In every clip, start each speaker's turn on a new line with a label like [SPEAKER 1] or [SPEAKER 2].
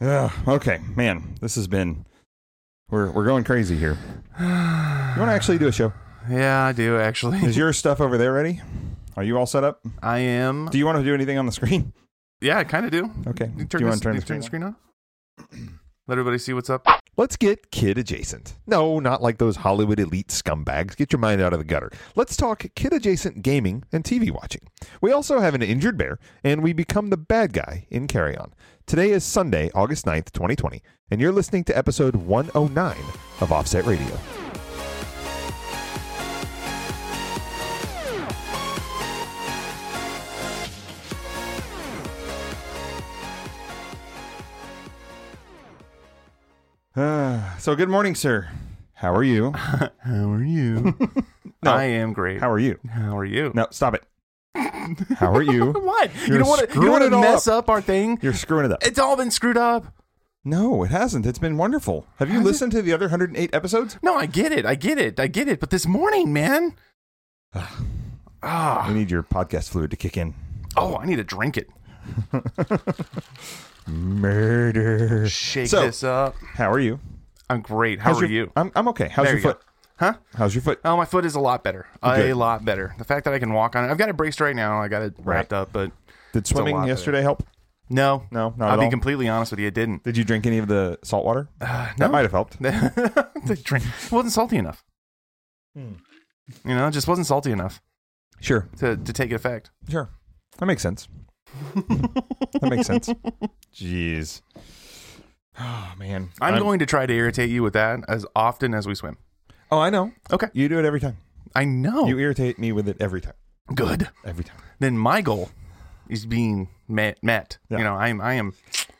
[SPEAKER 1] Ugh, okay, man, this has been we're we're going crazy here. You want to actually do a show?
[SPEAKER 2] Yeah, I do actually.
[SPEAKER 1] Is your stuff over there ready? Are you all set up?
[SPEAKER 2] I am.
[SPEAKER 1] Do you want to do anything on the screen?
[SPEAKER 2] Yeah, I kind of do.
[SPEAKER 1] Okay. Do
[SPEAKER 2] You turn
[SPEAKER 1] you
[SPEAKER 2] this-
[SPEAKER 1] want to turn
[SPEAKER 2] you
[SPEAKER 1] the screen? on?
[SPEAKER 2] on. Let everybody see what's up.
[SPEAKER 3] Let's get kid adjacent. No, not like those Hollywood elite scumbags. Get your mind out of the gutter. Let's talk kid adjacent gaming and TV watching. We also have an injured bear, and we become the bad guy in Carry On. Today is Sunday, August 9th, 2020, and you're listening to episode 109 of Offset Radio.
[SPEAKER 1] Uh, so, good morning, sir. How are you?
[SPEAKER 2] How are you?
[SPEAKER 1] No.
[SPEAKER 2] I am great.
[SPEAKER 1] How are you?
[SPEAKER 2] How are you?
[SPEAKER 1] No, stop it. How are you?
[SPEAKER 2] What?
[SPEAKER 1] You're
[SPEAKER 2] you don't want to you
[SPEAKER 1] screwing
[SPEAKER 2] don't want
[SPEAKER 1] it all
[SPEAKER 2] to mess up. our thing.
[SPEAKER 1] You're screwing it up.
[SPEAKER 2] It's all been screwed up.
[SPEAKER 1] No, it hasn't. It's been wonderful. Have you
[SPEAKER 2] Has it?
[SPEAKER 1] listened to the other 108 episodes?
[SPEAKER 2] No, I get it. I get it. I get it. But this morning, man.
[SPEAKER 1] We
[SPEAKER 2] Ah.
[SPEAKER 1] need your podcast fluid to kick in.
[SPEAKER 2] Oh, I need to drink it.
[SPEAKER 1] Murder.
[SPEAKER 2] Shake
[SPEAKER 1] So-
[SPEAKER 2] this up.
[SPEAKER 1] How are you?
[SPEAKER 2] I'm great. How
[SPEAKER 1] How's
[SPEAKER 2] are
[SPEAKER 1] your-
[SPEAKER 2] you?
[SPEAKER 1] I'm, I'm okay. How's
[SPEAKER 2] There
[SPEAKER 1] your
[SPEAKER 2] you go.
[SPEAKER 1] foot?
[SPEAKER 2] Huh?
[SPEAKER 1] How's your foot?
[SPEAKER 2] Oh, my foot is a lot better.
[SPEAKER 1] Good.
[SPEAKER 2] A lot better. The fact that I can walk on it. I've got it braced right now. I got it wrapped up, but
[SPEAKER 1] Did swimming
[SPEAKER 2] lot better.
[SPEAKER 1] yesterday help?
[SPEAKER 2] no.
[SPEAKER 1] No, not
[SPEAKER 2] I'll
[SPEAKER 1] at
[SPEAKER 2] be
[SPEAKER 1] all.
[SPEAKER 2] completely honest with you. It didn't.
[SPEAKER 1] Did you drink any of the salt water?
[SPEAKER 2] Uh,
[SPEAKER 1] That
[SPEAKER 2] no.
[SPEAKER 1] might have helped.
[SPEAKER 2] the drink it wasn't salty enough. Hmm. You know, it just wasn't salty enough
[SPEAKER 1] Sure,
[SPEAKER 2] to, to take effect.
[SPEAKER 1] sure. That makes sense. that makes sense. Jeez. Oh man,
[SPEAKER 2] I'm, going to try to irritate you with that as often as we swim.
[SPEAKER 1] Oh, I know.
[SPEAKER 2] Okay.
[SPEAKER 1] You do it every time.
[SPEAKER 2] I know.
[SPEAKER 1] You irritate me with it every time.
[SPEAKER 2] Good.
[SPEAKER 1] Every time.
[SPEAKER 2] Then my goal is being met. met.
[SPEAKER 1] Yeah.
[SPEAKER 2] You know, I am. I am.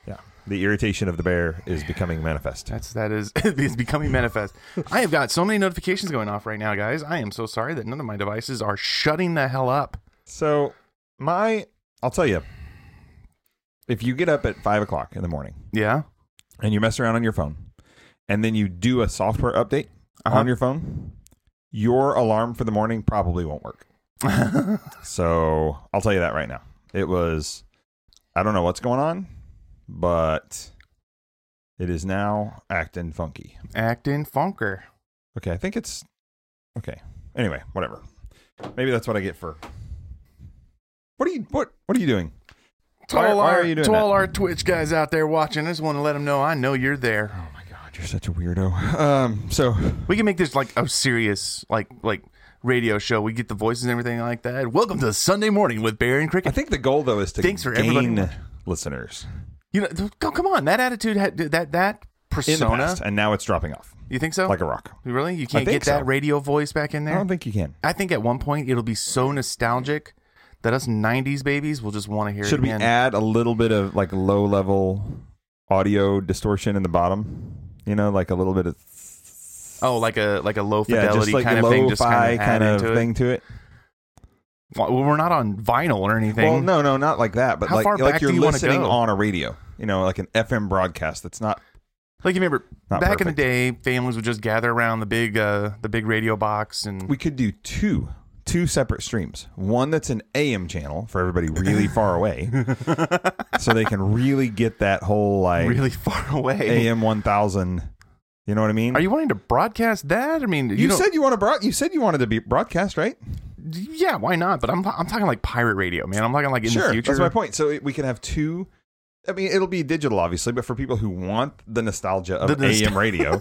[SPEAKER 1] Yeah. The irritation of the bear is becoming manifest.
[SPEAKER 2] That's that is is becoming manifest. I have got so many notifications going off right now, guys. I am so sorry that none of my devices are shutting the hell up.
[SPEAKER 1] So my, I'll tell you. If you get up at five o'clock in the morning
[SPEAKER 2] Yeah.
[SPEAKER 1] and you mess around on your phone, and then you do a software update
[SPEAKER 2] Uh-huh.
[SPEAKER 1] on your phone, your alarm for the morning probably won't work. So I'll tell you that right now. It was, I don't know what's going on, but it is now acting funky.
[SPEAKER 2] Acting funker.
[SPEAKER 1] Okay, I think it's okay. Anyway, whatever. Maybe that's what I get for. What are you what What are you doing?
[SPEAKER 2] To
[SPEAKER 1] Why-
[SPEAKER 2] all
[SPEAKER 1] why
[SPEAKER 2] our,
[SPEAKER 1] are you doing
[SPEAKER 2] to all
[SPEAKER 1] that?
[SPEAKER 2] our Twitch guys out there watching, I just want to let them know I know you're there.
[SPEAKER 1] Oh my god, you're such a weirdo. Um, so
[SPEAKER 2] We can make this like a serious like like radio show. We get the voices and everything like that. Welcome to Sunday morning with Barry and
[SPEAKER 1] I
[SPEAKER 2] Cricket.
[SPEAKER 1] think the goal though is to
[SPEAKER 2] Thanks for everybody
[SPEAKER 1] gain
[SPEAKER 2] watching.
[SPEAKER 1] listeners
[SPEAKER 2] You know, th- oh, come on, that attitude, had- that that
[SPEAKER 1] in the
[SPEAKER 2] persona.
[SPEAKER 1] past, and now it's dropping off
[SPEAKER 2] You think so?
[SPEAKER 1] like a rock.
[SPEAKER 2] really? You can't
[SPEAKER 1] think
[SPEAKER 2] get that
[SPEAKER 1] so.
[SPEAKER 2] radio voice back in
[SPEAKER 1] I
[SPEAKER 2] there.
[SPEAKER 1] don't think you can.
[SPEAKER 2] I think at one point it'll be so nostalgic that us '90s babies will just want to hear
[SPEAKER 1] Should
[SPEAKER 2] it
[SPEAKER 1] we
[SPEAKER 2] again.
[SPEAKER 1] add a little bit of like low level audio distortion in the bottom? You know, like a little bit of
[SPEAKER 2] oh, like a like a low
[SPEAKER 1] yeah,
[SPEAKER 2] fidelity
[SPEAKER 1] just like
[SPEAKER 2] kind
[SPEAKER 1] a
[SPEAKER 2] of thing, just
[SPEAKER 1] lo-fi
[SPEAKER 2] kind of,
[SPEAKER 1] kind
[SPEAKER 2] add
[SPEAKER 1] of
[SPEAKER 2] into
[SPEAKER 1] thing to it.
[SPEAKER 2] It. Well, we're not on vinyl or anything.
[SPEAKER 1] Well, no, no, not like that. But
[SPEAKER 2] How
[SPEAKER 1] like,
[SPEAKER 2] far
[SPEAKER 1] like
[SPEAKER 2] back
[SPEAKER 1] you're
[SPEAKER 2] do you wanna
[SPEAKER 1] listening
[SPEAKER 2] go?
[SPEAKER 1] on a radio, you know, like an FM broadcast. That's not.
[SPEAKER 2] Like you remember
[SPEAKER 1] Not
[SPEAKER 2] back in the day, families would just gather around the big uh, the big radio box and
[SPEAKER 1] We could do two, two separate streams. One that's an AM channel for everybody really far away, so they can really get that whole like
[SPEAKER 2] really far away.
[SPEAKER 1] AM 1000. You know what I mean?
[SPEAKER 2] Are you wanting to broadcast that? I mean, you,
[SPEAKER 1] You,
[SPEAKER 2] don't-
[SPEAKER 1] said you want to broad. You said you wanted to be broadcast, right?
[SPEAKER 2] yeah, why not? But I'm I'm talking like pirate radio, man. I'm talking like in the future.
[SPEAKER 1] That's my point. So it, we can have two. I mean, it'll be digital, obviously, but for people who want the nostalgia of
[SPEAKER 2] The nost-
[SPEAKER 1] AM radio,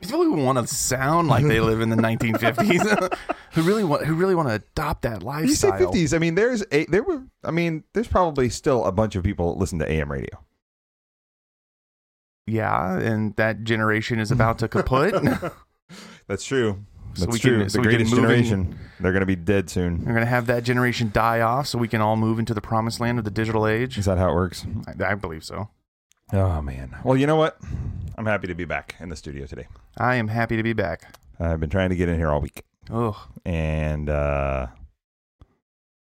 [SPEAKER 2] People who want to sound like they live in the 1950s, who really want who really want to adopt that lifestyle.
[SPEAKER 1] You say fifties. I mean, there's a there were. I mean, there's probably still a bunch of people that listen to AM radio.
[SPEAKER 2] Yeah, and that generation is about to kaput. We're
[SPEAKER 1] That's true. That's
[SPEAKER 2] So we
[SPEAKER 1] true.
[SPEAKER 2] can-
[SPEAKER 1] the
[SPEAKER 2] so we can
[SPEAKER 1] greatest
[SPEAKER 2] move in-
[SPEAKER 1] generation. They're going to be dead soon.
[SPEAKER 2] going to have that generation die off, so we can all move into the promised land of the digital age.
[SPEAKER 1] Is that how it works?
[SPEAKER 2] I, I believe so.
[SPEAKER 1] Oh man. Well, you know what? I'm happy to be back in the studio today.
[SPEAKER 2] I am happy to be back.
[SPEAKER 1] I've been trying to get in here all week,
[SPEAKER 2] Ugh,
[SPEAKER 1] and uh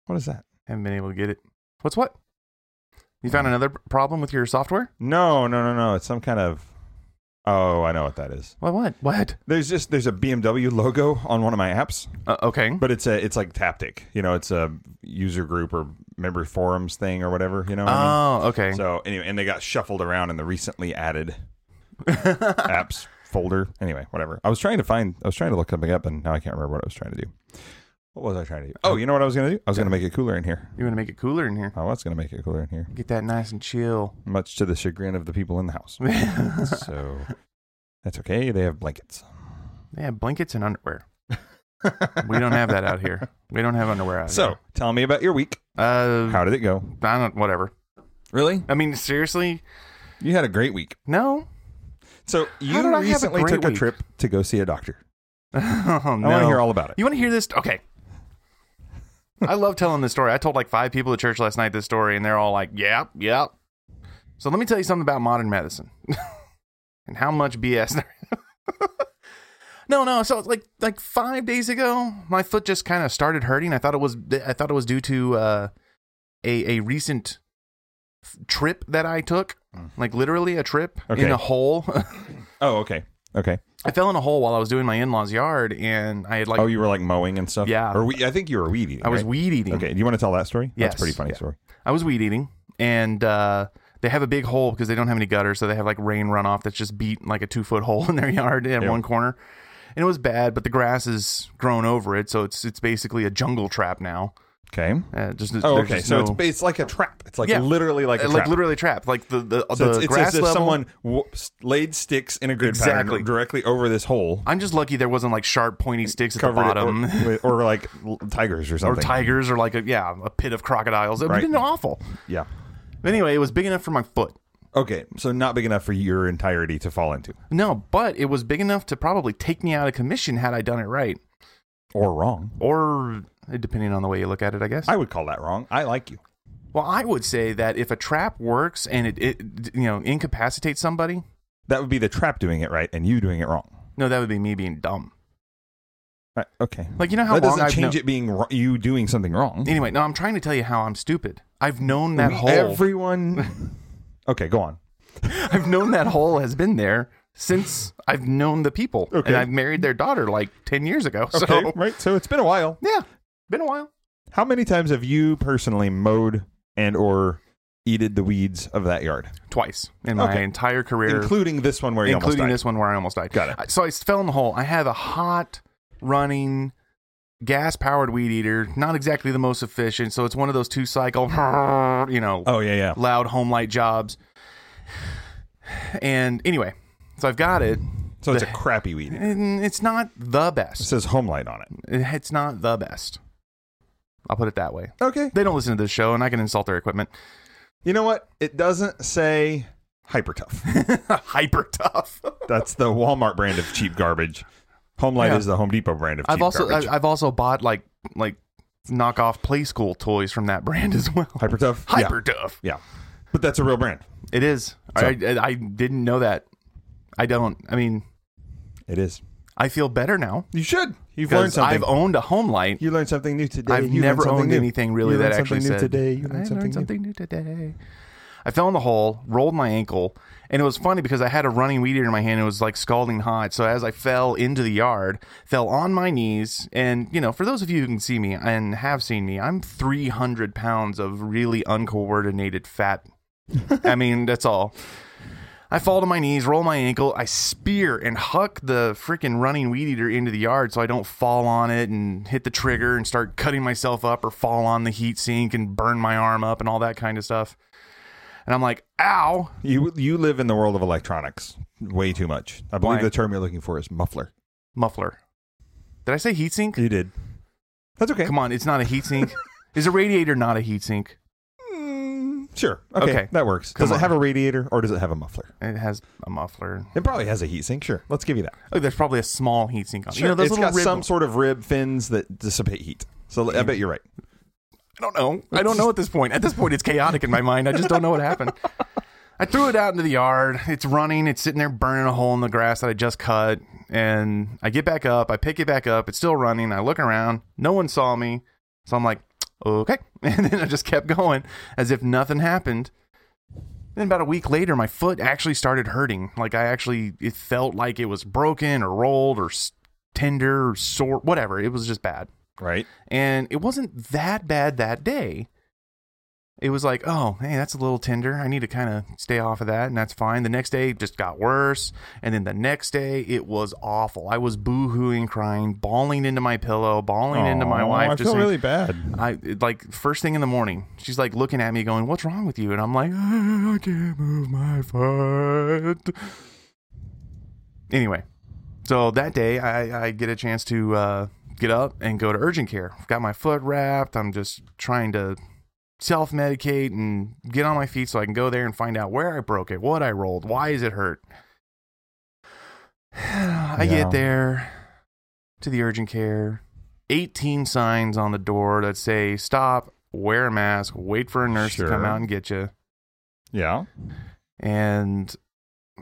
[SPEAKER 1] what is that?
[SPEAKER 2] haven't been able to get it. What's what?
[SPEAKER 1] Uh.
[SPEAKER 2] You found another problem with your software?
[SPEAKER 1] No, no, no, no. It's some kind of Oh, I know what that is.
[SPEAKER 2] What? What? What?
[SPEAKER 1] There's just there's a BMW logo on one of my apps,
[SPEAKER 2] Uh, okay.
[SPEAKER 1] but it's a it's like Taptic. You know, it's a user group or member forums thing or whatever. You know. what I mean?
[SPEAKER 2] Oh, okay.
[SPEAKER 1] So anyway, and they got shuffled around in the recently added apps folder. Anyway, whatever. I was trying to find. I was trying to look something up, and now I can't remember what I was trying to do. What was I trying to do? Oh, you know what I was going to do? I was going to make it cooler in here.
[SPEAKER 2] you want to make it cooler in here?
[SPEAKER 1] I was going to make it cooler in here,
[SPEAKER 2] Get that nice and chill.
[SPEAKER 1] much to the chagrin of the people in the house.
[SPEAKER 2] they
[SPEAKER 1] so that's okay. They have blankets.
[SPEAKER 2] have blankets and underwear. we don't have that out here. We don't have underwear out
[SPEAKER 1] So tell me about your week.
[SPEAKER 2] here. uh,
[SPEAKER 1] How did it go?
[SPEAKER 2] I don't. Whatever.
[SPEAKER 1] Really?
[SPEAKER 2] I mean, seriously,
[SPEAKER 1] You had a great week.
[SPEAKER 2] no.
[SPEAKER 1] So
[SPEAKER 2] did I
[SPEAKER 1] you
[SPEAKER 2] have a
[SPEAKER 1] recently
[SPEAKER 2] great
[SPEAKER 1] took a
[SPEAKER 2] week?
[SPEAKER 1] trip to go see a doctor.
[SPEAKER 2] oh,
[SPEAKER 1] I want to hear all about it.
[SPEAKER 2] You want to hear this? Okay. I love telling this story. I told like five people at church last night this story, and they're all like, yep, yep. So let me tell you something about modern medicine and how much BS there No, no. So like like five days ago, my foot just kind of started hurting. I thought it was I thought it was due to uh, a a recent f- trip that I took, like literally a trip
[SPEAKER 1] Okay.
[SPEAKER 2] in a hole.
[SPEAKER 1] oh, okay. Okay.
[SPEAKER 2] I fell in a hole while I was doing my in laws' yard, and I had like
[SPEAKER 1] oh, you were like mowing and stuff.
[SPEAKER 2] Yeah.
[SPEAKER 1] Or we, I think you were weed eating.
[SPEAKER 2] I was
[SPEAKER 1] right?
[SPEAKER 2] weed eating.
[SPEAKER 1] Okay. Do you want to tell that story?
[SPEAKER 2] Yes.
[SPEAKER 1] That's a pretty funny
[SPEAKER 2] Yeah.
[SPEAKER 1] story.
[SPEAKER 2] I was weed eating, and uh, they have a big hole because they don't have any gutters, so they have like rain runoff that's just beat like a two foot hole in their yard at
[SPEAKER 1] Yeah.
[SPEAKER 2] one corner. And it was bad, but the grass is grown over it, so it's it's basically a jungle trap now.
[SPEAKER 1] Okay.
[SPEAKER 2] Uh, just
[SPEAKER 1] Oh,
[SPEAKER 2] there's
[SPEAKER 1] okay.
[SPEAKER 2] just
[SPEAKER 1] So
[SPEAKER 2] no-
[SPEAKER 1] it's it's like a trap. It's like
[SPEAKER 2] Yeah.
[SPEAKER 1] literally like a
[SPEAKER 2] uh,
[SPEAKER 1] trap.
[SPEAKER 2] like literally a trap, like the the,
[SPEAKER 1] So
[SPEAKER 2] the
[SPEAKER 1] it's, it's
[SPEAKER 2] grass
[SPEAKER 1] as if
[SPEAKER 2] level.
[SPEAKER 1] someone w- laid sticks in a grid
[SPEAKER 2] Exactly.
[SPEAKER 1] pattern directly over this hole,
[SPEAKER 2] I'm just lucky there wasn't like sharp pointy sticks at the
[SPEAKER 1] covered it
[SPEAKER 2] bottom.
[SPEAKER 1] or, or like l- tigers or
[SPEAKER 2] or
[SPEAKER 1] something.
[SPEAKER 2] tigers, or like a yeah, a pit of crocodiles. It would have
[SPEAKER 1] Right.
[SPEAKER 2] been awful.
[SPEAKER 1] Yeah.
[SPEAKER 2] But anyway, it was big enough for my foot.
[SPEAKER 1] Okay. So not big enough for your entirety to fall into,
[SPEAKER 2] No, but it was big enough to probably take me out of commission had I done it right.
[SPEAKER 1] or wrong.
[SPEAKER 2] or depending on the way you look at it, I guess.
[SPEAKER 1] I would call that wrong. I like you.
[SPEAKER 2] well, I would say that if a trap works and it, it you know incapacitates somebody,
[SPEAKER 1] That would be the trap doing it right and you doing it wrong.
[SPEAKER 2] no, that would be me being dumb.
[SPEAKER 1] Right, Okay.
[SPEAKER 2] Like you know how
[SPEAKER 1] that
[SPEAKER 2] long
[SPEAKER 1] doesn't
[SPEAKER 2] I've
[SPEAKER 1] change
[SPEAKER 2] kno-
[SPEAKER 1] it being wr- you doing something wrong.
[SPEAKER 2] Anyway, no, I'm trying to tell you how I'm stupid. I've known that
[SPEAKER 1] We-
[SPEAKER 2] hole.
[SPEAKER 1] Everyone. okay, go on.
[SPEAKER 2] I've known that hole has been there since I've known the people,
[SPEAKER 1] Okay.
[SPEAKER 2] and I've married their daughter like ten years ago. So
[SPEAKER 1] Okay, right. So it's been a while.
[SPEAKER 2] yeah, been a while.
[SPEAKER 1] How many times have you personally mowed and or eated the weeds of that yard,
[SPEAKER 2] Twice in my
[SPEAKER 1] Okay.
[SPEAKER 2] entire career,
[SPEAKER 1] including this one where you
[SPEAKER 2] including
[SPEAKER 1] almost
[SPEAKER 2] this one where I almost died.
[SPEAKER 1] Got it.
[SPEAKER 2] I- So I s- fell in the hole. I have a hot running gas powered weed eater, not exactly the most efficient. So it's one of those two cycle, you know,
[SPEAKER 1] died? Oh yeah, yeah.
[SPEAKER 2] loud home light jobs. And anyway, so I've got it.
[SPEAKER 1] So it's a crappy weed. It
[SPEAKER 2] And it's not the best.
[SPEAKER 1] says home light on it.
[SPEAKER 2] It's not the best. I'll put it that way.
[SPEAKER 1] Okay.
[SPEAKER 2] They don't listen to this show, and I can insult their equipment.
[SPEAKER 1] You know what? It doesn't say hyper tough.
[SPEAKER 2] Hyper tough.
[SPEAKER 1] That's the Walmart brand of cheap garbage. Home light
[SPEAKER 2] Yeah.
[SPEAKER 1] is the Home Depot brand of cheap
[SPEAKER 2] I've also
[SPEAKER 1] garbage.
[SPEAKER 2] I, I've also bought like like knockoff play school toys from that brand as well.
[SPEAKER 1] hyper tough.
[SPEAKER 2] Hyper tough.
[SPEAKER 1] Yeah. yeah. But that's a real brand.
[SPEAKER 2] It is. I, I I didn't know that. I don't. I mean,
[SPEAKER 1] It is.
[SPEAKER 2] I feel better now
[SPEAKER 1] You should. You've learned
[SPEAKER 2] because
[SPEAKER 1] something.
[SPEAKER 2] I've owned a home light.
[SPEAKER 1] you learned something new today.
[SPEAKER 2] I've
[SPEAKER 1] You learned
[SPEAKER 2] never
[SPEAKER 1] something
[SPEAKER 2] owned
[SPEAKER 1] new.
[SPEAKER 2] anything really
[SPEAKER 1] You
[SPEAKER 2] that
[SPEAKER 1] learned
[SPEAKER 2] actually
[SPEAKER 1] something new
[SPEAKER 2] said
[SPEAKER 1] today. You
[SPEAKER 2] I
[SPEAKER 1] learned something, new.
[SPEAKER 2] something new today. I fell in the hole, rolled my ankle, and it was funny because I had a running weed eater in my hand. It was like scalding hot. So as I fell into the yard, fell on my knees, and you know, for those of you who can see me and have seen me, I'm 300 pounds of really uncoordinated fat. I mean, that's all. I fall to my knees, roll my ankle, I spear and huck the freaking running weed eater into the yard so I don't fall on it and hit the trigger and start cutting myself up or fall on the heat sink and burn my arm up and all that kind of stuff. And I'm like, ow.
[SPEAKER 1] You you live in the world of electronics way too much. I believe
[SPEAKER 2] Why?
[SPEAKER 1] the term you're looking for is muffler.
[SPEAKER 2] Muffler. Did I say heat sink?
[SPEAKER 1] You did. That's okay.
[SPEAKER 2] Come on, it's not a heat sink. Is a radiator not a heat sink?
[SPEAKER 1] Sure. Okay.
[SPEAKER 2] Okay.
[SPEAKER 1] That works.
[SPEAKER 2] Come
[SPEAKER 1] does
[SPEAKER 2] on.
[SPEAKER 1] it have a radiator or does it have a muffler?
[SPEAKER 2] It has a muffler.
[SPEAKER 1] It probably has a heat sink. Sure. Let's give you that.
[SPEAKER 2] Oh, there's probably a small heat sink on it.
[SPEAKER 1] Sure.
[SPEAKER 2] You know, those
[SPEAKER 1] it's
[SPEAKER 2] little
[SPEAKER 1] got
[SPEAKER 2] rib-
[SPEAKER 1] some sort of rib fins that dissipate heat. So I bet you're right.
[SPEAKER 2] I don't know. I don't know at this point. At this point, it's chaotic in my mind. I just don't know what happened. I threw it out into the yard. It's running. It's sitting there burning a hole in the grass that I just cut. And I get back up. I pick it back up. It's still running. I look around. No one saw me. So I'm like, okay. And then I just kept going as if nothing happened. And then about a week later, my foot actually started hurting. Like I actually, it felt like it was broken or rolled or s- tender or sore, whatever. It was just bad.
[SPEAKER 1] Right.
[SPEAKER 2] And it wasn't that bad that day. It was like, oh, hey, that's a little tender. I need to kind of stay off of that, and that's fine. The next day it just got worse. And then the next day it was awful. I was boo hooing, crying, bawling into my pillow, bawling into my
[SPEAKER 1] Aw, I
[SPEAKER 2] wife. just
[SPEAKER 1] feel
[SPEAKER 2] saying-
[SPEAKER 1] really bad.
[SPEAKER 2] I it, like first thing in the morning. She's like looking at me, going, "What's wrong with you?" And I'm like, "I can't move my foot." Anyway, so that day I, I get a chance to uh, get up and go to urgent care. I've got my foot wrapped. I'm just trying to self medicate and get on my feet so I can go there and find out where I broke it, what I rolled, why is it hurt. I
[SPEAKER 1] Yeah.
[SPEAKER 2] get there to the urgent care. 18 signs on the door that say stop, wear a mask, wait for a nurse to come
[SPEAKER 1] Sure.
[SPEAKER 2] out and get you.
[SPEAKER 1] Yeah.
[SPEAKER 2] And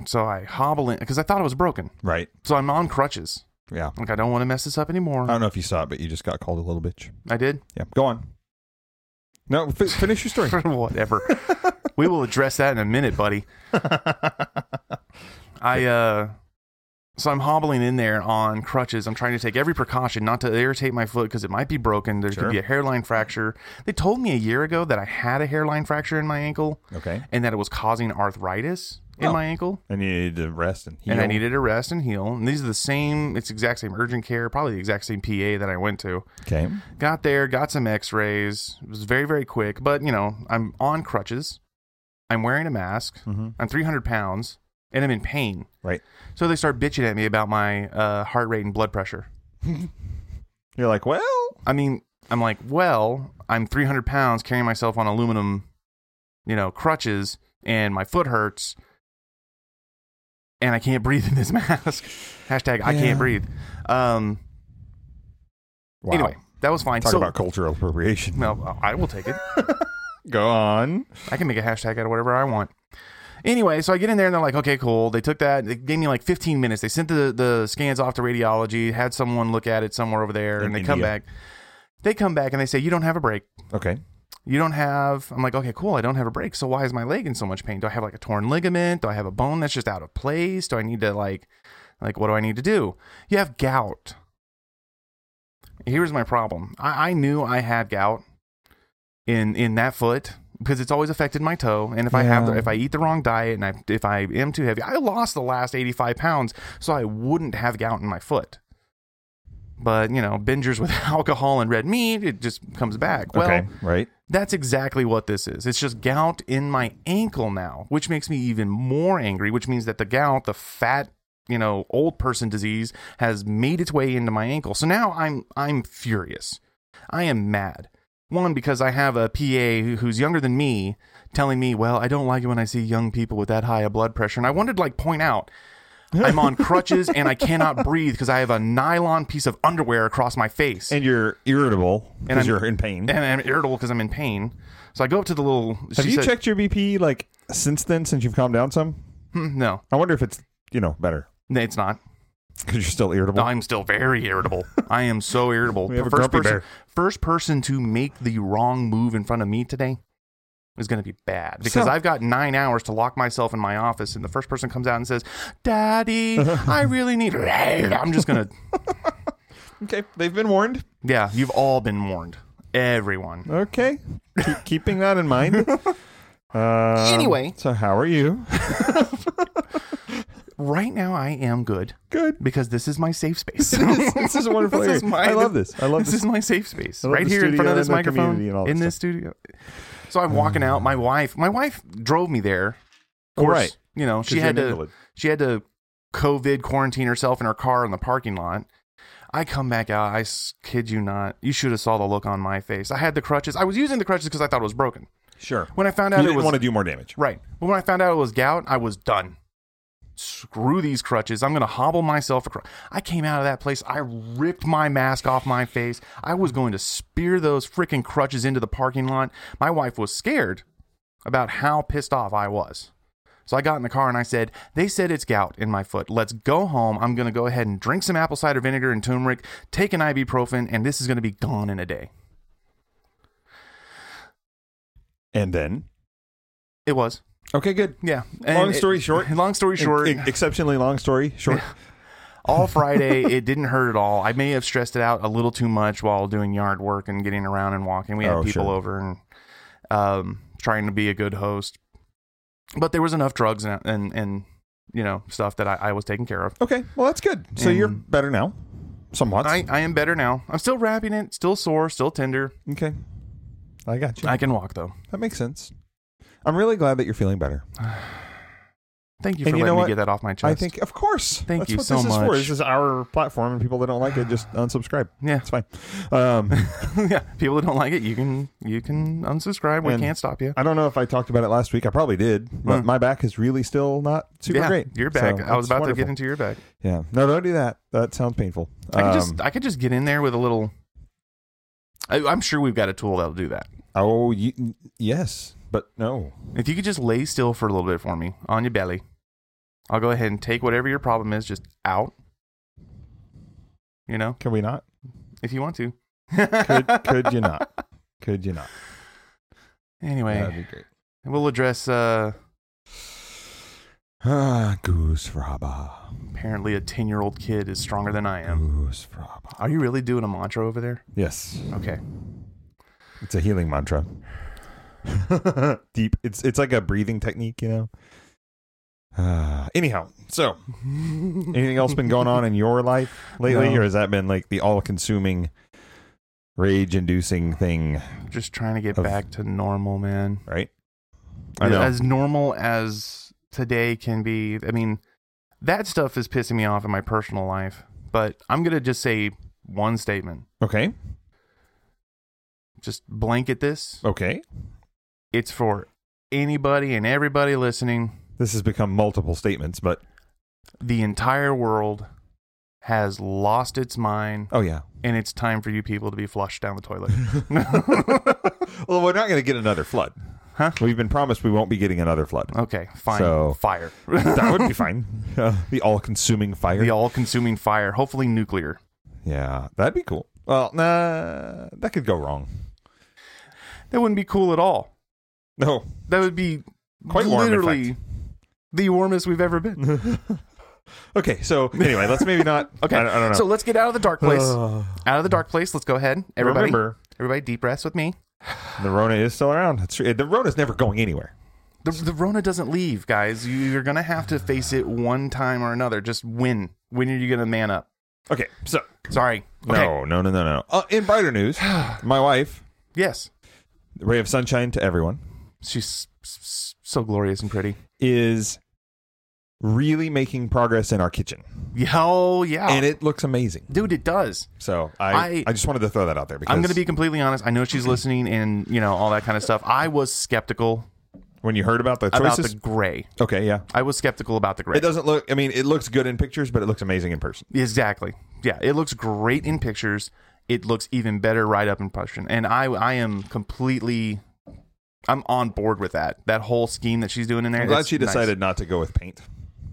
[SPEAKER 2] so I hobble in because I thought it was broken.
[SPEAKER 1] Right.
[SPEAKER 2] So I'm on crutches.
[SPEAKER 1] Yeah.
[SPEAKER 2] Like I don't want to mess this up
[SPEAKER 1] I
[SPEAKER 2] anymore.
[SPEAKER 1] don't know if you saw it, but you just got called a little bitch.
[SPEAKER 2] I did.
[SPEAKER 1] Yeah. Go on. No, fi- finish your story.
[SPEAKER 2] Whatever. we will address that in a minute, buddy. I uh so I'm hobbling in there on crutches. I'm trying to take every precaution not to irritate my foot because it might be broken. There
[SPEAKER 1] Sure.
[SPEAKER 2] could be a hairline fracture. They told me a year ago that I had a hairline fracture in my ankle
[SPEAKER 1] okay.
[SPEAKER 2] and that it was causing arthritis in
[SPEAKER 1] Oh.
[SPEAKER 2] my ankle.
[SPEAKER 1] And you need to rest and heal.
[SPEAKER 2] And I needed to rest and heal. And these are the same, it's exact same urgent care, probably the exact same PA that I went to.
[SPEAKER 1] Okay.
[SPEAKER 2] Got there, got some x rays. It was very, very quick. But, you know, I'm on crutches. I'm wearing a mask.
[SPEAKER 1] Mhm.
[SPEAKER 2] I'm 300 pounds and I'm in pain.
[SPEAKER 1] Right.
[SPEAKER 2] So they start bitching at me about my uh, heart rate and blood pressure.
[SPEAKER 1] Mm-hmm. You're like, well,
[SPEAKER 2] I mean, I'm like, well, I'm 300 pounds carrying myself on aluminum, you know, crutches, and my foot hurts, and I can't breathe in this mask. Hashtag I
[SPEAKER 1] Yeah.
[SPEAKER 2] can't breathe. Um.
[SPEAKER 1] wow.
[SPEAKER 2] Anyway, that was fine.
[SPEAKER 1] talk
[SPEAKER 2] so,
[SPEAKER 1] about cultural appropriation.
[SPEAKER 2] no, uh, I will take it.
[SPEAKER 1] Go on.
[SPEAKER 2] I can make a hashtag out of whatever I want. Anyway, so I get in there and they're like, okay, cool. They took that. They gave me like 15 minutes. They sent the, the scans off to radiology, had someone look at it somewhere over there,
[SPEAKER 1] In
[SPEAKER 2] and they come
[SPEAKER 1] India.
[SPEAKER 2] back. They come back and they say, you don't have a break.
[SPEAKER 1] Okay.
[SPEAKER 2] You don't have. I'm like, okay, cool. I don't have a break. So why is my leg in so much pain? Do I have like a torn ligament? Do I have a bone that's just out of place? Do I need to like, like, what do I need to do? You have gout. Here's my problem. I, I knew I had gout in in that foot because it's always affected my toe. And if I have, the,
[SPEAKER 1] Yeah.
[SPEAKER 2] if I eat the wrong diet and I, if I am too heavy, I lost the last 85 pounds, so I wouldn't have gout in my foot. But you know, bingers with alcohol and red meat, it just comes back. Well,
[SPEAKER 1] okay. Right.
[SPEAKER 2] that's exactly what this is. It's just gout in my ankle now, which makes me even more angry, which means that the gout, the fat, you know, old person disease has made its way into my ankle. So now I'm I'm furious. I am mad. One because I have a PA who- who's younger than me telling me, "Well, I don't like it when I see young people with that high a blood pressure." And I wanted to like point out I'm on crutches and I cannot breathe because I have a nylon piece of underwear across my face
[SPEAKER 1] And you're irritable because
[SPEAKER 2] I'm-
[SPEAKER 1] you're in pain.
[SPEAKER 2] and I'm irritable because I'm in pain. So I go up to the little.
[SPEAKER 1] Have
[SPEAKER 2] she
[SPEAKER 1] you
[SPEAKER 2] said-
[SPEAKER 1] checked your BP like since then? Since you've calmed down some,
[SPEAKER 2] Hmm, No,
[SPEAKER 1] I wonder if it's you know better
[SPEAKER 2] No, it's not.
[SPEAKER 1] because you're still irritable.
[SPEAKER 2] No, I'm still very irritable. I am so irritable.
[SPEAKER 1] We have a grumpy
[SPEAKER 2] person,
[SPEAKER 1] bear.
[SPEAKER 2] first person to make the wrong move in front of me today is going to be bad because
[SPEAKER 1] So-
[SPEAKER 2] I've got nine hours to lock myself in my office, and the first person comes out and says, "Daddy, I really need." I'm just gonna.
[SPEAKER 1] okay, they've been warned.
[SPEAKER 2] Yeah, you've all been warned. Everyone.
[SPEAKER 1] Okay, Keep, keeping that in mind. Uh,
[SPEAKER 2] Anyway.
[SPEAKER 1] so how are you?
[SPEAKER 2] Right now, I am good
[SPEAKER 1] Good.
[SPEAKER 2] because this is my safe space.
[SPEAKER 1] this, this is a wonderful.
[SPEAKER 2] This
[SPEAKER 1] area.
[SPEAKER 2] is my-
[SPEAKER 1] I love this. I love
[SPEAKER 2] this
[SPEAKER 1] this.
[SPEAKER 2] is my safe space
[SPEAKER 1] I love
[SPEAKER 2] right
[SPEAKER 1] the
[SPEAKER 2] here in front
[SPEAKER 1] studio
[SPEAKER 2] of this
[SPEAKER 1] and the
[SPEAKER 2] microphone
[SPEAKER 1] community and all that
[SPEAKER 2] in this studio so i'm walking out my wife my wife drove me there of
[SPEAKER 1] Oh,
[SPEAKER 2] course
[SPEAKER 1] right.
[SPEAKER 2] you know
[SPEAKER 1] 'Cause
[SPEAKER 2] she
[SPEAKER 1] you're
[SPEAKER 2] had
[SPEAKER 1] an
[SPEAKER 2] to
[SPEAKER 1] invalid.
[SPEAKER 2] she had to covid quarantine herself in her car in the parking lot i come back out i s- kid you not you should have saw the look on my face i had the crutches i was using the crutches because i thought it was broken
[SPEAKER 1] Sure.
[SPEAKER 2] when i found
[SPEAKER 1] You
[SPEAKER 2] out
[SPEAKER 1] didn't
[SPEAKER 2] it was
[SPEAKER 1] want to do more damage.
[SPEAKER 2] Right. But when I found out it was gout, I was done. Screw these crutches. I'm going to hobble myself across. I came out of that place. I ripped my mask off my face. I was going to spear those freaking crutches into the parking lot. My wife was scared about how pissed off I was. So I got in the car and I said, They said it's gout in my foot. Let's go home. I'm going to go ahead and drink some apple cider vinegar and turmeric, take an ibuprofen, and this is going to be gone in a day.
[SPEAKER 1] And then
[SPEAKER 2] It was.
[SPEAKER 1] Okay, good.
[SPEAKER 2] Yeah.
[SPEAKER 1] Long
[SPEAKER 2] it-
[SPEAKER 1] story short.
[SPEAKER 2] Long story short,
[SPEAKER 1] E- exceptionally long story short.
[SPEAKER 2] all Friday, it didn't hurt at all. I may have stressed it out a little too much while doing yard work and getting around and walking. We had
[SPEAKER 1] Oh,
[SPEAKER 2] people
[SPEAKER 1] sure.
[SPEAKER 2] over and um, trying to be a good host, but there was enough drugs and and, and you know stuff that I, I was taking care of.
[SPEAKER 1] Okay, well that's good. So you're better now, somewhat.
[SPEAKER 2] Mm. I, I am better now. I'm still wrapping it, still sore, still tender.
[SPEAKER 1] okay, I got you.
[SPEAKER 2] I can walk though.
[SPEAKER 1] that makes sense. I'm really glad that you're feeling better.
[SPEAKER 2] Thank you
[SPEAKER 1] And
[SPEAKER 2] for
[SPEAKER 1] you know
[SPEAKER 2] letting
[SPEAKER 1] what?
[SPEAKER 2] me get that off my chest.
[SPEAKER 1] I think, of course.
[SPEAKER 2] Thank
[SPEAKER 1] that's
[SPEAKER 2] you
[SPEAKER 1] what
[SPEAKER 2] so
[SPEAKER 1] this Is for.
[SPEAKER 2] much.
[SPEAKER 1] This is our platform, and people that don't like it just unsubscribe.
[SPEAKER 2] yeah,
[SPEAKER 1] It's fine. Um,
[SPEAKER 2] yeah. People that don't like it, you can you can unsubscribe. We
[SPEAKER 1] And-
[SPEAKER 2] can't stop you.
[SPEAKER 1] I don't know if I talked about it last week. I probably did, but
[SPEAKER 2] Hmm.
[SPEAKER 1] my back is really still not super
[SPEAKER 2] yeah,
[SPEAKER 1] great.
[SPEAKER 2] You're back.
[SPEAKER 1] So
[SPEAKER 2] I
[SPEAKER 1] that's
[SPEAKER 2] was about to
[SPEAKER 1] wonderful.
[SPEAKER 2] get into your back.
[SPEAKER 1] Yeah. No, don't do that. That sounds painful.
[SPEAKER 2] I could
[SPEAKER 1] Um,
[SPEAKER 2] just I could just get in there with a little. I, I'm sure we've got a tool that'll do that.
[SPEAKER 1] Oh, you, yes, but no.
[SPEAKER 2] If you could just lay still for a little bit for me on your belly, I'll go ahead and take whatever your problem is just out. You know,
[SPEAKER 1] Can we not?
[SPEAKER 2] if you want to.
[SPEAKER 1] Could could you not? Could you not? That'd
[SPEAKER 2] Anyway,
[SPEAKER 1] be great.
[SPEAKER 2] we'll address uh,
[SPEAKER 1] Ah, goose fraba.
[SPEAKER 2] apparently a ten year old kid is stronger than I am.
[SPEAKER 1] Goose fraba.
[SPEAKER 2] Are you really doing a mantra over there?
[SPEAKER 1] Yes,
[SPEAKER 2] Okay.
[SPEAKER 1] it's a healing mantra. Deep. It's it's like a breathing technique, you know. Ah, anyhow, so anything else been going on in your life lately,
[SPEAKER 2] No.
[SPEAKER 1] or has that been like the all-consuming, rage-inducing thing?
[SPEAKER 2] Just trying to get
[SPEAKER 1] Of-
[SPEAKER 2] back to normal, man.
[SPEAKER 1] Right. I know.
[SPEAKER 2] as normal as today can be. I mean, that stuff is pissing me off in my personal life, but I'm going to just say one statement.
[SPEAKER 1] okay.
[SPEAKER 2] Just blanket this.
[SPEAKER 1] Okay.
[SPEAKER 2] It's for anybody and everybody listening.
[SPEAKER 1] This has become multiple statements, but
[SPEAKER 2] The entire world has lost its mind,
[SPEAKER 1] oh yeah.
[SPEAKER 2] and it's time for you people to be flushed down the toilet.
[SPEAKER 1] Well, we're not going to get another flood.
[SPEAKER 2] Huh? Oh.
[SPEAKER 1] We've been promised we won't be getting another flood.
[SPEAKER 2] okay, fine.
[SPEAKER 1] So-
[SPEAKER 2] fire.
[SPEAKER 1] that would be fine. Uh, the all-consuming fire.
[SPEAKER 2] the all consuming fire, hopefully nuclear.
[SPEAKER 1] yeah, that'd be cool. Well, nah, that could go wrong.
[SPEAKER 2] That wouldn't be cool at all.
[SPEAKER 1] No,
[SPEAKER 2] That would be
[SPEAKER 1] Quite warm, in
[SPEAKER 2] literally the warmest we've ever been.
[SPEAKER 1] okay. So anyway, let's maybe not.
[SPEAKER 2] Okay.
[SPEAKER 1] I, don't- I don't know.
[SPEAKER 2] So let's get out of the dark place.
[SPEAKER 1] Uh,
[SPEAKER 2] out of the dark place. Let's go ahead. Everybody,
[SPEAKER 1] remember
[SPEAKER 2] everybody, deep breaths with me.
[SPEAKER 1] the Rona is still around. It's true. The Rona's never going anywhere.
[SPEAKER 2] The, the Rona doesn't leave, guys. You, you're gonna have to face it one time or another. Just win. When are you gonna man up?
[SPEAKER 1] Okay, so
[SPEAKER 2] Sorry.
[SPEAKER 1] no, no, no, no, no. Uh, in brighter news, my wife,
[SPEAKER 2] Yes.
[SPEAKER 1] ray of sunshine to everyone,
[SPEAKER 2] She's s- s- so glorious and pretty.
[SPEAKER 1] is really making progress in our kitchen,
[SPEAKER 2] Yeah, Oh yeah,
[SPEAKER 1] and it looks amazing.
[SPEAKER 2] dude, it does.
[SPEAKER 1] So I, I,
[SPEAKER 2] I-
[SPEAKER 1] just wanted to throw that out there because
[SPEAKER 2] I'm gonna be completely honest. I know she's listening, and you know all that kind of stuff. I was skeptical
[SPEAKER 1] when you heard about the
[SPEAKER 2] about
[SPEAKER 1] choices.
[SPEAKER 2] the gray.
[SPEAKER 1] okay, yeah,
[SPEAKER 2] I was skeptical about the gray.
[SPEAKER 1] it doesn't look. I mean, it looks good in pictures, but it looks amazing in person.
[SPEAKER 2] Exactly. Yeah, it looks great in pictures. It looks even better right up in person. And I I am completely I'm on board with that. That whole scheme that she's doing in there.
[SPEAKER 1] I'm glad
[SPEAKER 2] it's
[SPEAKER 1] she
[SPEAKER 2] nice.
[SPEAKER 1] decided not to go with paint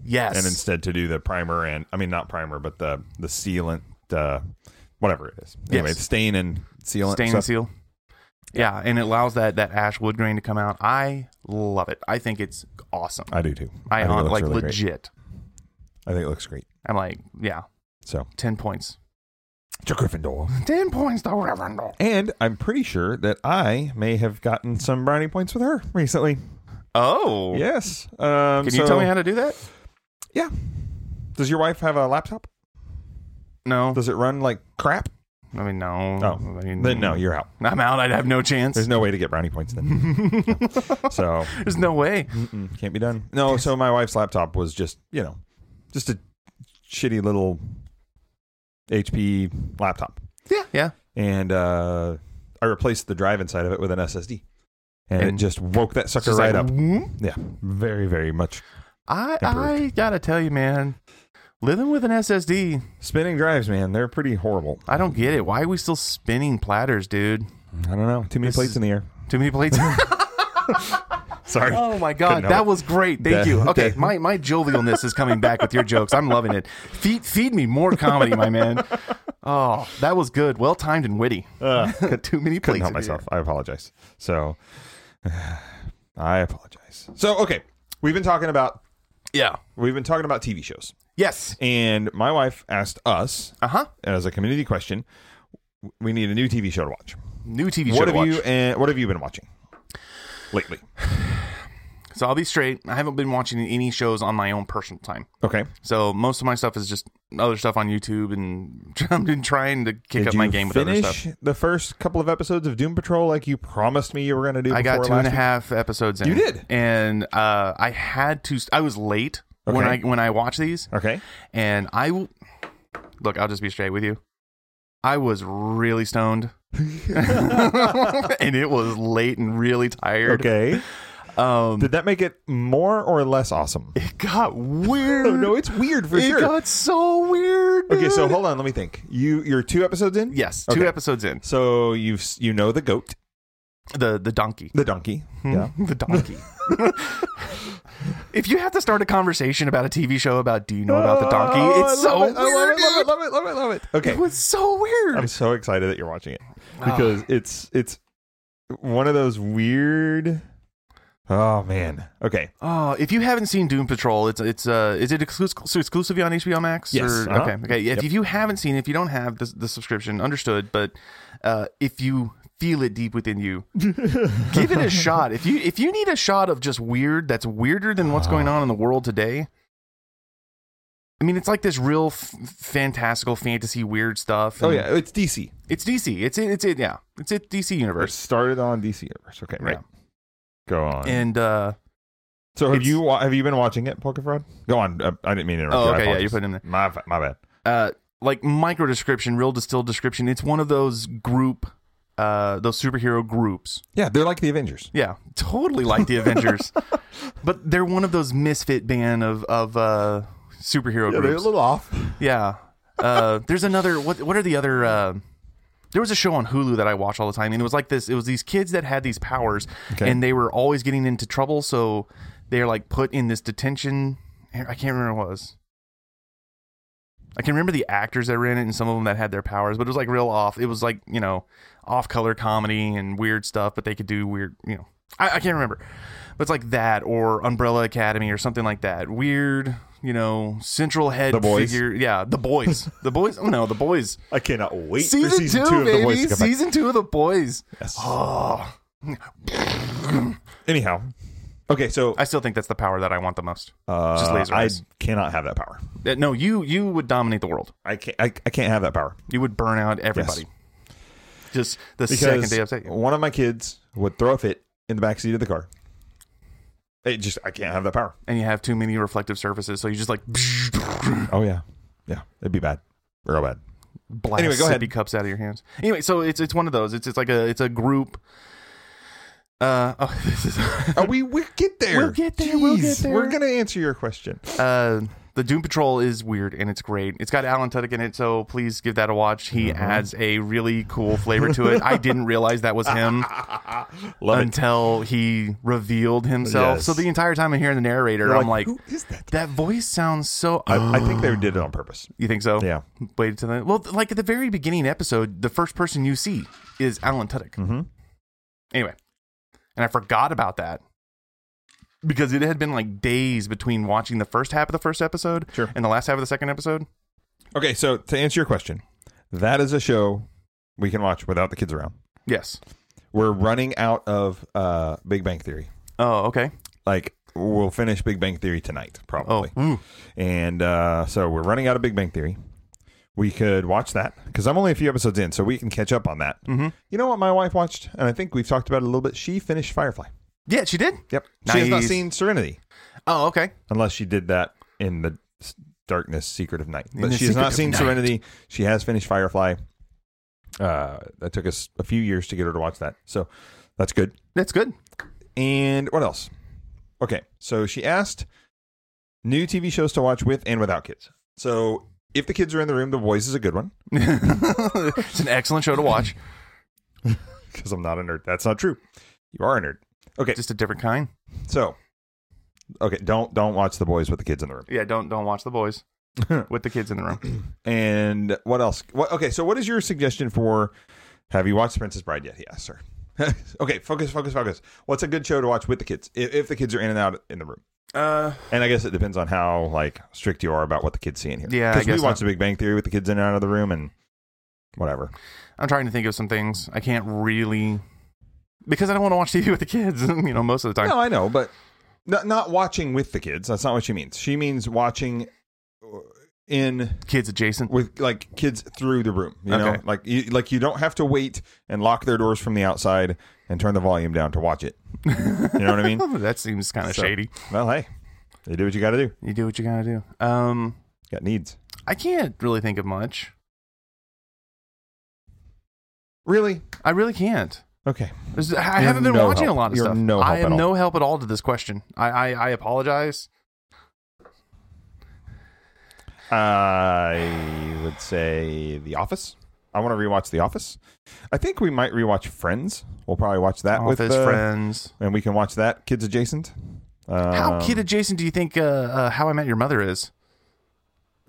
[SPEAKER 2] Yes.
[SPEAKER 1] and instead to do the primer and I mean not primer, but the the sealant, uh, whatever it is. Anyway,
[SPEAKER 2] Yes.
[SPEAKER 1] stain and sealant.
[SPEAKER 2] stain
[SPEAKER 1] stuff.
[SPEAKER 2] and seal. Yeah, and it allows that that ash wood grain to come out. I love it. I think it's awesome.
[SPEAKER 1] I do too.
[SPEAKER 2] I,
[SPEAKER 1] think it
[SPEAKER 2] hon-
[SPEAKER 1] looks
[SPEAKER 2] like
[SPEAKER 1] really great.
[SPEAKER 2] legit.
[SPEAKER 1] I think it looks great.
[SPEAKER 2] I'm like, yeah,
[SPEAKER 1] So
[SPEAKER 2] ten points.
[SPEAKER 1] to Gryffindor.
[SPEAKER 2] Ten points, though, Reverend.
[SPEAKER 1] And I'm pretty sure that I may have gotten some brownie points with her recently.
[SPEAKER 2] Oh,
[SPEAKER 1] Yes. Um,
[SPEAKER 2] Can you
[SPEAKER 1] so-
[SPEAKER 2] tell me how to do that?
[SPEAKER 1] Yeah. Does your wife have a laptop?
[SPEAKER 2] No,
[SPEAKER 1] Does it run like crap?
[SPEAKER 2] I mean no.
[SPEAKER 1] Oh,
[SPEAKER 2] I mean,
[SPEAKER 1] Then no, you're out.
[SPEAKER 2] I'm out. I'd have no chance.
[SPEAKER 1] There's no way to get brownie points then. so
[SPEAKER 2] There's no way.
[SPEAKER 1] mm, can't be done. No, so my wife's laptop was just you know, just a shitty little HP laptop,
[SPEAKER 2] Yeah. Yeah.
[SPEAKER 1] and uh, I replaced the drive inside of it with an SSD, and, it
[SPEAKER 2] And-
[SPEAKER 1] just woke that sucker
[SPEAKER 2] Just
[SPEAKER 1] right
[SPEAKER 2] like,
[SPEAKER 1] up.
[SPEAKER 2] "Hmm?"
[SPEAKER 1] Yeah, very very much.
[SPEAKER 2] I
[SPEAKER 1] Improved.
[SPEAKER 2] I gotta tell you, man, living with an SSD,
[SPEAKER 1] Spinning drives, man, they're pretty horrible.
[SPEAKER 2] I don't get it. Why are we still spinning platters, dude?
[SPEAKER 1] I don't know, too many
[SPEAKER 2] This
[SPEAKER 1] plates
[SPEAKER 2] is-
[SPEAKER 1] in the air.
[SPEAKER 2] Too many plates.
[SPEAKER 1] Sorry.
[SPEAKER 2] oh my
[SPEAKER 1] Couldn't
[SPEAKER 2] god,
[SPEAKER 1] help
[SPEAKER 2] that
[SPEAKER 1] it.
[SPEAKER 2] was great. Thank
[SPEAKER 1] That-
[SPEAKER 2] you. Okay,
[SPEAKER 1] that-
[SPEAKER 2] my my jovialness is coming back with your jokes. I'm loving it. Feed feed me more comedy, my man. Oh, that was good. Well timed and witty.
[SPEAKER 1] Uh,
[SPEAKER 2] Too many
[SPEAKER 1] couldn't
[SPEAKER 2] plates.
[SPEAKER 1] help
[SPEAKER 2] in here.
[SPEAKER 1] myself. I apologize. So I apologize. So okay, We've been talking about
[SPEAKER 2] Yeah.
[SPEAKER 1] we've been talking about TV shows,
[SPEAKER 2] Yes.
[SPEAKER 1] and my wife asked us
[SPEAKER 2] Uh huh.
[SPEAKER 1] as a community question. We need a new TV show to watch.
[SPEAKER 2] New TV show.
[SPEAKER 1] what
[SPEAKER 2] to
[SPEAKER 1] have
[SPEAKER 2] watch.
[SPEAKER 1] you and what have you been watching lately?
[SPEAKER 2] So I'll be straight. I haven't been watching any shows on my own personal time.
[SPEAKER 1] Okay,
[SPEAKER 2] So most of my stuff is just other stuff on YouTube, and I've been trying to kick
[SPEAKER 1] did
[SPEAKER 2] up my
[SPEAKER 1] you
[SPEAKER 2] game with other
[SPEAKER 1] finish
[SPEAKER 2] stuff.
[SPEAKER 1] the first couple of episodes of Doom Patrol like you promised me you were going to do?
[SPEAKER 2] I got
[SPEAKER 1] before
[SPEAKER 2] two and a
[SPEAKER 1] last week?
[SPEAKER 2] half episodes in.
[SPEAKER 1] You did?
[SPEAKER 2] and uh, I had to. I was late when I
[SPEAKER 1] Okay.
[SPEAKER 2] when I watched these,
[SPEAKER 1] Okay,
[SPEAKER 2] and I w- look. I'll just be straight with you. I was really stoned, and it was late and really tired.
[SPEAKER 1] okay.
[SPEAKER 2] Um,
[SPEAKER 1] Did that make it more or less awesome?
[SPEAKER 2] it got weird.
[SPEAKER 1] it's weird for
[SPEAKER 2] it got so weird.
[SPEAKER 1] Okay, so
[SPEAKER 2] dude.
[SPEAKER 1] hold on, let me think. You you're two episodes in?
[SPEAKER 2] yes, two
[SPEAKER 1] Okay.
[SPEAKER 2] episodes in,
[SPEAKER 1] So you've s- you know the goat,
[SPEAKER 2] the the donkey.
[SPEAKER 1] Hmm? the donkey. Yeah.
[SPEAKER 2] the donkey. if you have to start a conversation about a TV show about do you know about the donkey,
[SPEAKER 1] Oh, I
[SPEAKER 2] it's so
[SPEAKER 1] love it,
[SPEAKER 2] weird.
[SPEAKER 1] I love it, love it,
[SPEAKER 2] dude.
[SPEAKER 1] love it, love it, love it.
[SPEAKER 2] It
[SPEAKER 1] Okay.
[SPEAKER 2] was so weird.
[SPEAKER 1] I'm so excited that you're watching it because it's it's one of those weird Oh man. Okay.
[SPEAKER 2] Oh, if you haven't seen Doom Patrol, it's it's uh is it exclusive exclusively on HBO Max?
[SPEAKER 1] Yes.
[SPEAKER 2] Or,
[SPEAKER 1] Uh-huh.
[SPEAKER 2] Okay. Okay. If,
[SPEAKER 1] Yep.
[SPEAKER 2] if you haven't seen, it, if you don't have the, the subscription, understood. But uh, if you feel it deep within you, give it a shot. If you if you need a shot of just weird, that's weirder than what's going on in the world today. I mean, it's like this real f- fantastical fantasy weird stuff.
[SPEAKER 1] Oh
[SPEAKER 2] and
[SPEAKER 1] yeah, it's DC.
[SPEAKER 2] it's DC. It's it. It's it. Yeah, it's it. DC
[SPEAKER 1] It
[SPEAKER 2] universe.
[SPEAKER 1] started on DC Universe. Okay, right.
[SPEAKER 2] Yeah.
[SPEAKER 1] Go on.
[SPEAKER 2] And uh,
[SPEAKER 1] so have
[SPEAKER 2] it's-
[SPEAKER 1] you wa- have you been watching it, Polka Fraud? Go on. Uh, I didn't mean to interrupt.
[SPEAKER 2] oh,
[SPEAKER 1] you. I
[SPEAKER 2] okay, yeah, you
[SPEAKER 1] apologize.
[SPEAKER 2] put it in there.
[SPEAKER 1] my fa- my bad.
[SPEAKER 2] uh, like micro description, real distilled description. It's one of those group, uh, those superhero groups.
[SPEAKER 1] Yeah, they're like the Avengers.
[SPEAKER 2] Yeah, totally like the Avengers, but they're one of those misfit band of of uh, superhero groups.
[SPEAKER 1] little off.
[SPEAKER 2] yeah, uh, there's another. What what are the other? Uh, there was a show on Hulu that I watch all the time, and it was like this. It was these kids that had these powers,
[SPEAKER 1] Okay.
[SPEAKER 2] and they were always getting into trouble, so they're like put in this detention. I can't remember what it was. I can remember the actors that were in it, and some of them that had their powers, but it was like real off. It was like you know, off color comedy and weird stuff, but they could do weird. You know, I, I can't remember, but it's like that or Umbrella Academy or something like that. Weird, you know, central head
[SPEAKER 1] The Boys.
[SPEAKER 2] figure. Yeah, the boys. the boys. Oh no, the boys
[SPEAKER 1] I cannot wait
[SPEAKER 2] season,
[SPEAKER 1] for season
[SPEAKER 2] two,
[SPEAKER 1] two, of
[SPEAKER 2] baby.
[SPEAKER 1] The Voice to come back.
[SPEAKER 2] season two of the boys.
[SPEAKER 1] Yes.
[SPEAKER 2] Oh,
[SPEAKER 1] Anyhow, okay, so
[SPEAKER 2] I still think that's the power that I want the most.
[SPEAKER 1] uh,
[SPEAKER 2] just laser
[SPEAKER 1] I
[SPEAKER 2] eyes.
[SPEAKER 1] cannot have that power.
[SPEAKER 2] Uh, No, you you would dominate the world.
[SPEAKER 1] I can't. I, I can't have that power
[SPEAKER 2] You would burn out everybody. Just the second
[SPEAKER 1] because
[SPEAKER 2] they upset you.
[SPEAKER 1] one of my kids would throw a fit in the back seat of the car. It just I can't have that power.
[SPEAKER 2] and you have too many reflective surfaces, so you just like
[SPEAKER 1] Oh yeah, yeah, it'd be bad, real bad.
[SPEAKER 2] blast
[SPEAKER 1] Anyway, go ahead.
[SPEAKER 2] sippy cups out of your hands. Anyway, so it's it's one of those. It's it's like a it's a group. Uh, oh, this is
[SPEAKER 1] Are we? We get there.
[SPEAKER 2] We'll get there, we'll get there.
[SPEAKER 1] We're gonna answer your question.
[SPEAKER 2] uh, the Doom Patrol is weird and it's great. It's got Alan Tudyk in it, so please give that a watch. He
[SPEAKER 1] Mm-hmm.
[SPEAKER 2] adds a really cool flavor to it. I didn't realize that was him
[SPEAKER 1] Love it.
[SPEAKER 2] until he revealed himself.
[SPEAKER 1] Yes.
[SPEAKER 2] So the entire time I'm hearing the narrator,
[SPEAKER 1] You're
[SPEAKER 2] I'm like,
[SPEAKER 1] who is that?
[SPEAKER 2] that voice sounds so.
[SPEAKER 1] I, I think they did it on purpose.
[SPEAKER 2] you think so?
[SPEAKER 1] Yeah.
[SPEAKER 2] Waited till the well, like at the very beginning episode, the first person you see is Alan Tudyk.
[SPEAKER 1] Mhm.
[SPEAKER 2] Anyway, and I forgot about that because it had been like days between watching the first half of the first episode
[SPEAKER 1] Sure.
[SPEAKER 2] and the last half of the second episode.
[SPEAKER 1] Okay, so to answer your question, that is a show we can watch without the kids around.
[SPEAKER 2] Yes.
[SPEAKER 1] We're running out of uh, Big Bang Theory.
[SPEAKER 2] Oh, okay.
[SPEAKER 1] Like we'll finish Big Bang Theory tonight,
[SPEAKER 2] Oh,
[SPEAKER 1] probably.
[SPEAKER 2] ooh.
[SPEAKER 1] And uh, so we're running out of Big Bang Theory. We could watch that because I'm only a few episodes in, so we can catch up on that. Mm-hmm. You know what my wife watched, and I think we've talked about it a little bit. She finished Firefly.
[SPEAKER 2] yeah, she did.
[SPEAKER 1] Yep. She has not
[SPEAKER 2] Nice.
[SPEAKER 1] seen Serenity
[SPEAKER 2] Oh, okay.
[SPEAKER 1] unless she did that in the s- darkness, secret of night. But
[SPEAKER 2] the
[SPEAKER 1] she has
[SPEAKER 2] secret
[SPEAKER 1] not
[SPEAKER 2] of
[SPEAKER 1] seen
[SPEAKER 2] night.
[SPEAKER 1] Serenity. She has finished Firefly. Uh, that took us a few years to get her to watch that, so that's good.
[SPEAKER 2] That's good.
[SPEAKER 1] And what else? Okay, so she asked new TV shows to watch with and without kids. So if the kids are in the room, The Boys is a good one
[SPEAKER 2] it's an excellent show to watch.
[SPEAKER 1] because I'm not a nerd. That's not true. You are a nerd. Okay,
[SPEAKER 2] Just a different kind.
[SPEAKER 1] so okay, don't don't watch The Boys with the kids in the room.
[SPEAKER 2] Yeah, don't don't watch the boys with the kids in the room.
[SPEAKER 1] And what else? What, okay, so what is your suggestion for? Have you watched Princess Bride yet? Yes, sir. okay, focus, focus, focus. What's a good show to watch with the kids if, if the kids are in and out in the room?
[SPEAKER 2] Uh,
[SPEAKER 1] And I guess it depends on how like strict you are about what the kids see in here.
[SPEAKER 2] Yeah, I
[SPEAKER 1] because we
[SPEAKER 2] guess
[SPEAKER 1] watched The Big Bang Theory with the kids in and out of the room and whatever.
[SPEAKER 2] I'm trying to think of some things. I can't really because I don't want to watch TV with the kids. You know, most of the time.
[SPEAKER 1] No, I know, but not not watching with the kids. That's not what she means. She means watching uh, in
[SPEAKER 2] Kids adjacent.
[SPEAKER 1] with like kids through the room. You know,
[SPEAKER 2] Okay.
[SPEAKER 1] like you, like you don't have to wait and lock their doors from the outside and turn the volume down to watch it. You know what I mean?
[SPEAKER 2] Oh, that seems kind of
[SPEAKER 1] So-
[SPEAKER 2] shady.
[SPEAKER 1] Well, hey, you do what you got to do.
[SPEAKER 2] You do what you gotta do. Um,
[SPEAKER 1] Got needs.
[SPEAKER 2] I can't really think of much.
[SPEAKER 1] Really?
[SPEAKER 2] I really can't.
[SPEAKER 1] Okay.
[SPEAKER 2] There's- I
[SPEAKER 1] You're
[SPEAKER 2] haven't been
[SPEAKER 1] no
[SPEAKER 2] watching
[SPEAKER 1] help.
[SPEAKER 2] a lot of
[SPEAKER 1] You're
[SPEAKER 2] stuff.
[SPEAKER 1] no
[SPEAKER 2] I
[SPEAKER 1] help
[SPEAKER 2] am
[SPEAKER 1] at all.
[SPEAKER 2] no help at all to this question. I I, I apologize.
[SPEAKER 1] I would say The Office. I want to rewatch The Office. I think we might rewatch Friends. We'll probably watch that
[SPEAKER 2] Office
[SPEAKER 1] with uh,
[SPEAKER 2] friends.
[SPEAKER 1] and we can watch that kids adjacent.
[SPEAKER 2] How
[SPEAKER 1] Um,
[SPEAKER 2] kid adjacent do you think uh, uh, How I Met Your Mother is?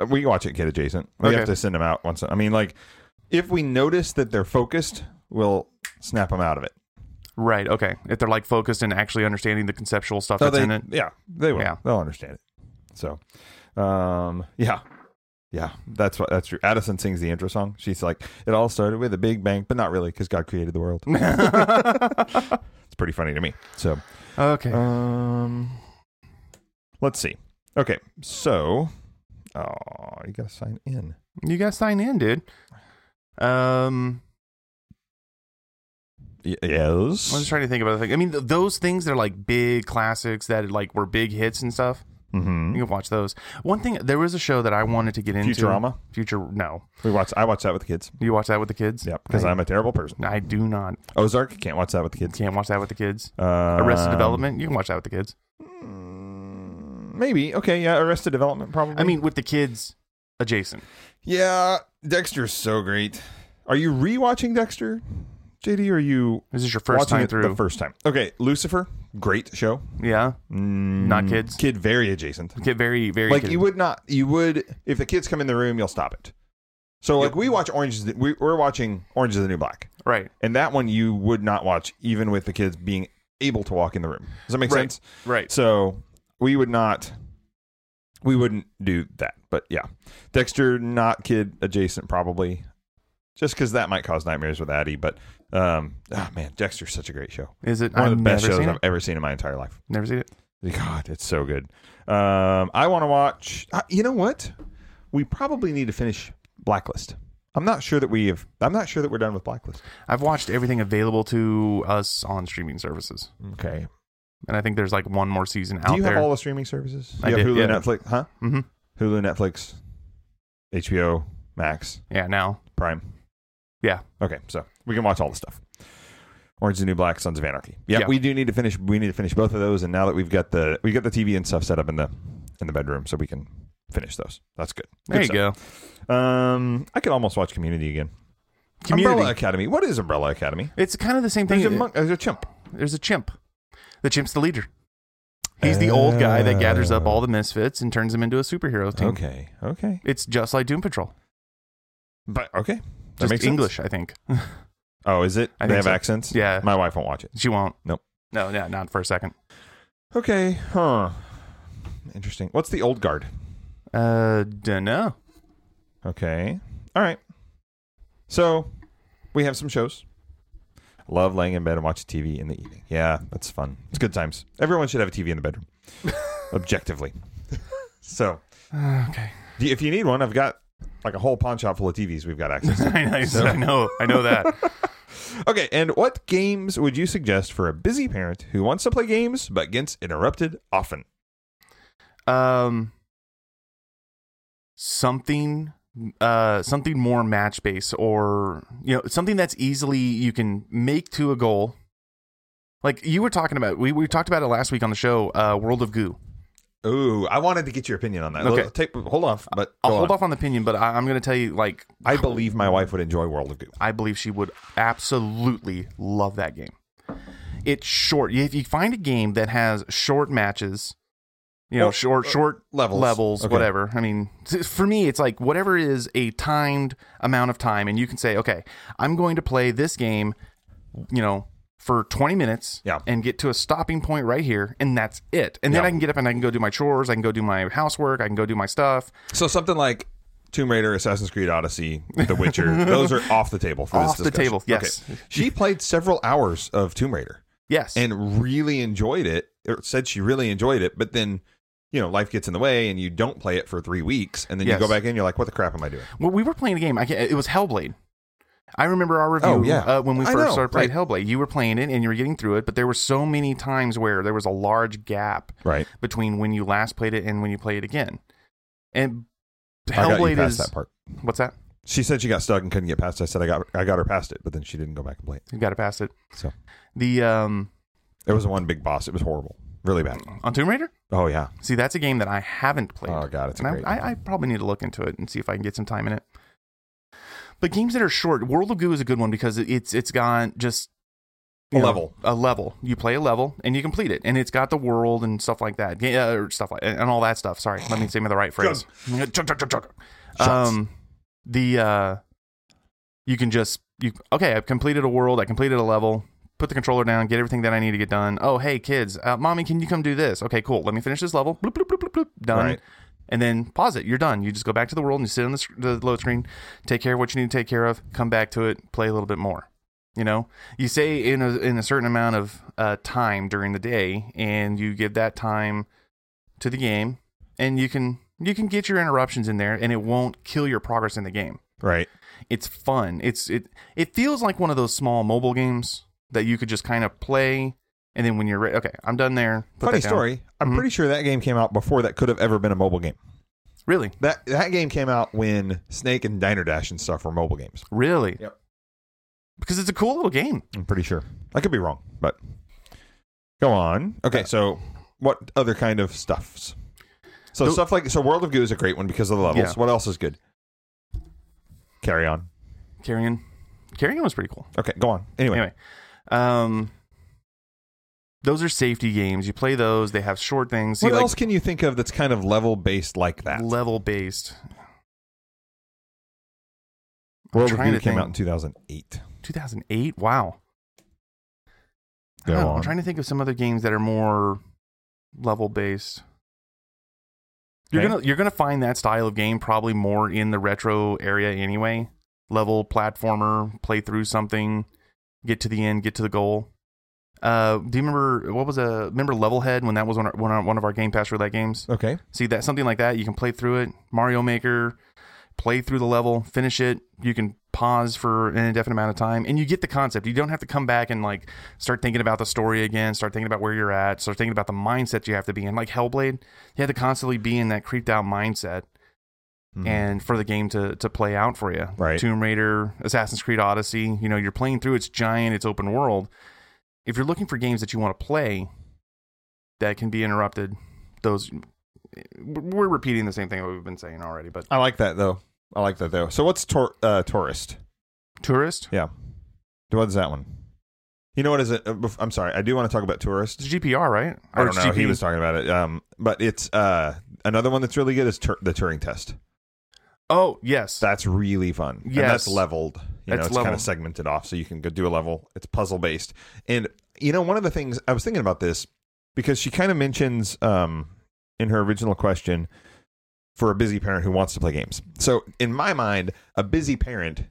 [SPEAKER 1] Uh, We can watch it kid adjacent. We
[SPEAKER 2] Okay.
[SPEAKER 1] have to send them out once. I mean, like if we notice that they're focused, we'll snap them out of it.
[SPEAKER 2] Right. Okay. If they're like focused and actually understanding the conceptual stuff that's
[SPEAKER 1] they,
[SPEAKER 2] in it.
[SPEAKER 1] yeah, they will.
[SPEAKER 2] Yeah.
[SPEAKER 1] They'll understand it. So, um, yeah, yeah, that's what that's true. Addison sings the intro song. She's like, "It all started with a big bang, but not really, because God created the world." it's pretty funny to me. So,
[SPEAKER 2] Oh, Okay.
[SPEAKER 1] um, let's see. Okay, so, oh, you gotta sign in.
[SPEAKER 2] you got to sign in, dude. Um,
[SPEAKER 1] Y-
[SPEAKER 2] I was just
[SPEAKER 1] yes.
[SPEAKER 2] trying to think of other things. I mean, th- those things that are like big classics that like were big hits and stuff.
[SPEAKER 1] Mm-hmm.
[SPEAKER 2] You can watch those. One thing, there was a show that I wanted to get into.
[SPEAKER 1] Futurama.
[SPEAKER 2] Future. No,
[SPEAKER 1] We watch. I watch that with the kids.
[SPEAKER 2] you watch that with the kids.
[SPEAKER 1] Yeah, because
[SPEAKER 2] I,
[SPEAKER 1] I'm a terrible person.
[SPEAKER 2] I do not.
[SPEAKER 1] Ozark Oh, can't watch that with the kids.
[SPEAKER 2] Can't watch that with the kids.
[SPEAKER 1] Um,
[SPEAKER 2] Arrested Development. You can watch that with the kids.
[SPEAKER 1] mm, Maybe. Okay. Yeah. Arrested Development. Probably.
[SPEAKER 2] I mean, with the kids adjacent.
[SPEAKER 1] Yeah, Dexter's so great. Are you rewatching Dexter, JD? Or are you
[SPEAKER 2] This is your first
[SPEAKER 1] watching
[SPEAKER 2] time
[SPEAKER 1] it
[SPEAKER 2] through.
[SPEAKER 1] the first time? Okay, Lucifer, great show.
[SPEAKER 2] yeah.
[SPEAKER 1] Mm,
[SPEAKER 2] Not kids?
[SPEAKER 1] Kid very adjacent.
[SPEAKER 2] Get very, very.
[SPEAKER 1] Like
[SPEAKER 2] kid-
[SPEAKER 1] you would not. You would if the kids come in the room, you'll stop it. So like we watch Orange. Is the, we, we're watching Orange is the New Black,
[SPEAKER 2] Right.
[SPEAKER 1] and that one you would not watch even with the kids being able to walk in the room. Does that make
[SPEAKER 2] Right.
[SPEAKER 1] sense?
[SPEAKER 2] Right.
[SPEAKER 1] So we would not, we wouldn't do that. But yeah, Dexter not kid adjacent probably, just because that might cause nightmares with Addie. But um, oh man, Dexter's such a great show.
[SPEAKER 2] Is it?
[SPEAKER 1] One
[SPEAKER 2] I've
[SPEAKER 1] of the best
[SPEAKER 2] never
[SPEAKER 1] shows
[SPEAKER 2] seen
[SPEAKER 1] I've
[SPEAKER 2] it.
[SPEAKER 1] ever seen in my entire life.
[SPEAKER 2] Never seen it.
[SPEAKER 1] God, it's so good. Um, I want to watch. Uh, you know what? We probably need to finish Blacklist. I'm not sure that we have. I'm not sure that we're done with Blacklist.
[SPEAKER 2] I've watched everything available to us on streaming services,
[SPEAKER 1] Okay.
[SPEAKER 2] and I think there's like one more season out
[SPEAKER 1] Do you
[SPEAKER 2] there.
[SPEAKER 1] have all the streaming services?
[SPEAKER 2] I
[SPEAKER 1] you have
[SPEAKER 2] do,
[SPEAKER 1] Hulu,
[SPEAKER 2] yeah.
[SPEAKER 1] Netflix, huh?
[SPEAKER 2] Mhm.
[SPEAKER 1] Hulu, Netflix, HBO Max,
[SPEAKER 2] yeah. Now.
[SPEAKER 1] Prime.
[SPEAKER 2] Yeah.
[SPEAKER 1] Okay, so we can watch all the stuff. Orange is the New Black, Sons of Anarchy. Yeah,
[SPEAKER 2] Yeah.
[SPEAKER 1] we do need to finish. We need to finish both of those. And now that we've got the we've got the TV and stuff set up in the in the bedroom, so we can finish those. That's good.
[SPEAKER 2] There
[SPEAKER 1] Good
[SPEAKER 2] you go.
[SPEAKER 1] stuff. Um, I could almost watch Community again.
[SPEAKER 2] Community.
[SPEAKER 1] Umbrella Academy. What is Umbrella Academy?
[SPEAKER 2] It's kind of the same thing.
[SPEAKER 1] There's a monk. There's a chimp.
[SPEAKER 2] there's a chimp. The chimp's the leader. He's the old guy that gathers up all the misfits and turns them into a superhero team.
[SPEAKER 1] Oh. Okay. Okay.
[SPEAKER 2] It's just like Doom Patrol.
[SPEAKER 1] But okay. That
[SPEAKER 2] Just
[SPEAKER 1] makes sense.
[SPEAKER 2] English, I think.
[SPEAKER 1] Oh, is it?
[SPEAKER 2] I
[SPEAKER 1] they
[SPEAKER 2] think
[SPEAKER 1] have
[SPEAKER 2] so.
[SPEAKER 1] accents.
[SPEAKER 2] Yeah.
[SPEAKER 1] My wife won't watch it.
[SPEAKER 2] She won't.
[SPEAKER 1] Nope.
[SPEAKER 2] No, no, not for a second.
[SPEAKER 1] Okay. Huh. Interesting. What's the old guard?
[SPEAKER 2] Uh, dunno.
[SPEAKER 1] Okay. All right. So we have some shows. Love laying in bed and watching TV in the evening. Yeah, that's fun. It's good times. Everyone should have a TV in the bedroom, objectively. so
[SPEAKER 2] Uh, okay.
[SPEAKER 1] do- if you need one, I've got like a whole pawn shop full of TVs we've got access to.
[SPEAKER 2] I know, I know. I know that.
[SPEAKER 1] Okay, and what games would you suggest for a busy parent who wants to play games but gets interrupted often?
[SPEAKER 2] Um, something, uh, something more match based, or you know, something that's easily you can make to a goal. Like you were talking about, we we talked about it last week on the show. Uh, World of Goo.
[SPEAKER 1] Ooh, I wanted to get your opinion on that.
[SPEAKER 2] Okay.
[SPEAKER 1] L- Take, hold off, but
[SPEAKER 2] I'll
[SPEAKER 1] go
[SPEAKER 2] hold
[SPEAKER 1] on.
[SPEAKER 2] off on the opinion, but I, I'm going to tell you, like,
[SPEAKER 1] I believe my wife would enjoy World of Goo.
[SPEAKER 2] I believe she would absolutely love that game. It's short. If you find a game that has short matches, you know,
[SPEAKER 1] Well,
[SPEAKER 2] short short
[SPEAKER 1] uh, levels.
[SPEAKER 2] levels,
[SPEAKER 1] Okay.
[SPEAKER 2] whatever. I mean, t- for me, it's like whatever is a timed amount of time, and you can say, okay, I'm going to play this game, you know, for 20 minutes
[SPEAKER 1] Yeah.
[SPEAKER 2] and get to a stopping point right here, and that's it. And then
[SPEAKER 1] Yeah.
[SPEAKER 2] I can get up and I can go do my chores, I can go do my housework, I can go do my stuff.
[SPEAKER 1] So something like Tomb Raider, Assassin's Creed Odyssey, The Witcher, those are off the table for
[SPEAKER 2] Off
[SPEAKER 1] this
[SPEAKER 2] the
[SPEAKER 1] discussion.
[SPEAKER 2] table, yes.
[SPEAKER 1] Okay. She played several hours of Tomb Raider
[SPEAKER 2] Yes.
[SPEAKER 1] and really enjoyed it, or said she really enjoyed it, but then, you know, life gets in the way and you don't play it for three weeks. And then
[SPEAKER 2] Yes.
[SPEAKER 1] you go back in, you're like, what the crap am I doing?
[SPEAKER 2] Well, we were playing a game. I can't, it was Hellblade. I remember our review
[SPEAKER 1] Oh, yeah.
[SPEAKER 2] uh, when we
[SPEAKER 1] I
[SPEAKER 2] first
[SPEAKER 1] know,
[SPEAKER 2] started playing Hellblade. You were playing it and you were getting through it, but there were so many times where there was a large gap
[SPEAKER 1] Right.
[SPEAKER 2] between when you last played it and when you play it again. And
[SPEAKER 1] I got you
[SPEAKER 2] Hellblade
[SPEAKER 1] past
[SPEAKER 2] is
[SPEAKER 1] that part.
[SPEAKER 2] what's that?
[SPEAKER 1] She said she got stuck and couldn't get past. it. I said I got I got her past it, but then she didn't go back and play it.
[SPEAKER 2] You got to pass it.
[SPEAKER 1] So.
[SPEAKER 2] the um
[SPEAKER 1] There was one big boss. It was horrible, really bad.
[SPEAKER 2] on Tomb Raider.
[SPEAKER 1] Oh yeah,
[SPEAKER 2] See, that's a game that I haven't played.
[SPEAKER 1] oh god, it's a
[SPEAKER 2] and I-
[SPEAKER 1] great.
[SPEAKER 2] I, I probably need to look into it and see if I can get some time in it. But games that are short, World of Goo is a good one because it- it's it's got just
[SPEAKER 1] A
[SPEAKER 2] you know,
[SPEAKER 1] level.
[SPEAKER 2] a level. You play a level and you complete it, and it's got the world and stuff like that, yeah, or stuff like and all that stuff. Sorry, let me say the right phrase. Chug, chug, chug, chug.
[SPEAKER 1] Shots.
[SPEAKER 2] Um, the uh, you can just you okay. I've completed a world. I completed a level. Put the controller down. Get everything that I need to get done. Oh, hey kids, uh, mommy, can you come do this? Okay, cool. Let me finish this level. Bloop, bloop, bloop, bloop, bloop. Done.
[SPEAKER 1] Right.
[SPEAKER 2] And then pause it. You're done. You just go back to the world and you sit on the, sc- the load screen. Take care of what you need to take care of. Come back to it. Play a little bit more. You know, you say in a in a certain amount of uh, time during the day, and you give that time to the game, and you can you can get your interruptions in there, and it won't kill your progress in the game.
[SPEAKER 1] right.
[SPEAKER 2] It's fun. It's it it feels like one of those small mobile games that you could just kind of play, and then when you're ready, okay, I'm done there. Put
[SPEAKER 1] Funny
[SPEAKER 2] that down.
[SPEAKER 1] story. I'm
[SPEAKER 2] Mhm.
[SPEAKER 1] pretty sure that game came out before that could have ever been a mobile game.
[SPEAKER 2] Really,
[SPEAKER 1] That that game came out when Snake and Diner Dash and stuff were mobile games.
[SPEAKER 2] really.
[SPEAKER 1] Yep.
[SPEAKER 2] Because it's a cool little game.
[SPEAKER 1] I'm pretty sure. I could be wrong, but go on.
[SPEAKER 2] Uh,
[SPEAKER 1] Okay, so what other kind of stuffs? So
[SPEAKER 2] The-
[SPEAKER 1] stuff like so World of Goo is a great one because of the levels.
[SPEAKER 2] Yeah.
[SPEAKER 1] What else is good? Carry on.
[SPEAKER 2] Carrion, Carrion was pretty cool.
[SPEAKER 1] Okay, go on. Anyway,
[SPEAKER 2] Anyway, um, those are safety games. You play those. They have short things.
[SPEAKER 1] what
[SPEAKER 2] You, like,
[SPEAKER 1] else can you think of that's kind of level based like that?
[SPEAKER 2] Level based.
[SPEAKER 1] World of
[SPEAKER 2] trying
[SPEAKER 1] Goo
[SPEAKER 2] to
[SPEAKER 1] came
[SPEAKER 2] think.
[SPEAKER 1] out in 2008.
[SPEAKER 2] 2008. Wow. I
[SPEAKER 1] Go
[SPEAKER 2] don't know.
[SPEAKER 1] on.
[SPEAKER 2] I'm trying to think of some other games that are more level based. You're
[SPEAKER 1] Okay.
[SPEAKER 2] gonna you're gonna find that style of game probably more in the retro area anyway. Level platformer, play through something, get to the end, get to the goal. Uh, do you remember what was a remember Levelhead when that was one of, one of- one of our Game Pass roulette games?
[SPEAKER 1] Okay.
[SPEAKER 2] See that something like that, you can play through it. Mario Maker, play through the level, finish it. You can pause for an indefinite amount of time, and you get the concept. You don't have to come back and like start thinking about the story again, start thinking about where you're at, start thinking about the mindset you have to be in. Like Hellblade, you had to constantly be in that creeped out mindset,
[SPEAKER 1] Mhm.
[SPEAKER 2] and for the game to to play out for you.
[SPEAKER 1] Right.
[SPEAKER 2] Tomb Raider, Assassin's Creed Odyssey. You know, you're playing through. It's giant. It's open world. If you're looking for games that you want to play, that can be interrupted. Those we're repeating the same thing that we've been saying already, but
[SPEAKER 1] I like that though. I like that though. So what's tor- uh, tourist?
[SPEAKER 2] tourist,
[SPEAKER 1] Yeah. What's that one? You know what is it? uh, bef- I'm sorry. I do want to talk about tourist.
[SPEAKER 2] it's GPR, right?
[SPEAKER 1] I don't
[SPEAKER 2] it's
[SPEAKER 1] know.
[SPEAKER 2] GP.
[SPEAKER 1] He was talking about it. Um, but it's uh another one that's really good is tur- the Turing test.
[SPEAKER 2] Oh yes,
[SPEAKER 1] That's really fun. Yeah,
[SPEAKER 2] Yes.
[SPEAKER 1] that's leveled. You know,
[SPEAKER 2] That's
[SPEAKER 1] it's kind
[SPEAKER 2] leveled.
[SPEAKER 1] of segmented off, so you can go do a level. It's puzzle based, and you know, one of the things I was thinking about this because she kind of mentions um, in her original question for a busy parent who wants to play games. So in my mind, a busy parent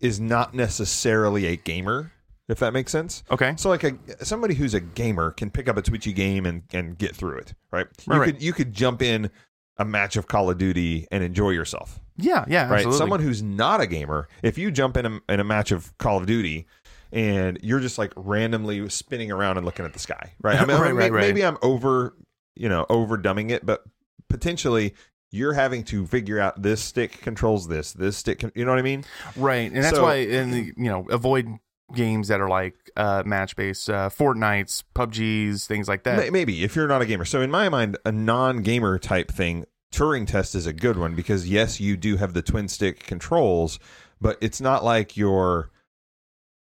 [SPEAKER 1] is not necessarily a gamer, if that makes sense.
[SPEAKER 2] okay.
[SPEAKER 1] So like a somebody who's a gamer can pick up a twitchy game and, and get through it, right? You
[SPEAKER 2] Right, right.
[SPEAKER 1] could you could jump in a match of Call of Duty and enjoy yourself,
[SPEAKER 2] Yeah, yeah,
[SPEAKER 1] right?
[SPEAKER 2] absolutely.
[SPEAKER 1] Someone who's not a gamer, if you jump in a, in a match of Call of Duty and you're just like randomly spinning around and looking at the sky, right? I mean,
[SPEAKER 2] Right,
[SPEAKER 1] may-
[SPEAKER 2] right, right.
[SPEAKER 1] maybe I'm over, you know, over dumbing it, but potentially you're having to figure out this stick controls this, this stick, con- you know what I mean?
[SPEAKER 2] right, and that's
[SPEAKER 1] So-
[SPEAKER 2] why, and you know, avoid games that are like uh, match based, uh, Fortnites, PUBGs, things like that.
[SPEAKER 1] May- Maybe if you're not a gamer. So in my mind, a non-gamer type thing, Turing test is a good one because yes, you do have the twin stick controls, but it's not like you're,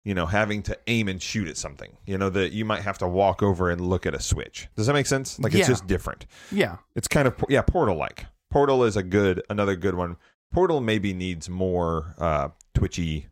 [SPEAKER 1] you know, having to aim and shoot at something. You know that you might have to walk over and look at a switch. Does that make sense? Like
[SPEAKER 2] Yeah.
[SPEAKER 1] it's just different.
[SPEAKER 2] Yeah,
[SPEAKER 1] It's kind of yeah, Portal like. Portal is a good another good one. Portal maybe needs more uh, twitchy,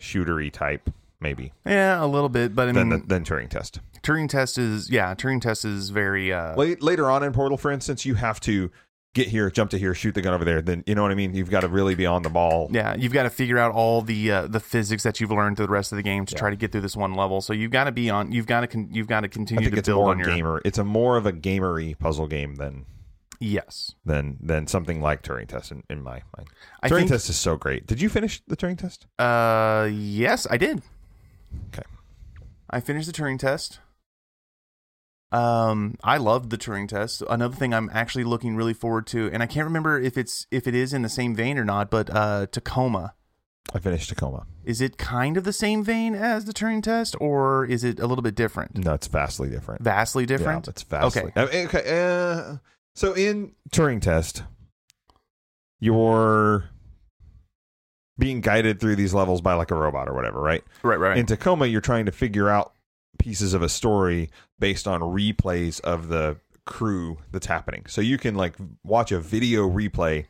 [SPEAKER 1] shootery type maybe
[SPEAKER 2] Yeah, a little bit, but I mean,
[SPEAKER 1] than the, than Turing test.
[SPEAKER 2] Turing test is yeah, Turing test is very uh,
[SPEAKER 1] La- Later on in Portal, for instance, you have to get here, jump to here, shoot the gun over there. Then you know what I mean. You've got to really be on the ball.
[SPEAKER 2] yeah. You've got to figure out all the uh, the physics that you've learned through the rest of the game to try to get through this one level. So you've got to be on. You've got to con- you've got to
[SPEAKER 1] I
[SPEAKER 2] continue
[SPEAKER 1] think
[SPEAKER 2] to
[SPEAKER 1] it's
[SPEAKER 2] build
[SPEAKER 1] more
[SPEAKER 2] on your
[SPEAKER 1] gamer. It's a more of a gamery puzzle game than
[SPEAKER 2] yes.
[SPEAKER 1] than than something like Turing test in, in my mind.
[SPEAKER 2] I
[SPEAKER 1] Turing
[SPEAKER 2] think-
[SPEAKER 1] test is so great. Did you finish the Turing test?
[SPEAKER 2] Uh, yes, I did.
[SPEAKER 1] Okay.
[SPEAKER 2] I finished the Turing test. Um, I loved the Turing test. Another thing I'm actually looking really forward to, and I can't remember if it's if it is in the same vein or not, but uh, Tacoma.
[SPEAKER 1] I finished Tacoma.
[SPEAKER 2] Is it kind of the same vein as the Turing test, or is it a little bit different?
[SPEAKER 1] No, it's vastly different.
[SPEAKER 2] Vastly different.
[SPEAKER 1] Yeah, it's vastly.
[SPEAKER 2] Okay.
[SPEAKER 1] I mean, okay. Uh, so in Turing test, you're being guided through these levels by like a robot or whatever, right?
[SPEAKER 2] Right, right.
[SPEAKER 1] In Tacoma, you're trying to figure out pieces of a story based on replays of the crew that's happening. So you can like watch a video replay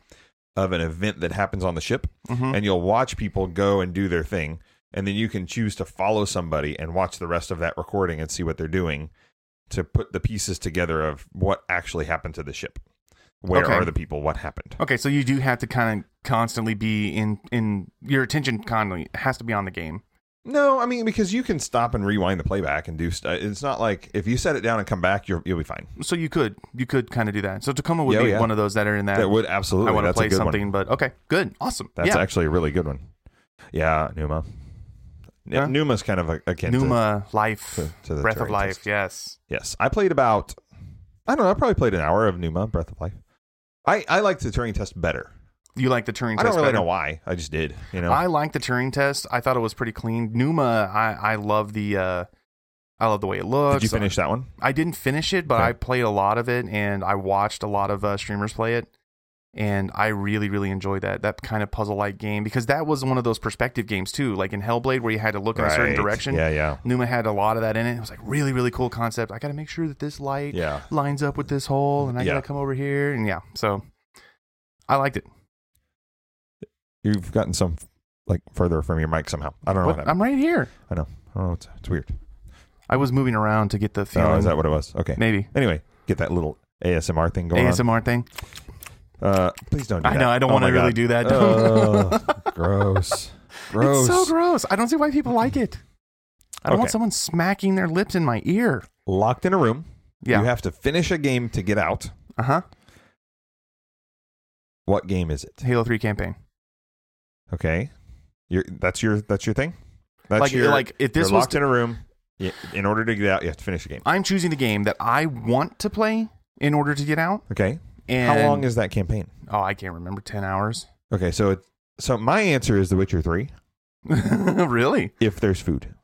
[SPEAKER 1] of an event that happens on the ship
[SPEAKER 2] Mhm.
[SPEAKER 1] and you'll watch people go and do their thing and then you can choose to follow somebody and watch the rest of that recording and see what they're doing to put the pieces together of what actually happened to the ship. Where
[SPEAKER 2] Okay.
[SPEAKER 1] are the people? What happened?
[SPEAKER 2] Okay, so you do have to kind of constantly be in in your attention constantly has to be on the game.
[SPEAKER 1] No, I mean because you can stop and rewind the playback and do. St- it's not like if you set it down and come back, you're, you'll be fine.
[SPEAKER 2] So you could you could kind of do that. So Tacoma would
[SPEAKER 1] Yeah,
[SPEAKER 2] be
[SPEAKER 1] yeah.
[SPEAKER 2] one of those that are in that.
[SPEAKER 1] That would absolutely.
[SPEAKER 2] I want to
[SPEAKER 1] That's a
[SPEAKER 2] play
[SPEAKER 1] good
[SPEAKER 2] something,
[SPEAKER 1] One.
[SPEAKER 2] but okay, good, awesome.
[SPEAKER 1] That's
[SPEAKER 2] yeah.
[SPEAKER 1] actually a really good one. Yeah, Numa.
[SPEAKER 2] Huh?
[SPEAKER 1] Yeah. Numa's kind of a, akin to-
[SPEAKER 2] Numa life,
[SPEAKER 1] to, to the
[SPEAKER 2] breath of
[SPEAKER 1] Turing
[SPEAKER 2] life.
[SPEAKER 1] test.
[SPEAKER 2] Yes,
[SPEAKER 1] Yes, I played about. I don't know. I probably played an hour of Numa Breath of Life. I I liked the Turing test better.
[SPEAKER 2] you like the Turing test.
[SPEAKER 1] I don't really
[SPEAKER 2] better.
[SPEAKER 1] know why. I just did. You know.
[SPEAKER 2] I like the Turing test. I thought it was pretty clean. Numa, I I love the uh, I love the way it looks.
[SPEAKER 1] Did you finish that one?
[SPEAKER 2] I didn't finish it, but
[SPEAKER 1] Okay.
[SPEAKER 2] I played a lot of it and I watched a lot of uh, streamers play it. And I really, really enjoyed that that kind of puzzle like game because that was one of those perspective games too, like in Hellblade where you had to look in a certain
[SPEAKER 1] Right.
[SPEAKER 2] direction.
[SPEAKER 1] Yeah, yeah,
[SPEAKER 2] Numa had a lot of that in it. It was like really, really cool concept. I got to make sure that this light
[SPEAKER 1] yeah.
[SPEAKER 2] lines up with this hole, and I
[SPEAKER 1] Yeah.
[SPEAKER 2] got to come over here, and yeah. So I liked it.
[SPEAKER 1] You've gotten some like further from your mic somehow. I don't know.
[SPEAKER 2] But
[SPEAKER 1] What happened.
[SPEAKER 2] I'm right here.
[SPEAKER 1] I know. Oh, it's, it's weird.
[SPEAKER 2] I was moving around to get the feeling.
[SPEAKER 1] Oh, is that what it was? Okay.
[SPEAKER 2] Maybe
[SPEAKER 1] Anyway, get that little ASMR thing going
[SPEAKER 2] ASMR thing.
[SPEAKER 1] on. Uh, please don't. Do
[SPEAKER 2] I
[SPEAKER 1] that.
[SPEAKER 2] know. I don't
[SPEAKER 1] Oh
[SPEAKER 2] want
[SPEAKER 1] my
[SPEAKER 2] to really
[SPEAKER 1] God. Oh.
[SPEAKER 2] do that.
[SPEAKER 1] Ugh, gross. Gross.
[SPEAKER 2] It's so gross. I don't see why people like it. I don't want
[SPEAKER 1] Okay.
[SPEAKER 2] someone smacking their lips in my ear.
[SPEAKER 1] Locked in a room.
[SPEAKER 2] Yeah.
[SPEAKER 1] You have to finish a game to get out.
[SPEAKER 2] uh huh.
[SPEAKER 1] What game is it?
[SPEAKER 2] Halo Three campaign.
[SPEAKER 1] Okay. Your that's your that's your thing. That's
[SPEAKER 2] like,
[SPEAKER 1] your
[SPEAKER 2] like if this
[SPEAKER 1] you're
[SPEAKER 2] was,
[SPEAKER 1] locked in a room. Y- In order to get out, you have to finish the game.
[SPEAKER 2] I'm choosing the game that I want to play in order to get out.
[SPEAKER 1] Okay.
[SPEAKER 2] And
[SPEAKER 1] How long is that campaign?
[SPEAKER 2] Oh, I can't remember. Ten hours.
[SPEAKER 1] Okay, so it, so my answer is The Witcher Three.
[SPEAKER 2] really?
[SPEAKER 1] If there's food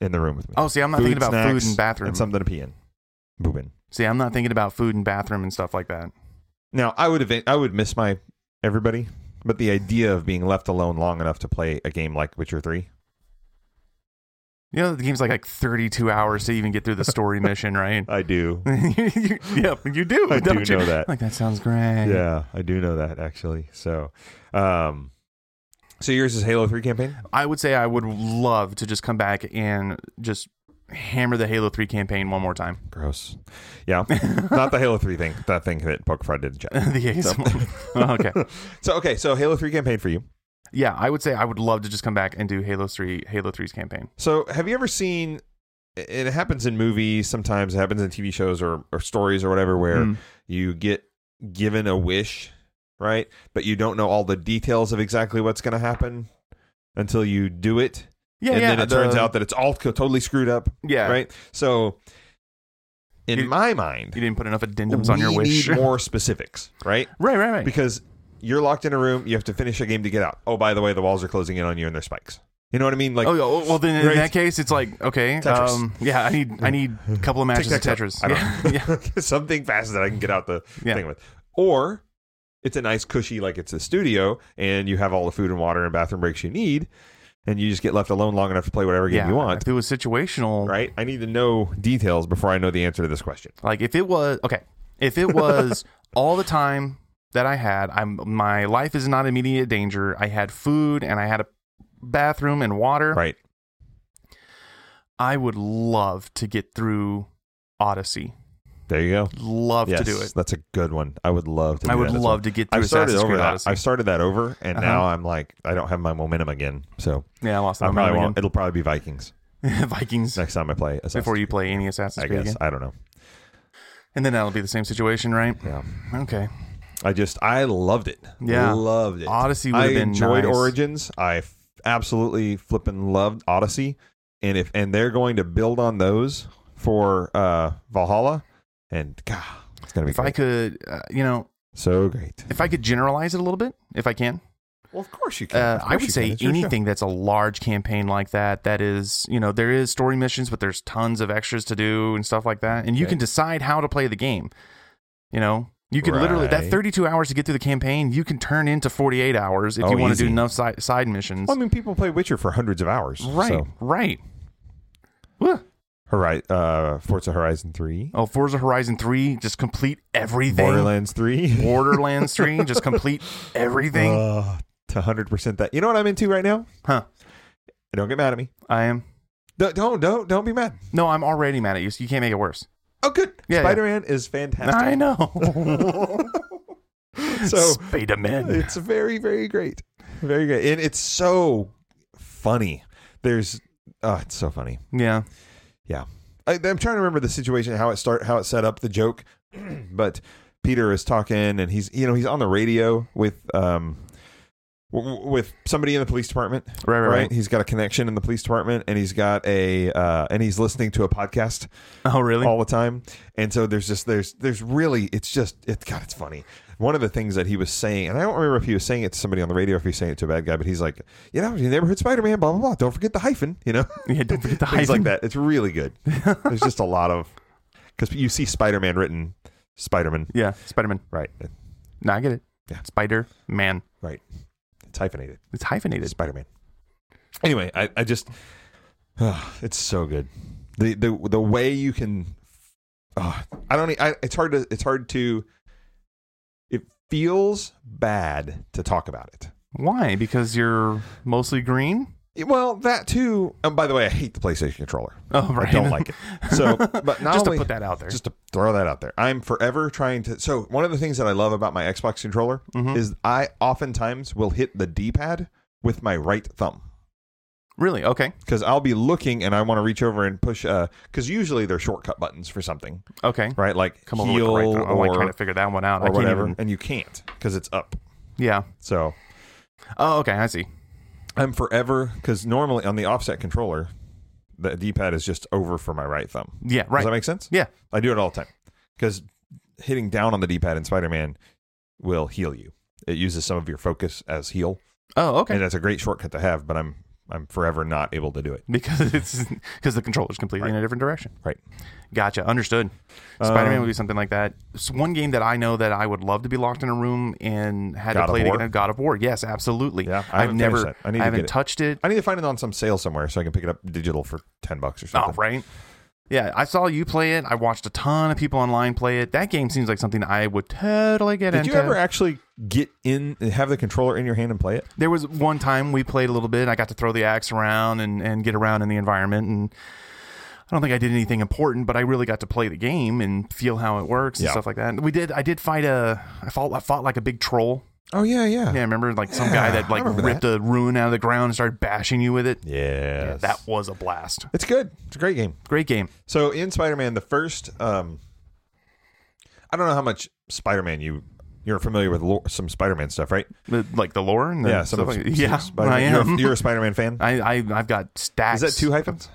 [SPEAKER 1] in the room with me,
[SPEAKER 2] Oh, see, I'm not
[SPEAKER 1] Food,
[SPEAKER 2] thinking about
[SPEAKER 1] snacks,
[SPEAKER 2] food and bathroom.
[SPEAKER 1] and something to pee in, boobin.
[SPEAKER 2] see, I'm not thinking about food and bathroom and stuff like that.
[SPEAKER 1] Now I would have I would miss my everybody, but the idea of being left alone long enough to play a game like Witcher Three,
[SPEAKER 2] You know, the game's like like 32 hours to even get through the story mission, right?
[SPEAKER 1] I do.
[SPEAKER 2] You- you- yep, you do.
[SPEAKER 1] I do
[SPEAKER 2] don't you?
[SPEAKER 1] know that.
[SPEAKER 2] Like that sounds great.
[SPEAKER 1] Yeah, I do know that actually. So, um, so yours is Halo Three campaign.
[SPEAKER 2] I would say I would love to just come back and just hammer the Halo 3 campaign one more time.
[SPEAKER 1] Gross. Yeah, not the Halo Three thing. That thing that Pokefry did in chat.
[SPEAKER 2] the ASMR. Oh, okay.
[SPEAKER 1] So okay, so Halo Three campaign for you.
[SPEAKER 2] Yeah, I would say I would love to just come back and do Halo 3 Halo 3's campaign.
[SPEAKER 1] So, have you ever seen? It happens in movies sometimes. It happens in TV shows or, or stories or whatever, where
[SPEAKER 2] Mm.
[SPEAKER 1] you get given a wish, right? But you don't know all the details of exactly what's going to happen until you do it,
[SPEAKER 2] Yeah,
[SPEAKER 1] and
[SPEAKER 2] yeah.
[SPEAKER 1] then it
[SPEAKER 2] the-
[SPEAKER 1] turns out that it's all co- totally screwed up,
[SPEAKER 2] yeah,
[SPEAKER 1] right? So, in
[SPEAKER 2] You-
[SPEAKER 1] my mind,
[SPEAKER 2] You didn't put enough addendums
[SPEAKER 1] we
[SPEAKER 2] on your wish.
[SPEAKER 1] need more specifics, right?
[SPEAKER 2] right, right, right.
[SPEAKER 1] Because you're locked in a room, you have to finish a game to get out. Oh, by the way, the walls are closing in on you, and they're spikes. You know what I mean? Like,
[SPEAKER 2] oh, yeah. oh, Well, then in
[SPEAKER 1] Right.
[SPEAKER 2] that case, it's like okay,
[SPEAKER 1] Tetris.
[SPEAKER 2] um, yeah. I need I need a couple of matches of
[SPEAKER 1] Tic-tac-toe.
[SPEAKER 2] Tetris.
[SPEAKER 1] I
[SPEAKER 2] Yeah.
[SPEAKER 1] don't know. Something fast that I can get out the
[SPEAKER 2] Yeah.
[SPEAKER 1] thing with. Or it's a nice cushy like it's a studio and you have all the food and water and bathroom breaks you need and you just get left alone long enough to play whatever game
[SPEAKER 2] yeah.
[SPEAKER 1] you want.
[SPEAKER 2] If it was situational,
[SPEAKER 1] Right? I need to know details before I know the answer to this question.
[SPEAKER 2] Like if it was okay, if it was all the time that I had, I'm my life is not in immediate danger. I had food and I had a bathroom and water.
[SPEAKER 1] Right.
[SPEAKER 2] I would love to get through Odyssey.
[SPEAKER 1] There you go.
[SPEAKER 2] Love
[SPEAKER 1] yes,
[SPEAKER 2] to do it.
[SPEAKER 1] That's a good one. I would love to.
[SPEAKER 2] I
[SPEAKER 1] do
[SPEAKER 2] would
[SPEAKER 1] that as well.
[SPEAKER 2] love to get through
[SPEAKER 1] I've started
[SPEAKER 2] Assassin's
[SPEAKER 1] over
[SPEAKER 2] Creed
[SPEAKER 1] that.
[SPEAKER 2] Odyssey.
[SPEAKER 1] I've started that over, and
[SPEAKER 2] Uh-huh.
[SPEAKER 1] now I'm like, I don't have my momentum again. So
[SPEAKER 2] yeah, I lost
[SPEAKER 1] I
[SPEAKER 2] that
[SPEAKER 1] probably
[SPEAKER 2] one
[SPEAKER 1] won't. It'll probably be Vikings
[SPEAKER 2] again. Vikings
[SPEAKER 1] next time I play. Assassin's
[SPEAKER 2] before you
[SPEAKER 1] Creed.
[SPEAKER 2] play any Assassin's
[SPEAKER 1] I
[SPEAKER 2] Creed
[SPEAKER 1] guess
[SPEAKER 2] again.
[SPEAKER 1] I don't know.
[SPEAKER 2] And then that'll be the same situation, right?
[SPEAKER 1] Yeah,
[SPEAKER 2] Okay.
[SPEAKER 1] I just I loved it.
[SPEAKER 2] Yeah.
[SPEAKER 1] loved it.
[SPEAKER 2] Odyssey would
[SPEAKER 1] I
[SPEAKER 2] have been
[SPEAKER 1] enjoyed
[SPEAKER 2] nice.
[SPEAKER 1] Origins. I f- absolutely flippin' loved Odyssey, and if and they're going to build on those for uh, Valhalla, and God, it's gonna be
[SPEAKER 2] If I
[SPEAKER 1] great.
[SPEAKER 2] could, uh, you know,
[SPEAKER 1] so great.
[SPEAKER 2] if I could generalize it a little bit, if I can,
[SPEAKER 1] Well, of course you
[SPEAKER 2] uh, I would say anything that's a large campaign like that, that is, you know, there is story missions, but there's tons of extras to do and stuff like that. And you
[SPEAKER 1] Okay.
[SPEAKER 2] can decide how to play the game. You know, you could literally, that
[SPEAKER 1] Right.
[SPEAKER 2] 32 hours to get through the campaign, you can turn into 48 hours if
[SPEAKER 1] Oh,
[SPEAKER 2] you want to do
[SPEAKER 1] easy.
[SPEAKER 2] enough side, side missions.
[SPEAKER 1] Well, I mean, people play Witcher for hundreds of hours,
[SPEAKER 2] right,
[SPEAKER 1] So.
[SPEAKER 2] right. Whew.
[SPEAKER 1] Hori- uh, Forza Horizon Three,
[SPEAKER 2] Oh, Forza Horizon 3, just complete everything.
[SPEAKER 1] Borderlands Three,
[SPEAKER 2] Borderlands 3, just complete everything.
[SPEAKER 1] Uh, to hundred percent that. You know what I'm into right now?
[SPEAKER 2] Huh.
[SPEAKER 1] Don't get mad at me.
[SPEAKER 2] I am.
[SPEAKER 1] Don't don't don't, don't be mad.
[SPEAKER 2] No, I'm already mad at you. So you can't make it worse.
[SPEAKER 1] Oh, good.
[SPEAKER 2] Yeah,
[SPEAKER 1] Spider Man is fantastic.
[SPEAKER 2] I know.
[SPEAKER 1] So
[SPEAKER 2] Spider Man.
[SPEAKER 1] it's very very great, very great, and it's so funny. There's, oh, it's so funny.
[SPEAKER 2] Yeah.
[SPEAKER 1] I, I'm trying to remember the situation, how it start, how it set up the joke, but Peter is talking, and he's you know he's on the radio with um w- w- with somebody in the police department,
[SPEAKER 2] Right, right,
[SPEAKER 1] right?
[SPEAKER 2] right.
[SPEAKER 1] He's got a connection in the police department, and he's got a uh, and he's listening to a podcast
[SPEAKER 2] Oh, really?
[SPEAKER 1] all the time, and so there's just there's there's really it's just it God it's funny. One of the things that he was saying, and I don't remember if he was saying it to somebody on the radio, or if he was saying it to a bad guy, but he's like, you know, your neighborhood Spider Man, blah blah blah. Don't forget the hyphen, you know
[SPEAKER 2] Yeah, don't forget the
[SPEAKER 1] things
[SPEAKER 2] hyphen.
[SPEAKER 1] like that. It's really good. There's just a lot of because you see Spider Man written Spider Man,
[SPEAKER 2] Yeah, Spider Man.
[SPEAKER 1] right?
[SPEAKER 2] No, I get it.
[SPEAKER 1] Yeah.
[SPEAKER 2] Spider Man.
[SPEAKER 1] Right. It's hyphenated.
[SPEAKER 2] It's hyphenated.
[SPEAKER 1] Spider Man. Anyway, I, I just it's so good. The the the way you can ah, I don't e- I, it's hard to it's hard to it feels bad to talk about it.
[SPEAKER 2] Why? Because you're mostly green?
[SPEAKER 1] It- Well, that too. And by the way, I hate the PlayStation controller.
[SPEAKER 2] Oh, right.
[SPEAKER 1] I don't like it. So, but not
[SPEAKER 2] Just
[SPEAKER 1] only-
[SPEAKER 2] to put that out there.
[SPEAKER 1] Just to throw that out there, I'm forever trying to. So one of the things that I love about my Xbox controller
[SPEAKER 2] Mhm.
[SPEAKER 1] is I oftentimes will hit the D-pad with my right thumb
[SPEAKER 2] really? Okay.
[SPEAKER 1] because I'll be looking and I want to reach over and push. Because usually they're shortcut buttons for something,
[SPEAKER 2] Okay.
[SPEAKER 1] right? Like
[SPEAKER 2] Come over with the
[SPEAKER 1] heal
[SPEAKER 2] right thumb. Oh, I'm like
[SPEAKER 1] or,
[SPEAKER 2] trying to figure that one out.
[SPEAKER 1] or
[SPEAKER 2] I can't
[SPEAKER 1] whatever,
[SPEAKER 2] even.
[SPEAKER 1] and you can't because it's up.
[SPEAKER 2] Yeah.
[SPEAKER 1] So
[SPEAKER 2] Oh, okay. I see.
[SPEAKER 1] I'm forever because normally on the offset controller, the D-pad is just over for my right thumb.
[SPEAKER 2] Yeah,
[SPEAKER 1] Does
[SPEAKER 2] right.
[SPEAKER 1] that make sense?
[SPEAKER 2] Yeah.
[SPEAKER 1] I do it all the time because hitting down on the D pad in Spider Man will heal you. It uses some of your focus as heal,
[SPEAKER 2] oh, okay.
[SPEAKER 1] and that's a great shortcut to have. But I'm I'm forever not able to do it.
[SPEAKER 2] because it's because the controller's completely in a different direction.
[SPEAKER 1] Right.
[SPEAKER 2] Gotcha. Understood. Spider Man
[SPEAKER 1] Um,
[SPEAKER 2] would be something like that. It's one game that I know that I would love to be locked in a room and had
[SPEAKER 1] God
[SPEAKER 2] to
[SPEAKER 1] of
[SPEAKER 2] play it
[SPEAKER 1] War?
[SPEAKER 2] again. God of War. Yes, absolutely.
[SPEAKER 1] Yeah, I
[SPEAKER 2] I've
[SPEAKER 1] haven't
[SPEAKER 2] never.
[SPEAKER 1] finished that. I need to
[SPEAKER 2] haven't
[SPEAKER 1] get it.
[SPEAKER 2] touched it.
[SPEAKER 1] I need to find it on some sale somewhere so I can pick it up digital for ten bucks or
[SPEAKER 2] Oh,
[SPEAKER 1] something.
[SPEAKER 2] right. Yeah, I saw you play it. I watched a ton of people online play it. That game seems like something I would totally get
[SPEAKER 1] Did
[SPEAKER 2] into.
[SPEAKER 1] you ever actually get in have the controller in your hand and play it?
[SPEAKER 2] there was one time we played a little bit. I got to throw the axe around and, and get around in the environment. And I don't think I did anything important, but I really got to play the game and feel how it works and
[SPEAKER 1] Yeah.
[SPEAKER 2] stuff like that. And we did. I did fight a. I fought. I fought like a big troll.
[SPEAKER 1] Oh yeah, yeah,
[SPEAKER 2] Yeah, remember like some guy that
[SPEAKER 1] I
[SPEAKER 2] like
[SPEAKER 1] remember
[SPEAKER 2] ripped a rune out of the ground and started bashing you with it.
[SPEAKER 1] Yes.
[SPEAKER 2] That was a blast.
[SPEAKER 1] it's good. It's a great game.
[SPEAKER 2] Great game.
[SPEAKER 1] So in Spider-Man, the first, um, I don't know how much Spider-Man you you're familiar with lore, some Spider-Man stuff, right?
[SPEAKER 2] The- like the lore and the
[SPEAKER 1] Yeah, some
[SPEAKER 2] stuff
[SPEAKER 1] of
[SPEAKER 2] like-
[SPEAKER 1] s-
[SPEAKER 2] yeah. I
[SPEAKER 1] Spider-Man.
[SPEAKER 2] am.
[SPEAKER 1] You're, a- you're a Spider-Man fan.
[SPEAKER 2] I, I I've got stats.
[SPEAKER 1] Is that two hyphens?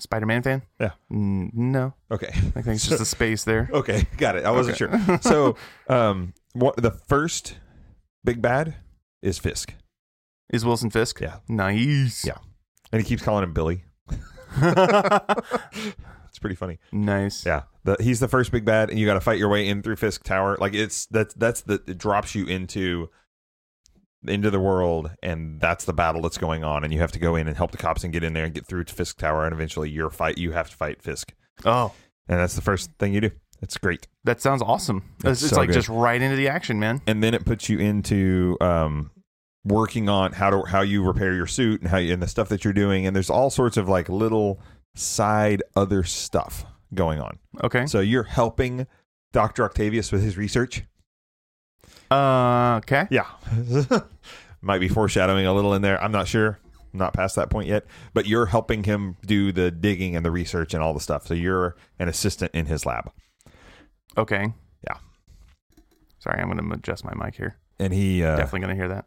[SPEAKER 2] Spider Man fan?
[SPEAKER 1] Yeah.
[SPEAKER 2] Mm, no,
[SPEAKER 1] Okay.
[SPEAKER 2] I think it's just a space there.
[SPEAKER 1] Okay. Got it. I wasn't sure. So, um, what the first big bad is Fisk,
[SPEAKER 2] Is Wilson Fisk?
[SPEAKER 1] Yeah.
[SPEAKER 2] Nice.
[SPEAKER 1] Yeah. and he keeps calling him Billy. It's pretty funny.
[SPEAKER 2] Nice.
[SPEAKER 1] Yeah. The, he's the first big bad, and you got to fight your way in through Fisk Tower. Like it's that's that's the it drops you into into the world, and that's the battle that's going on, and you have to go in and help the cops and get in there and get through to Fisk Tower, and eventually your fight you have to fight Fisk,
[SPEAKER 2] Oh,
[SPEAKER 1] and that's the first thing you do. It's great,
[SPEAKER 2] that sounds awesome. It's,
[SPEAKER 1] It's
[SPEAKER 2] it's
[SPEAKER 1] so
[SPEAKER 2] like
[SPEAKER 1] good.
[SPEAKER 2] just right into the action, man.
[SPEAKER 1] and then it puts you into um working on how to how you repair your suit and how you and the stuff that you're doing, and there's all sorts of like little side other stuff going on.
[SPEAKER 2] Okay.
[SPEAKER 1] So you're helping Dr. Octavius with his research.
[SPEAKER 2] Uh, okay.
[SPEAKER 1] Yeah. Might be foreshadowing a little in there. I'm not sure. I'm not past that point yet. But you're helping him do the digging and the research and all the stuff. So you're an assistant in his lab.
[SPEAKER 2] Okay.
[SPEAKER 1] Yeah.
[SPEAKER 2] Sorry, I'm going to adjust my mic here.
[SPEAKER 1] And he uh,
[SPEAKER 2] Definitely going to hear that.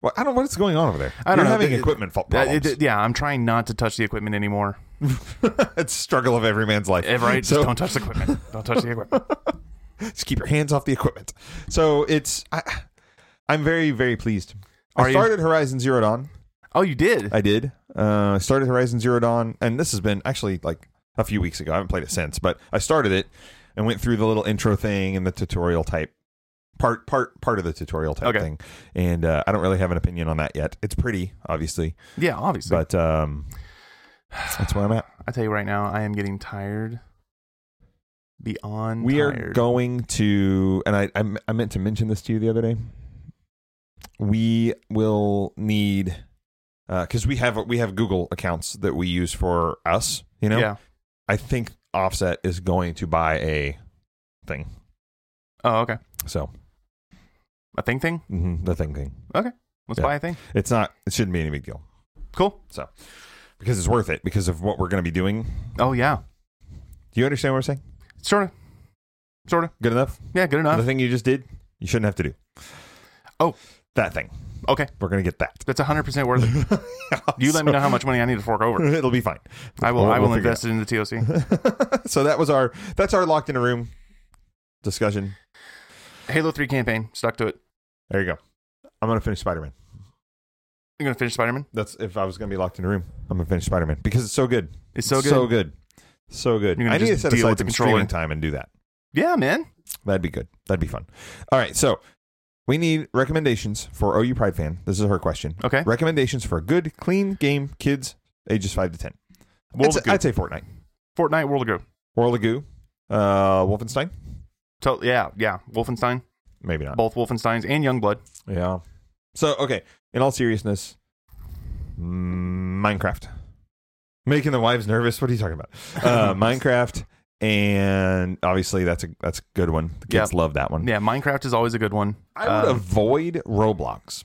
[SPEAKER 1] well, I don't know what's going on over there.
[SPEAKER 2] I don't
[SPEAKER 1] you're
[SPEAKER 2] know.
[SPEAKER 1] having
[SPEAKER 2] The-
[SPEAKER 1] equipment fault
[SPEAKER 2] Uh,
[SPEAKER 1] problems.
[SPEAKER 2] it- yeah, I'm trying not to touch the equipment anymore.
[SPEAKER 1] it's a struggle of every man's life.
[SPEAKER 2] Eh, Right?
[SPEAKER 1] So-
[SPEAKER 2] Just don't touch the equipment. Don't touch the equipment.
[SPEAKER 1] just keep your hands off the equipment. So it's I, I'm very very pleased.
[SPEAKER 2] Are
[SPEAKER 1] I
[SPEAKER 2] you?
[SPEAKER 1] started Horizon Zero Dawn.
[SPEAKER 2] Oh, you did?
[SPEAKER 1] I did. Uh, I started Horizon Zero Dawn, and this has been actually like a few weeks ago. I haven't played it since, but I started it and went through the little intro thing and the tutorial type part part part of the tutorial type
[SPEAKER 2] Okay.
[SPEAKER 1] thing. And uh, I don't really have an opinion on that yet. It's pretty, obviously,
[SPEAKER 2] yeah, obviously.
[SPEAKER 1] but um, that's where I'm at.
[SPEAKER 2] I tell you right now, I am getting tired. Beyond
[SPEAKER 1] We are
[SPEAKER 2] tired.
[SPEAKER 1] going to, and I, I m- I meant to mention this to you the other day. We will need because we have we have Google accounts that we use for us. You know,
[SPEAKER 2] Yeah.
[SPEAKER 1] I think Offset is going to buy a thing.
[SPEAKER 2] Oh, okay.
[SPEAKER 1] So
[SPEAKER 2] A thing thing?
[SPEAKER 1] mhm, the thing thing.
[SPEAKER 2] Let's
[SPEAKER 1] Yeah.
[SPEAKER 2] buy a thing.
[SPEAKER 1] It's not. It shouldn't be any big deal
[SPEAKER 2] Cool.
[SPEAKER 1] because it's worth it because of what we're going to be doing.
[SPEAKER 2] Oh, yeah.
[SPEAKER 1] Do you understand what I'm saying?
[SPEAKER 2] Sort of. Sort of.
[SPEAKER 1] Good enough.
[SPEAKER 2] Yeah, good enough.
[SPEAKER 1] the thing you just did, you shouldn't have to do.
[SPEAKER 2] Oh.
[SPEAKER 1] that thing.
[SPEAKER 2] Okay.
[SPEAKER 1] We're going to get that.
[SPEAKER 2] That's 100% worth it. You let me know how much money I need to fork over.
[SPEAKER 1] It'll be fine.
[SPEAKER 2] I will
[SPEAKER 1] We'll-
[SPEAKER 2] I will
[SPEAKER 1] we'll figure
[SPEAKER 2] invest it in the TOC.
[SPEAKER 1] so that was our that's our locked in a room discussion.
[SPEAKER 2] Halo 3 campaign. Stuck to it.
[SPEAKER 1] There you go. I'm gonna finish Spider Man.
[SPEAKER 2] You're going to finish Spider Man?
[SPEAKER 1] That's if I was gonna be locked in a room, I'm gonna finish Spider Man because it's so good.
[SPEAKER 2] It's so good.
[SPEAKER 1] So good. So good.
[SPEAKER 2] You're gonna
[SPEAKER 1] I need to
[SPEAKER 2] just
[SPEAKER 1] set
[SPEAKER 2] deal
[SPEAKER 1] aside
[SPEAKER 2] with the
[SPEAKER 1] some
[SPEAKER 2] controller.
[SPEAKER 1] streaming time and do that.
[SPEAKER 2] yeah, man.
[SPEAKER 1] That'd be good. That'd be fun. All right. So we need recommendations for OU Pride fan. This is her question.
[SPEAKER 2] Okay.
[SPEAKER 1] Recommendations for a good, clean game, kids ages five to ten. I'd
[SPEAKER 2] World of
[SPEAKER 1] say-
[SPEAKER 2] Goo.
[SPEAKER 1] I'd say Fortnite,
[SPEAKER 2] Fortnite World of Goo.
[SPEAKER 1] World of Goo, uh, Wolfenstein.
[SPEAKER 2] So, yeah, yeah. Wolfenstein.
[SPEAKER 1] Maybe not.
[SPEAKER 2] Both Wolfensteins and Youngblood.
[SPEAKER 1] Yeah. So okay, in all seriousness, mm, Minecraft. Making the wives nervous. What are you talking about? Uh, Minecraft, and obviously that's a that's a good one. The kids love that one.
[SPEAKER 2] Yeah, Minecraft is always a good one.
[SPEAKER 1] I would
[SPEAKER 2] Um,
[SPEAKER 1] avoid Roblox.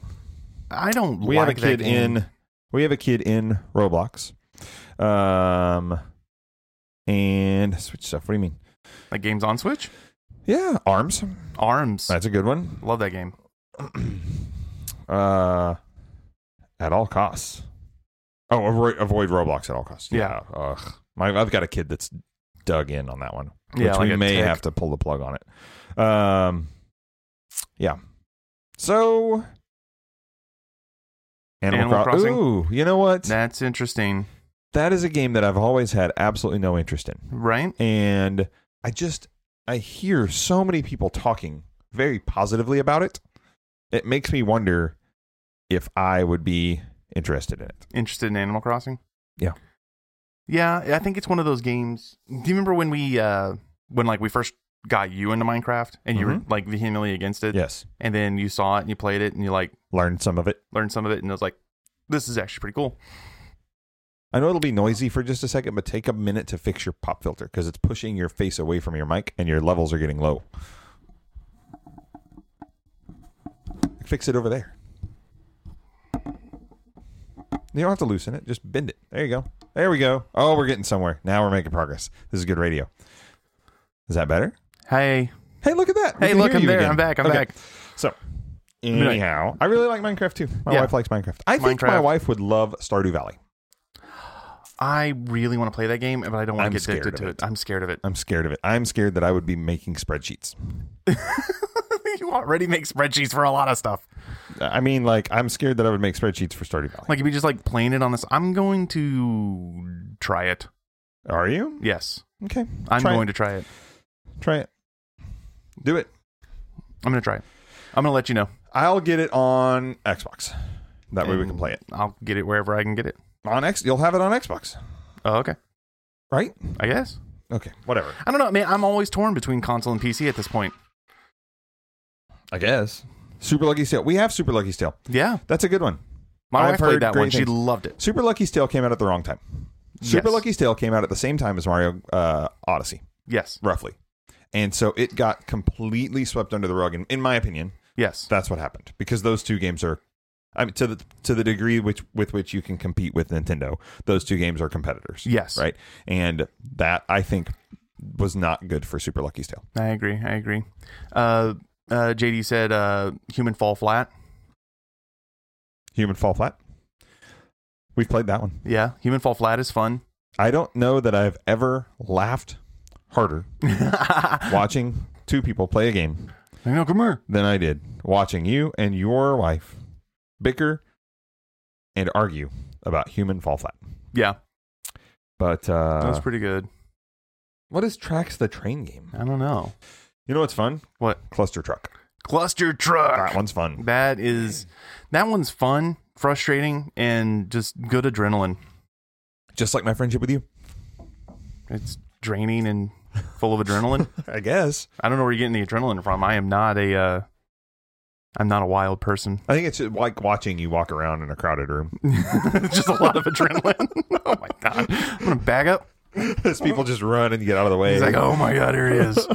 [SPEAKER 2] I don't
[SPEAKER 1] We
[SPEAKER 2] like
[SPEAKER 1] have a
[SPEAKER 2] that
[SPEAKER 1] kid
[SPEAKER 2] game.
[SPEAKER 1] in. We have a kid in Roblox. Um, and switch stuff. What do you mean?
[SPEAKER 2] Like games on Switch?
[SPEAKER 1] Yeah, Arms.
[SPEAKER 2] Arms.
[SPEAKER 1] That's a good one.
[SPEAKER 2] Love that game.
[SPEAKER 1] uh, at all costs. Oh, avoid, avoid Roblox at all costs.
[SPEAKER 2] Yeah.
[SPEAKER 1] Ugh. My, I've got a kid that's dug in on that one, which
[SPEAKER 2] Yeah, like
[SPEAKER 1] we
[SPEAKER 2] a
[SPEAKER 1] may
[SPEAKER 2] tech.
[SPEAKER 1] have to pull the plug on it. Um, yeah. So, Animal,
[SPEAKER 2] Animal
[SPEAKER 1] Cro-
[SPEAKER 2] Crossing?
[SPEAKER 1] Ooh, you know what?
[SPEAKER 2] That's interesting,
[SPEAKER 1] that is a game that I've always had absolutely no interest in
[SPEAKER 2] right?
[SPEAKER 1] and I just I hear so many people talking very positively about it. It makes me wonder if I would be interested in it.
[SPEAKER 2] Interested in Animal Crossing?
[SPEAKER 1] Yeah.
[SPEAKER 2] Yeah, I think it's one of those games. Do you remember when we uh when like we first got you into Minecraft and you
[SPEAKER 1] Mm-hmm.
[SPEAKER 2] were like vehemently against it
[SPEAKER 1] Yes,
[SPEAKER 2] and then you saw it and you played it and you like
[SPEAKER 1] learned some of it.
[SPEAKER 2] learned some of it and it was like this is actually pretty cool.
[SPEAKER 1] I know it'll be noisy for just a second, but take a minute to fix your pop filter because it's pushing your face away from your mic and your levels are getting low. Fix it over there. You don't have to loosen it, just bend it. There you go. There we go. Oh, we're getting somewhere. Now we're making progress. This is good radio. Is that better?
[SPEAKER 2] Hey.
[SPEAKER 1] Hey, look at that. We
[SPEAKER 2] Hey,
[SPEAKER 1] can
[SPEAKER 2] look,
[SPEAKER 1] hear
[SPEAKER 2] I'm
[SPEAKER 1] you
[SPEAKER 2] there.
[SPEAKER 1] again.
[SPEAKER 2] I'm back. I'm
[SPEAKER 1] Okay.
[SPEAKER 2] back.
[SPEAKER 1] So, anyhow, I really like Minecraft too. My
[SPEAKER 2] Yeah.
[SPEAKER 1] wife likes Minecraft. I think my
[SPEAKER 2] Minecraft.
[SPEAKER 1] wife would love Stardew Valley.
[SPEAKER 2] I really want to play that game, but I don't want
[SPEAKER 1] I'm
[SPEAKER 2] to get
[SPEAKER 1] scared
[SPEAKER 2] addicted
[SPEAKER 1] of
[SPEAKER 2] to it. I'm scared of it.
[SPEAKER 1] I'm scared of it. I'm scared that I would be making spreadsheets.
[SPEAKER 2] you already make spreadsheets for a lot of stuff.
[SPEAKER 1] I mean, like, I'm scared that I would make spreadsheets for Stardew Valley.
[SPEAKER 2] Like if you just like playing it on this, I'm going to try it.
[SPEAKER 1] Are you?
[SPEAKER 2] Yes,
[SPEAKER 1] Okay.
[SPEAKER 2] I'm
[SPEAKER 1] Try it.
[SPEAKER 2] going to try it.
[SPEAKER 1] Try it. Do it.
[SPEAKER 2] I'm going to try it. I'm going to let you know.
[SPEAKER 1] I'll get it on Xbox. That way we can
[SPEAKER 2] And
[SPEAKER 1] play it.
[SPEAKER 2] I'll get it wherever I can get it.
[SPEAKER 1] On X, you'll have it on Xbox,
[SPEAKER 2] Oh, okay.
[SPEAKER 1] right?
[SPEAKER 2] I guess.
[SPEAKER 1] Okay, whatever.
[SPEAKER 2] I don't know. Man, I'm always torn between console and PC at this point.
[SPEAKER 1] I guess. Super Lucky's Tale. We have Super Lucky's Tale.
[SPEAKER 2] Yeah.
[SPEAKER 1] That's a good one.
[SPEAKER 2] My
[SPEAKER 1] I've
[SPEAKER 2] wife
[SPEAKER 1] heard
[SPEAKER 2] played that
[SPEAKER 1] great
[SPEAKER 2] one. She
[SPEAKER 1] things.
[SPEAKER 2] loved it.
[SPEAKER 1] Super Lucky's Tale came out at the wrong time. Super
[SPEAKER 2] Yes.
[SPEAKER 1] Lucky's Tale came out at the same time as Mario uh, Odyssey,
[SPEAKER 2] Yes.
[SPEAKER 1] roughly. And so it got completely swept under the rug. And in my opinion,
[SPEAKER 2] Yes.
[SPEAKER 1] that's what happened because those two games are, I mean, to the to the degree which with which you can compete with Nintendo, those two games are competitors.
[SPEAKER 2] Yes.
[SPEAKER 1] right. And that I think was not good for Super Lucky's Tale.
[SPEAKER 2] I agree. I agree. Uh, uh, JD said, uh, "Human fall flat."
[SPEAKER 1] Human Fall Flat. We've played that one.
[SPEAKER 2] Yeah, human fall flat is fun.
[SPEAKER 1] I don't know that I've ever laughed harder watching two people play a game
[SPEAKER 2] no, come here.
[SPEAKER 1] than I did watching you and your wife bicker and argue about human fall flat.
[SPEAKER 2] Yeah,
[SPEAKER 1] But uh,
[SPEAKER 2] that was pretty good.
[SPEAKER 1] what is Tracks the Train game?
[SPEAKER 2] I don't know.
[SPEAKER 1] You know what's fun?
[SPEAKER 2] What?
[SPEAKER 1] Cluster Truck.
[SPEAKER 2] Cluster truck.
[SPEAKER 1] That one's fun.
[SPEAKER 2] That is, that one's fun, frustrating, and just good adrenaline.
[SPEAKER 1] Just like my friendship with you,
[SPEAKER 2] It's draining and full of adrenaline.
[SPEAKER 1] I guess.
[SPEAKER 2] I don't know where you're getting the adrenaline from. I am not a, uh, I'm not a wild person.
[SPEAKER 1] I think it's just like watching you walk around in a crowded room.
[SPEAKER 2] just a lot of adrenaline. oh my god, I'm gonna back up.
[SPEAKER 1] As people just run and you get out of the way.
[SPEAKER 2] He's like, oh my god, here he is.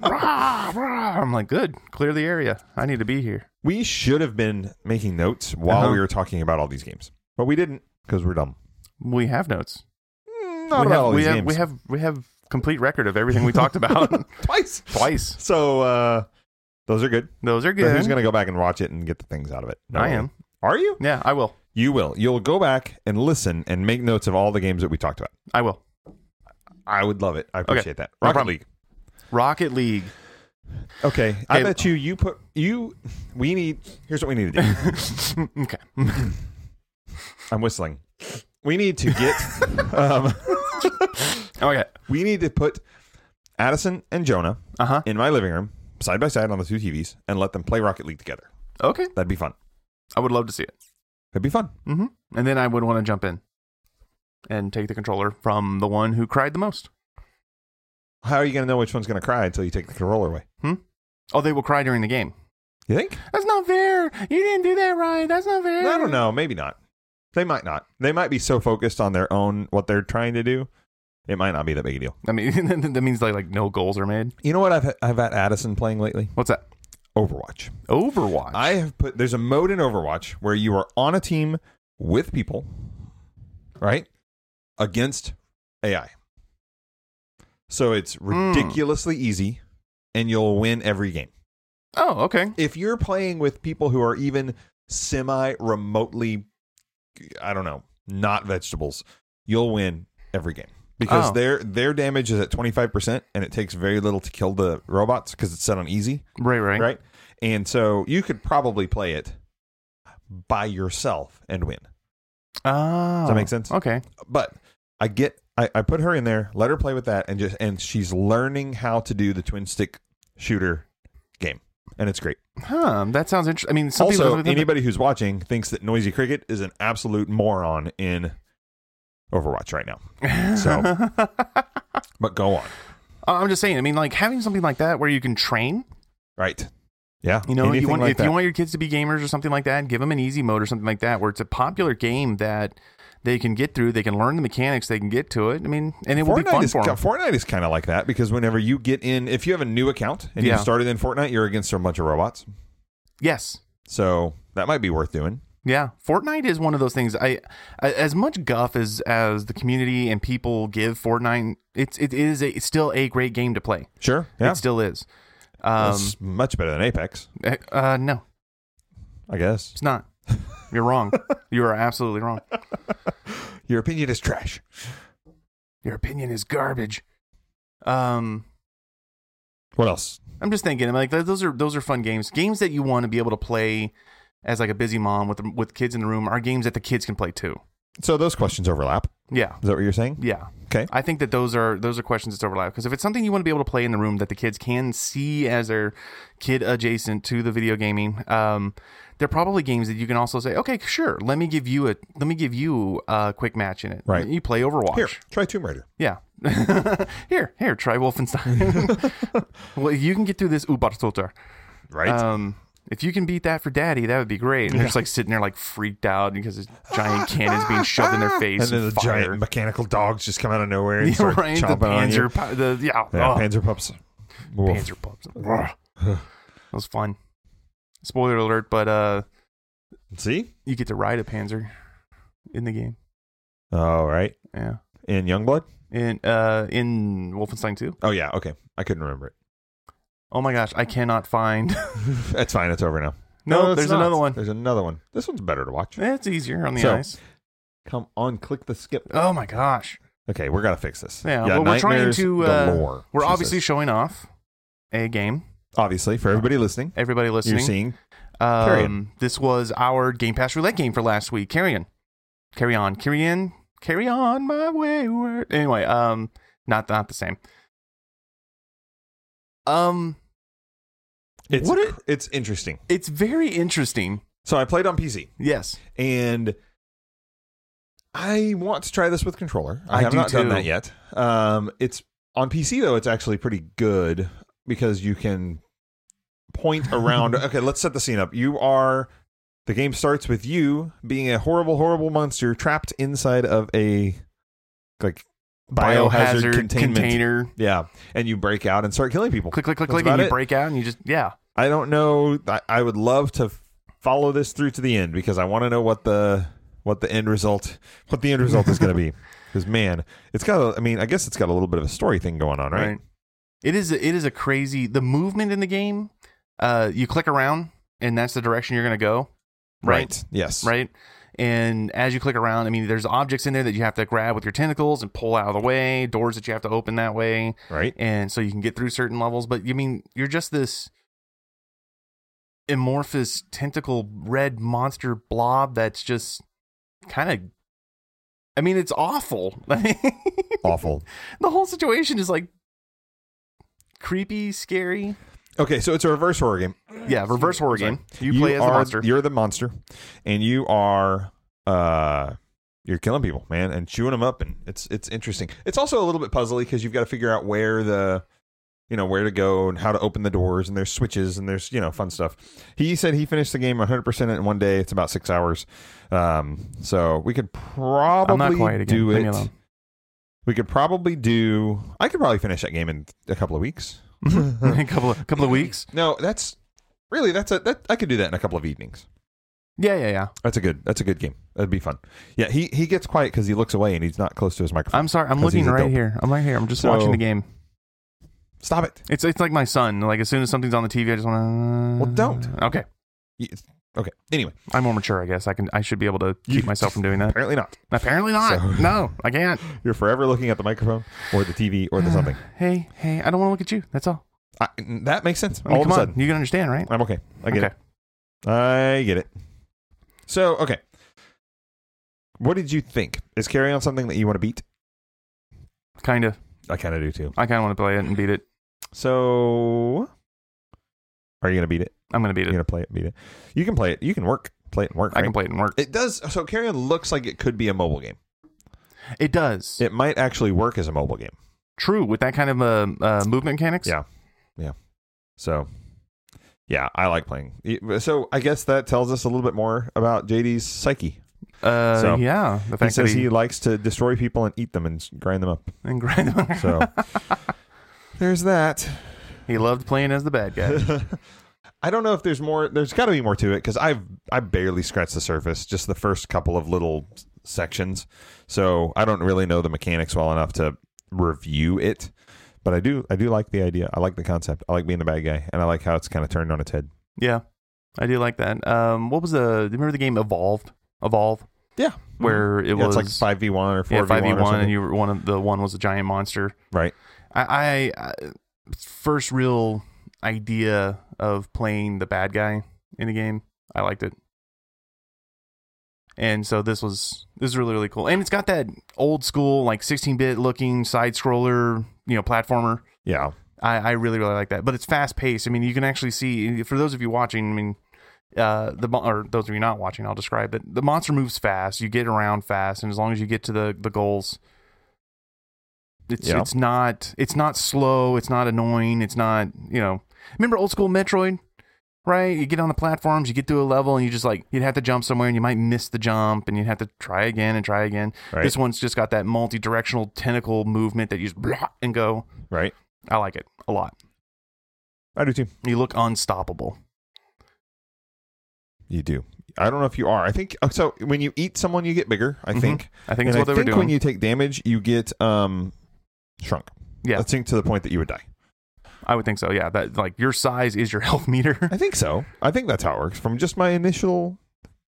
[SPEAKER 2] Rah, rah. I'm like, good, clear the area. I need to be here.
[SPEAKER 1] we should have been making notes while
[SPEAKER 2] Uh-huh.
[SPEAKER 1] we were talking about all these games, but we didn't because we're dumb.
[SPEAKER 2] We have notes.
[SPEAKER 1] Mm, Not
[SPEAKER 2] we,
[SPEAKER 1] about
[SPEAKER 2] have,
[SPEAKER 1] all
[SPEAKER 2] we,
[SPEAKER 1] these
[SPEAKER 2] have,
[SPEAKER 1] games.
[SPEAKER 2] we have we have complete record of everything we talked about
[SPEAKER 1] twice.
[SPEAKER 2] twice.
[SPEAKER 1] So uh, those are good.
[SPEAKER 2] Those are
[SPEAKER 1] But
[SPEAKER 2] good.
[SPEAKER 1] Who's going to go back and watch it and get the things out of it? No
[SPEAKER 2] I
[SPEAKER 1] one.
[SPEAKER 2] am.
[SPEAKER 1] Are you?
[SPEAKER 2] Yeah, I will.
[SPEAKER 1] You will. You'll go back and listen and make notes of all the games that we talked about.
[SPEAKER 2] I will.
[SPEAKER 1] I would love it. I appreciate that.
[SPEAKER 2] No
[SPEAKER 1] Rocket
[SPEAKER 2] problem.
[SPEAKER 1] League.
[SPEAKER 2] Rocket League.
[SPEAKER 1] Okay. I
[SPEAKER 2] Okay.
[SPEAKER 1] bet you you put you we need here's what we need to do.
[SPEAKER 2] okay.
[SPEAKER 1] I'm whistling. We need to get um,
[SPEAKER 2] Okay.
[SPEAKER 1] we need to put Addison and Jonah
[SPEAKER 2] Uh huh.
[SPEAKER 1] in my living room side by side on the two TVs and let them play Rocket League together.
[SPEAKER 2] Okay.
[SPEAKER 1] That'd be fun.
[SPEAKER 2] I would love to see it.
[SPEAKER 1] That'd be fun.
[SPEAKER 2] Mm-hmm. And then I would want to jump in and take the controller from the one who cried the most.
[SPEAKER 1] How are you going to know which one's going to cry until you take the controller away?
[SPEAKER 2] Oh, they will cry during the game.
[SPEAKER 1] You think?
[SPEAKER 2] That's not fair. You didn't do that right. That's not fair.
[SPEAKER 1] I don't know. Maybe not. They might not. They might be so focused on their own what they're trying to do. It might not be that big a deal.
[SPEAKER 2] I mean, that means like like no goals are made.
[SPEAKER 1] You know what I've I've had Addison playing lately?
[SPEAKER 2] What's that?
[SPEAKER 1] Overwatch.
[SPEAKER 2] Overwatch.
[SPEAKER 1] I have put there's a mode in Overwatch where you are on a team with people, right? Against AI. So it's ridiculously easy and you'll win every game.
[SPEAKER 2] oh, okay.
[SPEAKER 1] If you're playing with people who are even semi remotely I don't know, not vegetables, you'll win every game. Because
[SPEAKER 2] Oh.
[SPEAKER 1] their their damage is at 25% and it takes very little to kill the robots because it's set on easy
[SPEAKER 2] Right, right.
[SPEAKER 1] right? And so you could probably play it by yourself and win.
[SPEAKER 2] Oh.
[SPEAKER 1] Does that make sense?
[SPEAKER 2] Okay.
[SPEAKER 1] But I get I, I put her in there, let her play with that, and just and she's learning how to do the twin stick shooter game. And it's great.
[SPEAKER 2] Huh. That sounds interesting. I mean, some
[SPEAKER 1] also,
[SPEAKER 2] people,
[SPEAKER 1] anybody who's watching thinks that Noisy Cricket is an absolute moron in Overwatch right now. So but go on.
[SPEAKER 2] I'm just saying. I mean, like having something like that where you can train.
[SPEAKER 1] Right. Yeah.
[SPEAKER 2] You know, you
[SPEAKER 1] Anything
[SPEAKER 2] want
[SPEAKER 1] like
[SPEAKER 2] if
[SPEAKER 1] that.
[SPEAKER 2] you want your kids to be gamers or something like that, give them an easy mode or something like that, where it's a popular game that they can get through. They can learn the mechanics. They can get to it. I mean, and it will be
[SPEAKER 1] Fortnite
[SPEAKER 2] fun
[SPEAKER 1] is,
[SPEAKER 2] for them.
[SPEAKER 1] Fortnite is kind of like that because whenever you get in, if you have a new account and
[SPEAKER 2] Yeah.
[SPEAKER 1] you started in Fortnite, you're against a bunch of robots.
[SPEAKER 2] yes.
[SPEAKER 1] So that might be worth doing.
[SPEAKER 2] Yeah, Fortnite is one of those things. I, I as much guff as as the community and people give Fortnite, it's it is a, it's still a great game to play.
[SPEAKER 1] Sure. Yeah.
[SPEAKER 2] It still is. Um,
[SPEAKER 1] It's much better than Apex,
[SPEAKER 2] eh, uh, no,
[SPEAKER 1] I guess.
[SPEAKER 2] it's not. You're wrong. you are absolutely wrong.
[SPEAKER 1] Your opinion is trash.
[SPEAKER 2] Your opinion is garbage. Um,
[SPEAKER 1] What else?
[SPEAKER 2] I'm just thinking. I'm like th- those are those are fun games. Games that you want to be able to play as like a busy mom with with kids in the room are games that the kids can play too.
[SPEAKER 1] So those questions overlap.
[SPEAKER 2] Yeah.
[SPEAKER 1] Is that what you're saying?
[SPEAKER 2] Yeah.
[SPEAKER 1] Okay.
[SPEAKER 2] I think that those are those are questions that overlap because if it's something you want to be able to play in the room that the kids can see as they're kid adjacent to the video gaming, um, they're probably games that you can also say, okay, sure, let me give you a let me give you a quick match in it.
[SPEAKER 1] Right.
[SPEAKER 2] You play Overwatch.
[SPEAKER 1] Here, try Tomb Raider.
[SPEAKER 2] Yeah. here, here, try Wolfenstein. well, you can get through this Uber
[SPEAKER 1] Right.
[SPEAKER 2] Um, If you can beat that for daddy, that would be great. And they're just like sitting there, like freaked out because this giant cannon's being shoved in their face.
[SPEAKER 1] and then the
[SPEAKER 2] fire.
[SPEAKER 1] giant mechanical dogs just come out of nowhere and
[SPEAKER 2] Yeah,
[SPEAKER 1] start
[SPEAKER 2] right, the
[SPEAKER 1] chomping on you.
[SPEAKER 2] Panzer, pu- the yeah,
[SPEAKER 1] Yeah,
[SPEAKER 2] oh,
[SPEAKER 1] Panzer pups. Woof.
[SPEAKER 2] Panzer pups. Ugh. that was fun. Spoiler alert, but uh,
[SPEAKER 1] See?
[SPEAKER 2] you get to ride a Panzer in the game.
[SPEAKER 1] All right.
[SPEAKER 2] Yeah,
[SPEAKER 1] In Youngblood?
[SPEAKER 2] in uh, in Wolfenstein 2.
[SPEAKER 1] Oh, yeah. Okay. I couldn't remember it.
[SPEAKER 2] Oh my gosh, I cannot find.
[SPEAKER 1] That's fine. It's over now.
[SPEAKER 2] no,
[SPEAKER 1] it's
[SPEAKER 2] there's
[SPEAKER 1] not.
[SPEAKER 2] another one.
[SPEAKER 1] There's another one. This one's better to watch.
[SPEAKER 2] Eh, It's easier on the
[SPEAKER 1] So-
[SPEAKER 2] ice.
[SPEAKER 1] Come on, click the skip.
[SPEAKER 2] Oh my gosh.
[SPEAKER 1] Okay, we're gonna fix this.
[SPEAKER 2] Yeah, but we're trying
[SPEAKER 1] nightmares
[SPEAKER 2] to. Uh,
[SPEAKER 1] galore,
[SPEAKER 2] we're
[SPEAKER 1] she
[SPEAKER 2] obviously
[SPEAKER 1] says.
[SPEAKER 2] showing off a game.
[SPEAKER 1] obviously for everybody listening,
[SPEAKER 2] Everybody listening,
[SPEAKER 1] you're seeing Carrion.
[SPEAKER 2] um, this was our Game Pass roulette game for last week. Carry on, carry on, carry on, carry on, my wayward. Anyway, um, not not the same. Um,
[SPEAKER 1] it's
[SPEAKER 2] What
[SPEAKER 1] cr- it's interesting.
[SPEAKER 2] it's very interesting.
[SPEAKER 1] So I played on PC
[SPEAKER 2] Yes,
[SPEAKER 1] and I want to try this with controller. I,
[SPEAKER 2] I
[SPEAKER 1] have
[SPEAKER 2] do
[SPEAKER 1] not done
[SPEAKER 2] too.
[SPEAKER 1] that yet. Um, it's on PC though. It's actually pretty good because you can point around. okay, let's set the scene up. You are the game starts with you being a horrible, horrible monster trapped inside of a like biohazard, containment
[SPEAKER 2] container.
[SPEAKER 1] Yeah, and you break out and start killing people.
[SPEAKER 2] Click, click, click,
[SPEAKER 1] That's
[SPEAKER 2] click, and
[SPEAKER 1] about
[SPEAKER 2] you
[SPEAKER 1] it.
[SPEAKER 2] break out, and you just yeah.
[SPEAKER 1] I don't know. I, I would love to f- follow this through to the end because I want to know what the what the end result what the end result is going to be. Because man, it's got. A, I mean, I guess it's got a little bit of a story thing going on, right?
[SPEAKER 2] It is it is a crazy the movement in the game. Uh, you click around, and that's the direction you're gonna go. Right.
[SPEAKER 1] Yes.
[SPEAKER 2] right? And as you click around, I mean, there's objects in there that you have to grab with your tentacles and pull out of the way, doors that you have to open that way,
[SPEAKER 1] Right.
[SPEAKER 2] and so you can get through certain levels. But you mean you're just this amorphous tentacle red monster blob that's just kind of. I mean, it's awful. the
[SPEAKER 1] Awful.
[SPEAKER 2] whole situation is like creepy, scary.
[SPEAKER 1] Okay, so it's a reverse horror game.
[SPEAKER 2] Yeah, reverse horror
[SPEAKER 1] Sorry.
[SPEAKER 2] game. You, play as
[SPEAKER 1] are,
[SPEAKER 2] the monster.
[SPEAKER 1] You're the monster, and you are uh, you're killing people, man, and chewing them up, and it's it's interesting. It's also a little bit puzzly because you've got to figure out where the you know where to go and how to open the doors, and there's switches, and there's you know fun stuff. He said he finished the game 100 percent in one day. It's about six hours, um, so we could probably
[SPEAKER 2] I'm not quiet again.
[SPEAKER 1] do
[SPEAKER 2] Leave me
[SPEAKER 1] it.
[SPEAKER 2] alone.
[SPEAKER 1] We could probably do. I could probably finish that game in a couple of weeks.
[SPEAKER 2] a couple of couple of weeks.
[SPEAKER 1] No, that's really that's a that I could do that in a couple of evenings.
[SPEAKER 2] Yeah, yeah, yeah.
[SPEAKER 1] That's a good. That's a good game. That'd be fun. Yeah, he he gets quiet because he looks away and he's not close to his microphone.
[SPEAKER 2] I'm sorry. I'm
[SPEAKER 1] 'Cause
[SPEAKER 2] looking
[SPEAKER 1] he's a
[SPEAKER 2] right
[SPEAKER 1] dope.
[SPEAKER 2] here. I'm right here. I'm just
[SPEAKER 1] So-
[SPEAKER 2] watching the game.
[SPEAKER 1] Stop it.
[SPEAKER 2] It's it's like my son. Like as soon as something's on the TV, I just want to.
[SPEAKER 1] Well, don't.
[SPEAKER 2] Okay,
[SPEAKER 1] Y- it's- Okay. Anyway,
[SPEAKER 2] I'm more mature. I guess I can. I should be able to
[SPEAKER 1] You-
[SPEAKER 2] keep myself from doing that.
[SPEAKER 1] apparently not.
[SPEAKER 2] Apparently not.
[SPEAKER 1] So-
[SPEAKER 2] No, I can't.
[SPEAKER 1] You're forever looking at the microphone or the TV or the something.
[SPEAKER 2] Hey, hey, I don't want to look at you. That's all.
[SPEAKER 1] I, that makes sense.
[SPEAKER 2] I mean,
[SPEAKER 1] All of
[SPEAKER 2] come
[SPEAKER 1] a
[SPEAKER 2] on,
[SPEAKER 1] sudden,
[SPEAKER 2] you can understand, right?
[SPEAKER 1] I'm okay. I get
[SPEAKER 2] Okay.
[SPEAKER 1] it. I get it. So okay, what did you think? Is carry on something that you want to beat?
[SPEAKER 2] Kind of.
[SPEAKER 1] I kind of do too.
[SPEAKER 2] I kind of want to play it and beat it.
[SPEAKER 1] So, are you gonna beat it?
[SPEAKER 2] I'm gonna beat
[SPEAKER 1] You're
[SPEAKER 2] it.
[SPEAKER 1] gonna play it, beat it. You can play it. You can work, play it and work.
[SPEAKER 2] I
[SPEAKER 1] right?
[SPEAKER 2] can play it and work.
[SPEAKER 1] It does. So Carry On looks like it could be a mobile game.
[SPEAKER 2] It does.
[SPEAKER 1] It might actually work as a mobile game.
[SPEAKER 2] True. With that kind of uh, uh, movement mechanics.
[SPEAKER 1] Yeah. So, yeah, I like playing. So I guess that tells us a little bit more about JD's psyche.
[SPEAKER 2] Uh,
[SPEAKER 1] So,
[SPEAKER 2] yeah. The
[SPEAKER 1] He
[SPEAKER 2] fact that
[SPEAKER 1] says
[SPEAKER 2] he,
[SPEAKER 1] he likes to destroy people and eat them and grind them up.
[SPEAKER 2] and grind them.
[SPEAKER 1] So there's that.
[SPEAKER 2] he loved playing as the bad guy.
[SPEAKER 1] I don't know if there's more. There's got to be more to it because I've I barely scratched the surface. Just the first couple of little s- sections, so I don't really know the mechanics well enough to review it. But I do I do like the idea. I like the concept. I like being the bad guy, and I like how it's kind of turned on its head.
[SPEAKER 2] Yeah, I do like that. Um, what was the? Do you remember the game Evolved? Evolve,
[SPEAKER 1] Yeah,
[SPEAKER 2] where it
[SPEAKER 1] Hmm. yeah,
[SPEAKER 2] was
[SPEAKER 1] it's like five v one or
[SPEAKER 2] yeah
[SPEAKER 1] four
[SPEAKER 2] five
[SPEAKER 1] v
[SPEAKER 2] v one, and
[SPEAKER 1] one.
[SPEAKER 2] you were one of the one was a giant monster.
[SPEAKER 1] Right.
[SPEAKER 2] I, I, I first real idea of playing the bad guy in a game. I liked it, and so this was this is really really cool, and it's got that old school like sixteen bit looking side scroller, you know, platformer.
[SPEAKER 1] Yeah,
[SPEAKER 2] I, I really really like that. But it's fast paced. I mean, you can actually see for those of you watching. I mean, uh, the mon- or those of you not watching, I'll describe it. The monster moves fast. You get around fast, and as long as you get to the the goals, it's
[SPEAKER 1] Yeah.
[SPEAKER 2] it's not it's not slow. It's not annoying. It's not you know. Remember old school Metroid? right? You get on the platforms, you get to a level, and you just like you'd have to jump somewhere, and you might miss the jump, and you'd have to try again and try again.
[SPEAKER 1] Right.
[SPEAKER 2] This one's just got that multi-directional tentacle movement that you just blah and go.
[SPEAKER 1] Right.
[SPEAKER 2] I like it a lot.
[SPEAKER 1] I do too.
[SPEAKER 2] You look unstoppable.
[SPEAKER 1] You do. I don't know if you are. I think oh, so. When you eat someone, you get bigger. I
[SPEAKER 2] Mhm.
[SPEAKER 1] think.
[SPEAKER 2] I think
[SPEAKER 1] And
[SPEAKER 2] that's
[SPEAKER 1] I
[SPEAKER 2] what they
[SPEAKER 1] think
[SPEAKER 2] were doing.
[SPEAKER 1] when you take damage, you get um shrunk.
[SPEAKER 2] Yeah.
[SPEAKER 1] I think to the point that you would die.
[SPEAKER 2] I would think so. Yeah, that like your size is your health meter.
[SPEAKER 1] I think so. I think that's how it works. From just my initial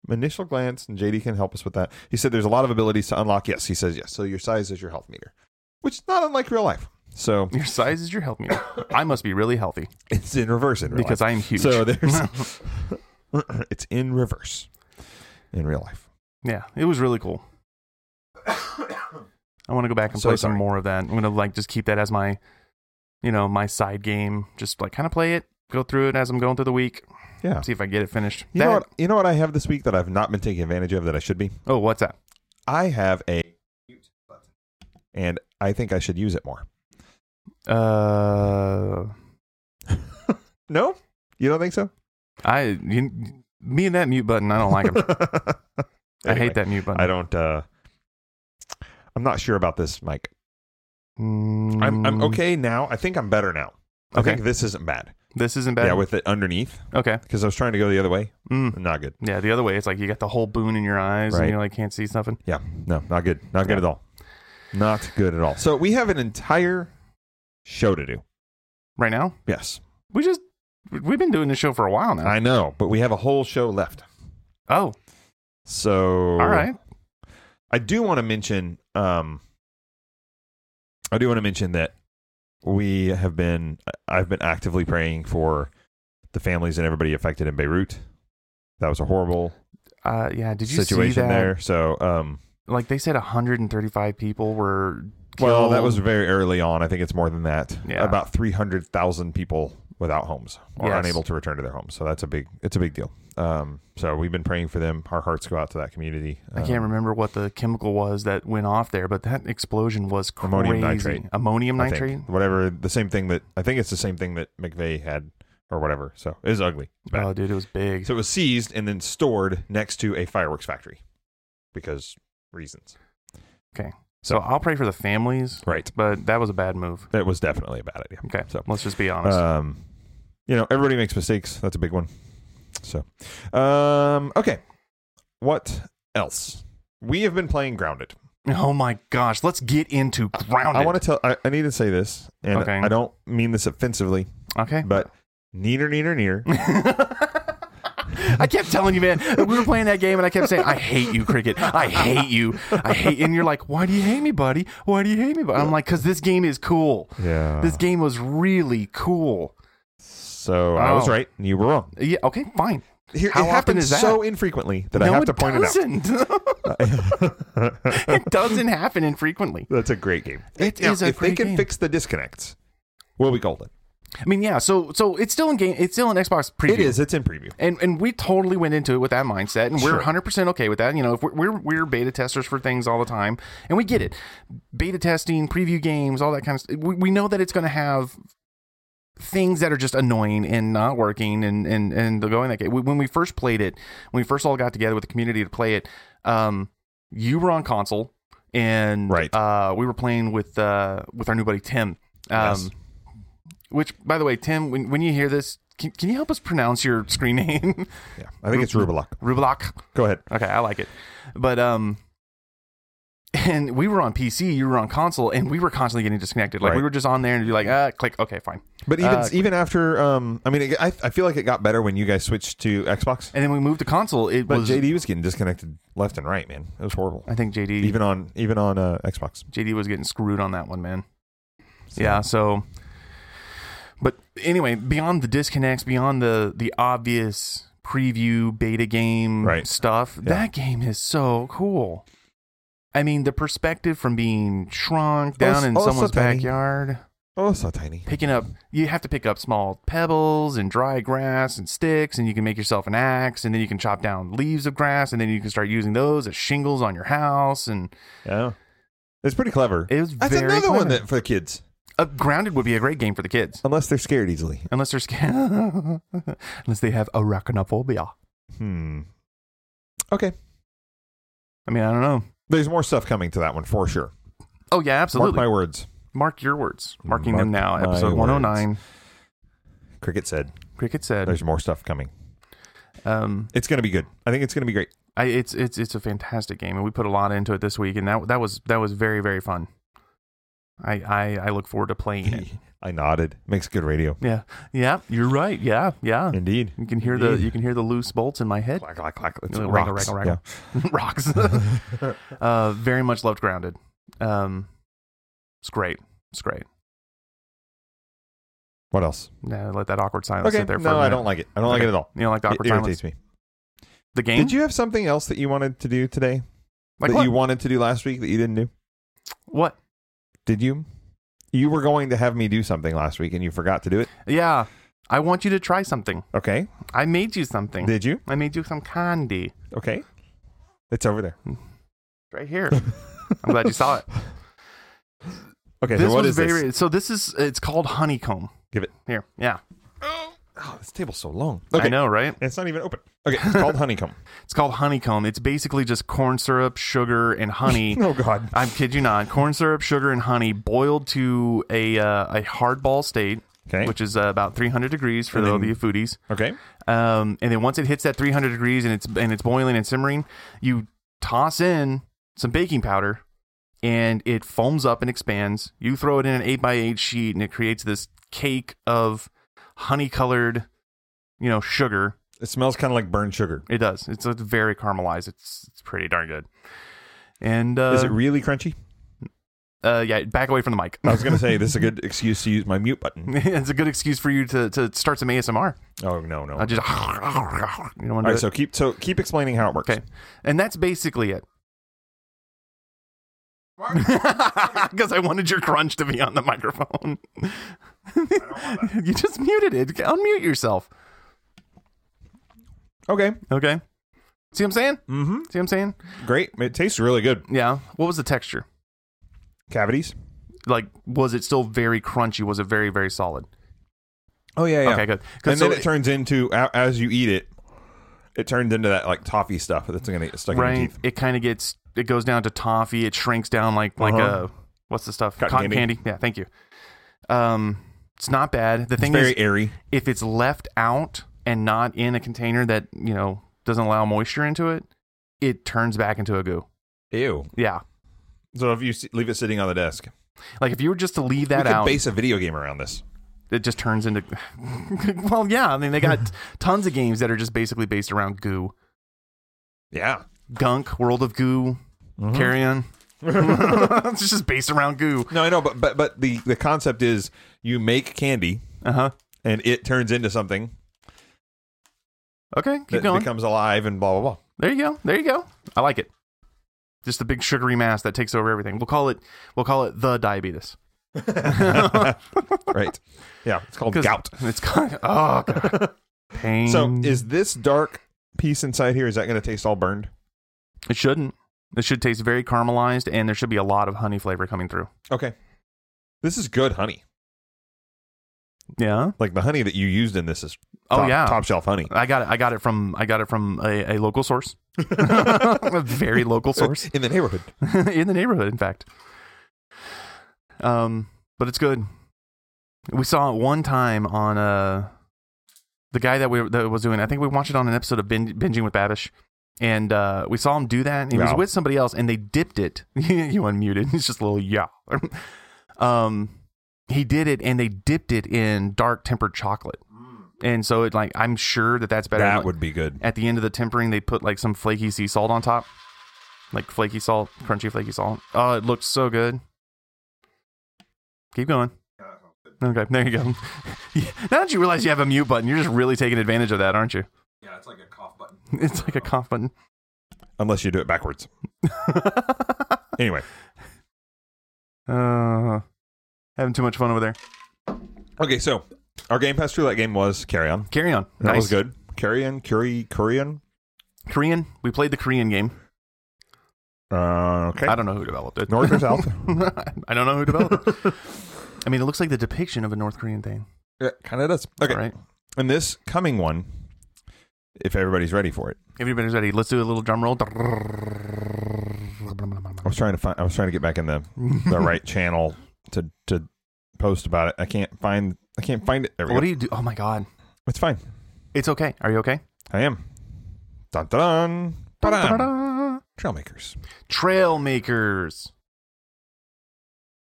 [SPEAKER 1] initial glance, and JD can help us with that. He said there's a lot of abilities to unlock. Yes, he says yes. So your size is your health meter, which is not unlike real life. So
[SPEAKER 2] your size is your health meter. I must be really healthy
[SPEAKER 1] it's in reverse in real
[SPEAKER 2] because
[SPEAKER 1] life.
[SPEAKER 2] I am huge.
[SPEAKER 1] So there's it's in reverse in real life.
[SPEAKER 2] yeah, it was really cool. I want to go back and
[SPEAKER 1] So
[SPEAKER 2] play some
[SPEAKER 1] sorry.
[SPEAKER 2] more of that. I'm gonna like just keep that as my, you know, my side game. Just like kind of play it, go through it as I'm going through the week.
[SPEAKER 1] Yeah.
[SPEAKER 2] See if I get it finished.
[SPEAKER 1] You know
[SPEAKER 2] That-
[SPEAKER 1] what? You know what I have this week that I've not been taking advantage of that I should be.
[SPEAKER 2] Oh, what's that?
[SPEAKER 1] I have a mute button, and I think I should use it more.
[SPEAKER 2] Uh,
[SPEAKER 1] No, you don't think so?
[SPEAKER 2] I you, me and that mute button. I don't like it. I
[SPEAKER 1] Anyway.
[SPEAKER 2] hate that mute button.
[SPEAKER 1] I don't. uh I'm not sure about this, Mike.
[SPEAKER 2] Mm,
[SPEAKER 1] I'm I'm okay now. I think I'm better now. I
[SPEAKER 2] Okay.
[SPEAKER 1] think this isn't bad.
[SPEAKER 2] Mm, This isn't bad.
[SPEAKER 1] Yeah, with it underneath
[SPEAKER 2] okay.
[SPEAKER 1] because I was trying to go the other way.
[SPEAKER 2] Mm.
[SPEAKER 1] Not good.
[SPEAKER 2] Yeah, the other way, it's like you got the whole boon in your eyes
[SPEAKER 1] Right.
[SPEAKER 2] and you like can't see something.
[SPEAKER 1] Yeah, no, not good. Not good
[SPEAKER 2] Yeah.
[SPEAKER 1] at all. Not good at all. So we have an entire show to do.
[SPEAKER 2] Right now,
[SPEAKER 1] Yes,
[SPEAKER 2] we just we've been doing this show for a while now.
[SPEAKER 1] I know, but we have a whole show left.
[SPEAKER 2] oh,
[SPEAKER 1] So
[SPEAKER 2] all right.
[SPEAKER 1] I do want to mention. Um, I do want to mention that we have been. I've been actively praying for the families and everybody affected in Beirut. That was a horrible
[SPEAKER 2] Uh, yeah, did you see
[SPEAKER 1] situation
[SPEAKER 2] that?
[SPEAKER 1] there. So, um,
[SPEAKER 2] Like they said, 135 people were. Killed.
[SPEAKER 1] well, that was very early on. I think it's more than that.
[SPEAKER 2] Yeah.
[SPEAKER 1] About three hundred thousand people without homes or
[SPEAKER 2] Yes.
[SPEAKER 1] unable to return to their homes. So that's a big. It's a big deal. Um, so we've been praying for them. Our hearts go out to that community. Um,
[SPEAKER 2] I can't remember what the chemical was that went off there, but that explosion was crazy.
[SPEAKER 1] Ammonium nitrate.
[SPEAKER 2] Ammonium
[SPEAKER 1] I think.
[SPEAKER 2] nitrate.
[SPEAKER 1] whatever the same thing that I think it's the same thing that McVeigh had or whatever. So it was ugly. Bad.
[SPEAKER 2] Oh, dude, it was big.
[SPEAKER 1] So it was seized and then stored next to a fireworks factory because reasons.
[SPEAKER 2] so I'll pray for the families,
[SPEAKER 1] Right.
[SPEAKER 2] but that was a bad move.
[SPEAKER 1] That was definitely a bad idea.
[SPEAKER 2] Okay,
[SPEAKER 1] So
[SPEAKER 2] let's just be honest.
[SPEAKER 1] um, you know everybody makes mistakes. That's a big one. So um, okay, what else? We have been playing Grounded.
[SPEAKER 2] oh my gosh, let's get into grounded.
[SPEAKER 1] I want to tell. I, I need to say this, and
[SPEAKER 2] Okay.
[SPEAKER 1] I don't mean this offensively,
[SPEAKER 2] okay.
[SPEAKER 1] but neater, neater, neater.
[SPEAKER 2] I kept telling you, man, we were playing that game, and I kept saying, "I hate you, cricket. I hate you. I hate." And you're like, "Why do you hate me, buddy? Why do you hate me?" But I'm like, "Cause this game is cool.
[SPEAKER 1] yeah.
[SPEAKER 2] This game was really cool."
[SPEAKER 1] so I was
[SPEAKER 2] Oh.
[SPEAKER 1] right, and you were wrong.
[SPEAKER 2] Yeah. Okay. Fine.
[SPEAKER 1] Here,
[SPEAKER 2] How
[SPEAKER 1] it
[SPEAKER 2] often
[SPEAKER 1] happens
[SPEAKER 2] is that?
[SPEAKER 1] so infrequently that I
[SPEAKER 2] no,
[SPEAKER 1] have to
[SPEAKER 2] it
[SPEAKER 1] point
[SPEAKER 2] doesn't.
[SPEAKER 1] it out.
[SPEAKER 2] it doesn't happen infrequently.
[SPEAKER 1] That's a great game.
[SPEAKER 2] It
[SPEAKER 1] It is
[SPEAKER 2] is a
[SPEAKER 1] if they
[SPEAKER 2] great
[SPEAKER 1] can
[SPEAKER 2] game.
[SPEAKER 1] fix the disconnects, we'll be golden.
[SPEAKER 2] I mean, yeah. So, so it's still in game. It's still in Xbox preview.
[SPEAKER 1] It is. It's in preview.
[SPEAKER 2] And, and we totally went into it with that mindset, and we're
[SPEAKER 1] Sure.
[SPEAKER 2] 100% okay with that. You know, if we're, we're we're beta testers for things all the time, and we get it. Beta testing, preview games, all that kind of stuff. We, we know that it's going to have things that are just annoying and not working, and and and they're going that way. When we first played it, when we first all got together with the community to play it, um, you were on console, and
[SPEAKER 1] Right.
[SPEAKER 2] uh, we were playing with uh with our new buddy Tim. Um,
[SPEAKER 1] Yes.
[SPEAKER 2] Which, by the way, Tim, when, when you hear this, can, can you help us pronounce your screen name?
[SPEAKER 1] Yeah, I think it's Rublock.
[SPEAKER 2] Rublock.
[SPEAKER 1] Go ahead.
[SPEAKER 2] Okay, I like it. But um and we were on PC, you were on console, and we were constantly getting disconnected. Like we
[SPEAKER 1] Right.
[SPEAKER 2] were just on there and you'd be like, uh, click, okay, fine.
[SPEAKER 1] But even
[SPEAKER 2] Uh,
[SPEAKER 1] even after, um, I mean, it, I I feel like it got better when you guys switched to Xbox.
[SPEAKER 2] And then we moved to console, it
[SPEAKER 1] But
[SPEAKER 2] was
[SPEAKER 1] JD was getting disconnected left and right, man. It was horrible.
[SPEAKER 2] I think JD
[SPEAKER 1] Even on even on uh, Xbox.
[SPEAKER 2] JD was getting screwed on that one, man.
[SPEAKER 1] So-
[SPEAKER 2] Yeah, so but anyway, beyond the disconnects, beyond the the obvious preview beta game
[SPEAKER 1] Right.
[SPEAKER 2] stuff, that game is so cool. I mean, the perspective from being shrunk down
[SPEAKER 1] s-
[SPEAKER 2] in
[SPEAKER 1] oh, so
[SPEAKER 2] someone's
[SPEAKER 1] tiny.
[SPEAKER 2] backyard.
[SPEAKER 1] Oh, so tiny.
[SPEAKER 2] picking up you have to pick up small pebbles and dry grass and sticks and you can make yourself an axe and then you can chop down leaves of grass and then you can start using those as shingles on your house and
[SPEAKER 1] Yeah, it's pretty clever.
[SPEAKER 2] it was
[SPEAKER 1] That's
[SPEAKER 2] very
[SPEAKER 1] another one
[SPEAKER 2] clever.
[SPEAKER 1] that for the kids.
[SPEAKER 2] Uh, Grounded would be a great game for the kids,
[SPEAKER 1] Unless they're scared easily.
[SPEAKER 2] unless they're scared, unless they have arachnophobia.
[SPEAKER 1] Hmm. Okay.
[SPEAKER 2] I mean, I don't know.
[SPEAKER 1] There's more stuff coming to that one for sure.
[SPEAKER 2] Oh yeah, absolutely.
[SPEAKER 1] Mark
[SPEAKER 2] Mark,
[SPEAKER 1] my words.
[SPEAKER 2] your words. Marking them
[SPEAKER 1] Mark
[SPEAKER 2] now.
[SPEAKER 1] my
[SPEAKER 2] Episode
[SPEAKER 1] words.
[SPEAKER 2] one hundred and nine.
[SPEAKER 1] Cricket said
[SPEAKER 2] Cricket said.
[SPEAKER 1] there's more stuff coming.
[SPEAKER 2] Um,
[SPEAKER 1] It's going to be good. I think it's going to be great.
[SPEAKER 2] I, it's it's it's a fantastic game, and we put a lot into it this week, and that that was that was very very fun. I I, I look forward to playing it.
[SPEAKER 1] I nodded. Makes good radio.
[SPEAKER 2] Yeah, yeah, you're right. Yeah, yeah.
[SPEAKER 1] Indeed.
[SPEAKER 2] You can hear the you can hear the loose bolts in my head.
[SPEAKER 1] Clack, clack, clack. It's
[SPEAKER 2] Wrangle,
[SPEAKER 1] rocks.
[SPEAKER 2] wrangle, wrangle. Rocks. uh, very much loved Grounded. Um, it's great. It's great.
[SPEAKER 1] What else?
[SPEAKER 2] Yeah, let that awkward silence
[SPEAKER 1] okay.
[SPEAKER 2] sit there for a
[SPEAKER 1] no, I
[SPEAKER 2] minute.
[SPEAKER 1] don't like it. I don't like
[SPEAKER 2] Okay.
[SPEAKER 1] it at all.
[SPEAKER 2] You know, like the
[SPEAKER 1] It
[SPEAKER 2] awkward silence.
[SPEAKER 1] irritates me.
[SPEAKER 2] The game.
[SPEAKER 1] Did you have something else that you wanted to do today
[SPEAKER 2] like
[SPEAKER 1] that
[SPEAKER 2] what?
[SPEAKER 1] you wanted to do last week that you didn't do?
[SPEAKER 2] what?
[SPEAKER 1] Did you? You were going to have me do something last week and you forgot to do it.
[SPEAKER 2] Yeah, I want you to try something.
[SPEAKER 1] Okay.
[SPEAKER 2] I made you something.
[SPEAKER 1] Did you?
[SPEAKER 2] I made you some candy
[SPEAKER 1] Okay. It's over there.
[SPEAKER 2] right here. I'm glad you saw it.
[SPEAKER 1] Okay.
[SPEAKER 2] this
[SPEAKER 1] so what
[SPEAKER 2] was
[SPEAKER 1] is
[SPEAKER 2] very
[SPEAKER 1] this?
[SPEAKER 2] so. This is it's called honeycomb.
[SPEAKER 1] Give it.
[SPEAKER 2] here. Yeah,
[SPEAKER 1] Oh, this table's so long.
[SPEAKER 2] I
[SPEAKER 1] Okay.
[SPEAKER 2] know, right?
[SPEAKER 1] It's not even open. Okay. It's called honeycomb.
[SPEAKER 2] It's called honeycomb. It's basically just corn syrup, sugar, and honey.
[SPEAKER 1] Oh God.
[SPEAKER 2] I'm kid you not. Corn syrup, sugar, and honey boiled to a uh, a hardball state,
[SPEAKER 1] Okay.
[SPEAKER 2] which is uh, about 300 degrees for
[SPEAKER 1] And
[SPEAKER 2] all
[SPEAKER 1] then-
[SPEAKER 2] the foodies.
[SPEAKER 1] Okay.
[SPEAKER 2] Um, and then once it hits that 300 degrees and it's and it's boiling and simmering, you toss in some baking powder, and it foams up and expands. You throw it in an eight by eight sheet, and it creates this cake of honey colored, you know, sugar.
[SPEAKER 1] It smells kind of like burned sugar.
[SPEAKER 2] It does. It's, it's very caramelized. It's it's pretty darn good. And uh,
[SPEAKER 1] is it really crunchy?
[SPEAKER 2] uh, yeah, back away from the mic.
[SPEAKER 1] I was going to say this is a good excuse to use my mute button.
[SPEAKER 2] it's a good excuse for you to, to start some ASMR.
[SPEAKER 1] Oh no no.
[SPEAKER 2] I
[SPEAKER 1] All
[SPEAKER 2] just you don't want to.
[SPEAKER 1] right. So keep so keep explaining how it works.
[SPEAKER 2] Okay. And that's basically it. Because I wanted your crunch to be on the microphone. you just muted it. Unmute yourself.
[SPEAKER 1] Okay.
[SPEAKER 2] Okay. See what I'm saying?
[SPEAKER 1] Mm-hmm.
[SPEAKER 2] See what I'm saying?
[SPEAKER 1] Great. It tastes really good.
[SPEAKER 2] Yeah. What was the texture?
[SPEAKER 1] Cavities.
[SPEAKER 2] Like, was it still very crunchy? Was it very, very solid?
[SPEAKER 1] Oh yeah. yeah.
[SPEAKER 2] Okay, good. 'Cause
[SPEAKER 1] And
[SPEAKER 2] so
[SPEAKER 1] then it, turns into a- as you eat it, it turns into that like toffee stuff that's going to get stuck in your
[SPEAKER 2] right,
[SPEAKER 1] teeth.
[SPEAKER 2] it kind of gets, it goes down to toffee. It shrinks down like, like
[SPEAKER 1] Uh-huh.
[SPEAKER 2] a, what's the stuff?
[SPEAKER 1] Cotton candy.
[SPEAKER 2] candy. Yeah, thank you. Um, it's not bad. The
[SPEAKER 1] It's
[SPEAKER 2] thing is,
[SPEAKER 1] very airy.
[SPEAKER 2] if it's left out and not in a container that you know doesn't allow moisture into it, it turns back into a goo.
[SPEAKER 1] Ew.
[SPEAKER 2] Yeah,
[SPEAKER 1] So if you s- leave it sitting on the desk,
[SPEAKER 2] like if you were just to leave that
[SPEAKER 1] we could
[SPEAKER 2] out,
[SPEAKER 1] base a video game around this.
[SPEAKER 2] it just turns into. well, yeah, I mean they got tons of games that are just basically based around goo,
[SPEAKER 1] Yeah. Mm-hmm.
[SPEAKER 2] gunk, world of goo, carrion. it's just based around goo.
[SPEAKER 1] No, I know, but but but the the concept is you make candy
[SPEAKER 2] Uh huh.
[SPEAKER 1] and it turns into something
[SPEAKER 2] Okay, keep
[SPEAKER 1] that
[SPEAKER 2] going.
[SPEAKER 1] becomes alive and blah blah blah.
[SPEAKER 2] there you go. There you go. I like it. Just the big sugary mass that takes over everything. We'll call it. We'll call it the diabetes.
[SPEAKER 1] Right. yeah, it's called
[SPEAKER 2] 'Cause
[SPEAKER 1] gout.
[SPEAKER 2] It's kind of, oh god, pain.
[SPEAKER 1] So is this dark piece inside here is that going to taste all burned?
[SPEAKER 2] it shouldn't. It should taste very caramelized, and there should be a lot of honey flavor coming through.
[SPEAKER 1] Okay. This is good honey.
[SPEAKER 2] Yeah.
[SPEAKER 1] Like the honey that you used in this is
[SPEAKER 2] Oh,
[SPEAKER 1] top-
[SPEAKER 2] yeah.
[SPEAKER 1] top shelf honey.
[SPEAKER 2] I got it. I got it from I got it from a, a local source, a very local source
[SPEAKER 1] in the neighborhood.
[SPEAKER 2] in the neighborhood, in fact. Um, but it's good. We saw it one time on uh, the guy that we that was doing. I think we watched it on an episode of Bin- Binging with Babish, and uh, we saw him do that. And he was
[SPEAKER 1] Wow.
[SPEAKER 2] with somebody else, and they dipped it. you unmuted. It's just a little yeah. um, he did it, and they dipped it in dark tempered chocolate, and so it like I'm sure that that's better.
[SPEAKER 1] That
[SPEAKER 2] Like,
[SPEAKER 1] would be good.
[SPEAKER 2] at the end of the tempering, they put like some flaky sea salt on top, like flaky salt, crunchy flaky salt. Oh, it looked so good. Keep going. Okay, there you go. now that you realize you have a mute button, you're just really taking advantage of that, aren't you?
[SPEAKER 1] Yeah, it's like a cough button.
[SPEAKER 2] It's like a cough button.
[SPEAKER 1] Unless you do it backwards. Anyway.
[SPEAKER 2] uh, having too much fun over there.
[SPEAKER 1] Okay, so our Game Pass roulette game was Carry On.
[SPEAKER 2] Carry on.
[SPEAKER 1] That
[SPEAKER 2] nice.
[SPEAKER 1] was good. Carry On, Curry, Korean.
[SPEAKER 2] Korean. We played the Korean game.
[SPEAKER 1] Uh, okay. Uh,
[SPEAKER 2] I don't know who developed it.
[SPEAKER 1] North or South?
[SPEAKER 2] I don't know who developed it. I mean, it looks like the depiction of a North Korean thing.
[SPEAKER 1] Yeah, kind of does. Okay.
[SPEAKER 2] Right?
[SPEAKER 1] And this coming one, if everybody's ready for it,
[SPEAKER 2] Everybody's ready. Let's do a little drum
[SPEAKER 1] Oh,
[SPEAKER 2] roll.
[SPEAKER 1] I was trying to find. I was trying to get back in the the right channel to to post about it. I can't find. I can't find it. There we
[SPEAKER 2] What
[SPEAKER 1] go.
[SPEAKER 2] do you do? Oh my god,
[SPEAKER 1] it's fine.
[SPEAKER 2] it's okay. Are you okay?
[SPEAKER 1] I am. Dun dun dun. Ba-dum. Trailmakers.
[SPEAKER 2] Trail makers.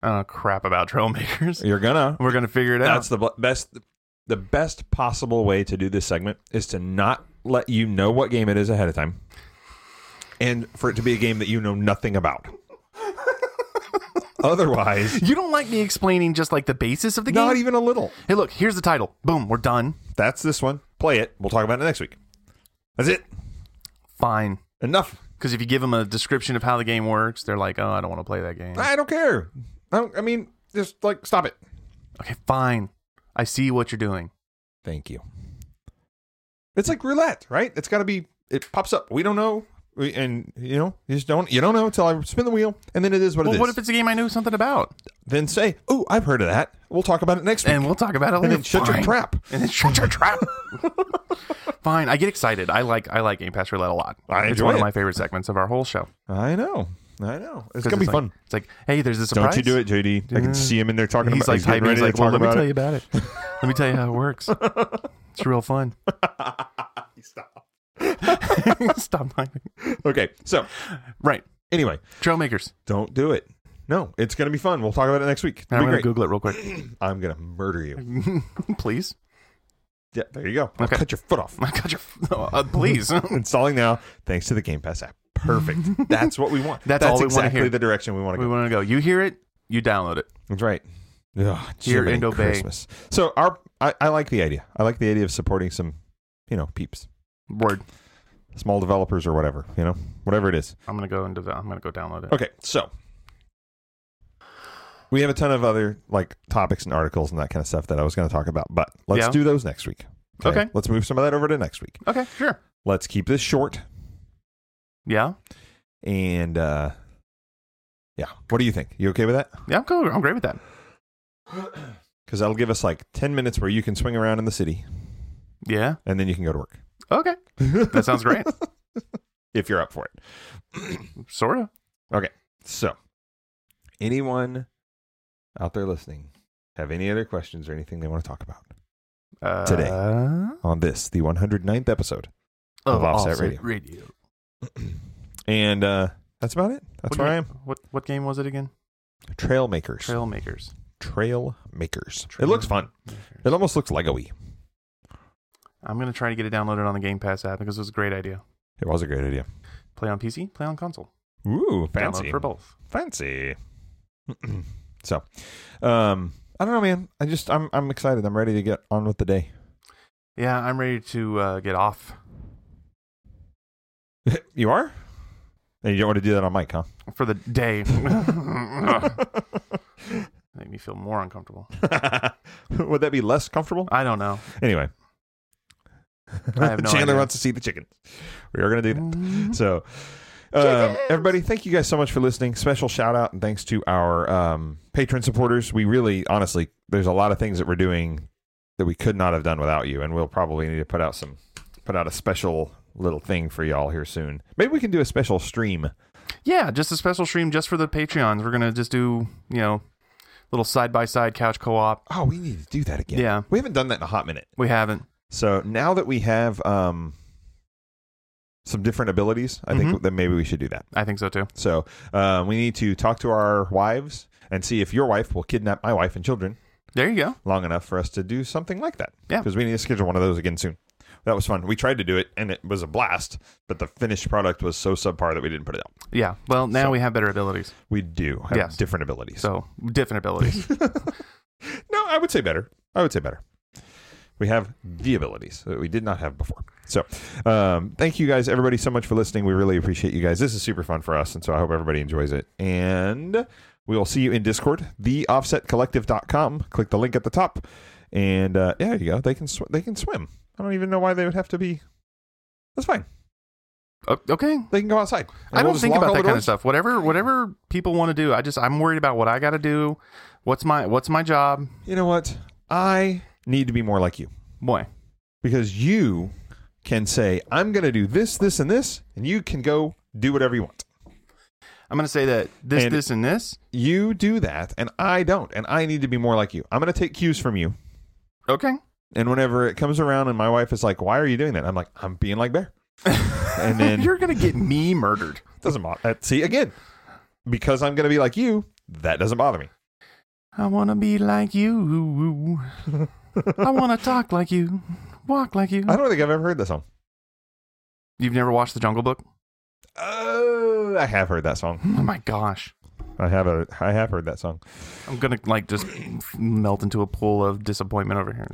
[SPEAKER 2] I don't know crap about trail makers.
[SPEAKER 1] You're gonna.
[SPEAKER 2] We're gonna figure it
[SPEAKER 1] That's
[SPEAKER 2] out.
[SPEAKER 1] the bl- best. The best possible way to do this segment is to not let you know what game it is ahead of time, and for it to be a game that you know nothing about. Otherwise,
[SPEAKER 2] You don't like me explaining just like the basis of the game.
[SPEAKER 1] not e- even a little.
[SPEAKER 2] hey, look, here's the title. Boom, we're done.
[SPEAKER 1] That's this one. Play it. We'll talk about it next week. That's it.
[SPEAKER 2] Fine.
[SPEAKER 1] Enough.
[SPEAKER 2] Because if you give them a description of how the game works, they're like, "Oh, I don't want to play that game."
[SPEAKER 1] I don't care. I, don't, I mean, just like stop it.
[SPEAKER 2] Okay, fine. I see what you're doing.
[SPEAKER 1] Thank you. It's like roulette, right? It's got to be. It pops up. We don't know, we, and you know, you just don't. You don't know until I spin the wheel, and then it is what it
[SPEAKER 2] well,
[SPEAKER 1] is.
[SPEAKER 2] what if it's a game I knew something about?
[SPEAKER 1] then say, "Oh, I've heard of that. We'll talk about it next week."
[SPEAKER 2] And we'll talk about it
[SPEAKER 1] And
[SPEAKER 2] later.
[SPEAKER 1] then shut your
[SPEAKER 2] Fine.
[SPEAKER 1] trap.
[SPEAKER 2] And then shut your trap. Fine. I get excited. I like I like Game Pass Roulette a lot.
[SPEAKER 1] I
[SPEAKER 2] it's
[SPEAKER 1] enjoy
[SPEAKER 2] one of
[SPEAKER 1] it.
[SPEAKER 2] my favorite segments of our whole show.
[SPEAKER 1] I know. I know. It's
[SPEAKER 2] 'Cause
[SPEAKER 1] gonna be
[SPEAKER 2] like-
[SPEAKER 1] fun.
[SPEAKER 2] It's like, hey, there's this surprise.
[SPEAKER 1] it, JD? I can see him in there talking
[SPEAKER 2] He's like,
[SPEAKER 1] getting
[SPEAKER 2] hyping.
[SPEAKER 1] ready
[SPEAKER 2] he's like,
[SPEAKER 1] to
[SPEAKER 2] well, let
[SPEAKER 1] talk
[SPEAKER 2] me tell
[SPEAKER 1] about
[SPEAKER 2] you
[SPEAKER 1] it.
[SPEAKER 2] about it. let me tell you how it works. It's real fun. Stop miming.
[SPEAKER 1] Okay. So
[SPEAKER 2] Right.
[SPEAKER 1] anyway,
[SPEAKER 2] Trailmakers.
[SPEAKER 1] don't do it. No, it's gonna be fun. We'll talk about it next week.
[SPEAKER 2] I'm
[SPEAKER 1] It'll
[SPEAKER 2] going
[SPEAKER 1] be
[SPEAKER 2] to
[SPEAKER 1] great.
[SPEAKER 2] Google it real quick.
[SPEAKER 1] I'm gonna murder you.
[SPEAKER 2] please.
[SPEAKER 1] Yeah, there you go. I'll
[SPEAKER 2] Okay.
[SPEAKER 1] cut your foot off.
[SPEAKER 2] I got your. Uh, please.
[SPEAKER 1] Installing now, thanks to the Game Pass app. Perfect. That's what we want.
[SPEAKER 2] That's all we wanna
[SPEAKER 1] exactly
[SPEAKER 2] hear.
[SPEAKER 1] the direction we want to
[SPEAKER 2] we
[SPEAKER 1] go.
[SPEAKER 2] want to go. You hear it, you download it.
[SPEAKER 1] That's right. Ugh,
[SPEAKER 2] Hear
[SPEAKER 1] Jiminy
[SPEAKER 2] and obey.
[SPEAKER 1] Christmas. So our, I, I like the idea. I like the idea of supporting some, you know, peeps,
[SPEAKER 2] Word.
[SPEAKER 1] small developers or whatever. You know, whatever it is.
[SPEAKER 2] I'm gonna go into. I'm gonna go download it.
[SPEAKER 1] Okay, so we have a ton of other like topics and articles and that kind of stuff that I was going to talk about, but let's
[SPEAKER 2] Yeah.
[SPEAKER 1] do those next week.
[SPEAKER 2] Okay.
[SPEAKER 1] let's move some of that over to next week.
[SPEAKER 2] Okay. Sure.
[SPEAKER 1] Let's keep this short
[SPEAKER 2] Yeah.
[SPEAKER 1] and uh yeah. What do you think? You okay with that?
[SPEAKER 2] Yeah. I'm cool. I'm great with that.
[SPEAKER 1] Because that'll give us like ten minutes where you can swing around in the city
[SPEAKER 2] Yeah.
[SPEAKER 1] and then you can go to work
[SPEAKER 2] Okay. That sounds great.
[SPEAKER 1] if you're up for it.
[SPEAKER 2] sort of.
[SPEAKER 1] So, anyone out there listening have any other questions or anything they want to talk about
[SPEAKER 2] Uh,
[SPEAKER 1] Today.
[SPEAKER 2] Of,
[SPEAKER 1] on this, the 109th episode? Offset Radio. and uh, that's about it. That's
[SPEAKER 2] what,
[SPEAKER 1] where
[SPEAKER 2] ga-
[SPEAKER 1] I am.
[SPEAKER 2] What what game was it again?
[SPEAKER 1] Trail makers. Trail,
[SPEAKER 2] Trail Makers.
[SPEAKER 1] makers.
[SPEAKER 2] Trail-
[SPEAKER 1] It looks fun. It almost looks Lego-y.
[SPEAKER 2] I'm gonna try to get it downloaded on the Game Pass app because it was a great idea.
[SPEAKER 1] It was a great idea.
[SPEAKER 2] Play on PC, play on console.
[SPEAKER 1] Ooh,
[SPEAKER 2] Download for both.
[SPEAKER 1] fancy. so, um, I don't know, man. I just I'm I'm excited. I'm ready to get on with the day.
[SPEAKER 2] Yeah, I'm ready to uh, get off.
[SPEAKER 1] you are. And you don't want to do that on mic, huh?
[SPEAKER 2] for the day. Make me feel more uncomfortable.
[SPEAKER 1] Would that be less comfortable?
[SPEAKER 2] I don't know.
[SPEAKER 1] Anyway,
[SPEAKER 2] I have no
[SPEAKER 1] Chandler
[SPEAKER 2] idea.
[SPEAKER 1] wants to see the chickens. We are going to do that.
[SPEAKER 2] Mm.
[SPEAKER 1] So, um, everybody, thank you guys so much for listening. Special shout out and thanks to our um, patron supporters. We really, honestly, there's a lot of things that we're doing that we could not have done without you, and we'll probably need to put out some, put out a special little thing for y'all here soon. Maybe we can do a special stream.
[SPEAKER 2] Yeah, just a special stream just for the Patreons. We're gonna just do you know little side by side couch co op.
[SPEAKER 1] Oh, we need to do that again.
[SPEAKER 2] Yeah.
[SPEAKER 1] we haven't done that in a hot minute.
[SPEAKER 2] We haven't.
[SPEAKER 1] So now that we have um, some different abilities, I think
[SPEAKER 2] Mhm.
[SPEAKER 1] that maybe we should do that.
[SPEAKER 2] I think so too.
[SPEAKER 1] So uh, we need to talk to our wives and see if your wife will kidnap my wife and children
[SPEAKER 2] There you go.
[SPEAKER 1] long enough for us to do something like that.
[SPEAKER 2] Yeah.
[SPEAKER 1] Because we need to schedule one of those again soon. That was fun. We tried to do it and it was a blast, but the finished product was so subpar that we didn't put it out.
[SPEAKER 2] Yeah. Well, now
[SPEAKER 1] So-
[SPEAKER 2] we have better abilities.
[SPEAKER 1] We do have
[SPEAKER 2] Yes.
[SPEAKER 1] different abilities.
[SPEAKER 2] So different abilities.
[SPEAKER 1] no, I would say better. I would say better. We have the abilities that we did not have before. So, um, thank you guys, everybody, so much for listening. We really appreciate you guys. This is super fun for us, and so I hope everybody enjoys it. And we will see you in Discord, theoffsetcollective.com. Click the link at the top, and uh, yeah, there you go. They can sw- they can swim. I don't even know why they would have to be. That's fine.
[SPEAKER 2] O- okay.
[SPEAKER 1] They can go outside. And we'll
[SPEAKER 2] I don't
[SPEAKER 1] just
[SPEAKER 2] think
[SPEAKER 1] lock
[SPEAKER 2] about
[SPEAKER 1] all
[SPEAKER 2] that
[SPEAKER 1] the
[SPEAKER 2] kind of
[SPEAKER 1] doors.
[SPEAKER 2] stuff. Whatever whatever people want to do, I just I'm worried about what I got to do, What's my What's my job?
[SPEAKER 1] You know what?
[SPEAKER 3] I need to be more like you
[SPEAKER 2] Boy,
[SPEAKER 3] because you can say, I'm going to do this, this, and this, and you can go do whatever you want.
[SPEAKER 2] I'm gonna say that this,
[SPEAKER 3] And-
[SPEAKER 2] this, and this.
[SPEAKER 3] You do that, and I don't, and I need to be more like you. I'm going to take cues from you.
[SPEAKER 2] Okay.
[SPEAKER 3] And whenever it comes around, and my wife is like, "Why are you doing that?" I'm like, "I'm being like Bear." and then
[SPEAKER 2] You're gonna get me murdered.
[SPEAKER 3] doesn't bother. uh, See again, because I'm going to be like you. That doesn't bother me.
[SPEAKER 2] I wanna be like you. I wanna talk like you. Walk like you.
[SPEAKER 3] I don't think I've ever heard that song.
[SPEAKER 2] You've never watched The Jungle Book?
[SPEAKER 3] Oh, I have heard that song.
[SPEAKER 2] Oh my gosh.
[SPEAKER 3] I have a, I have heard that song.
[SPEAKER 2] I'm gonna like just melt into a pool of disappointment over here.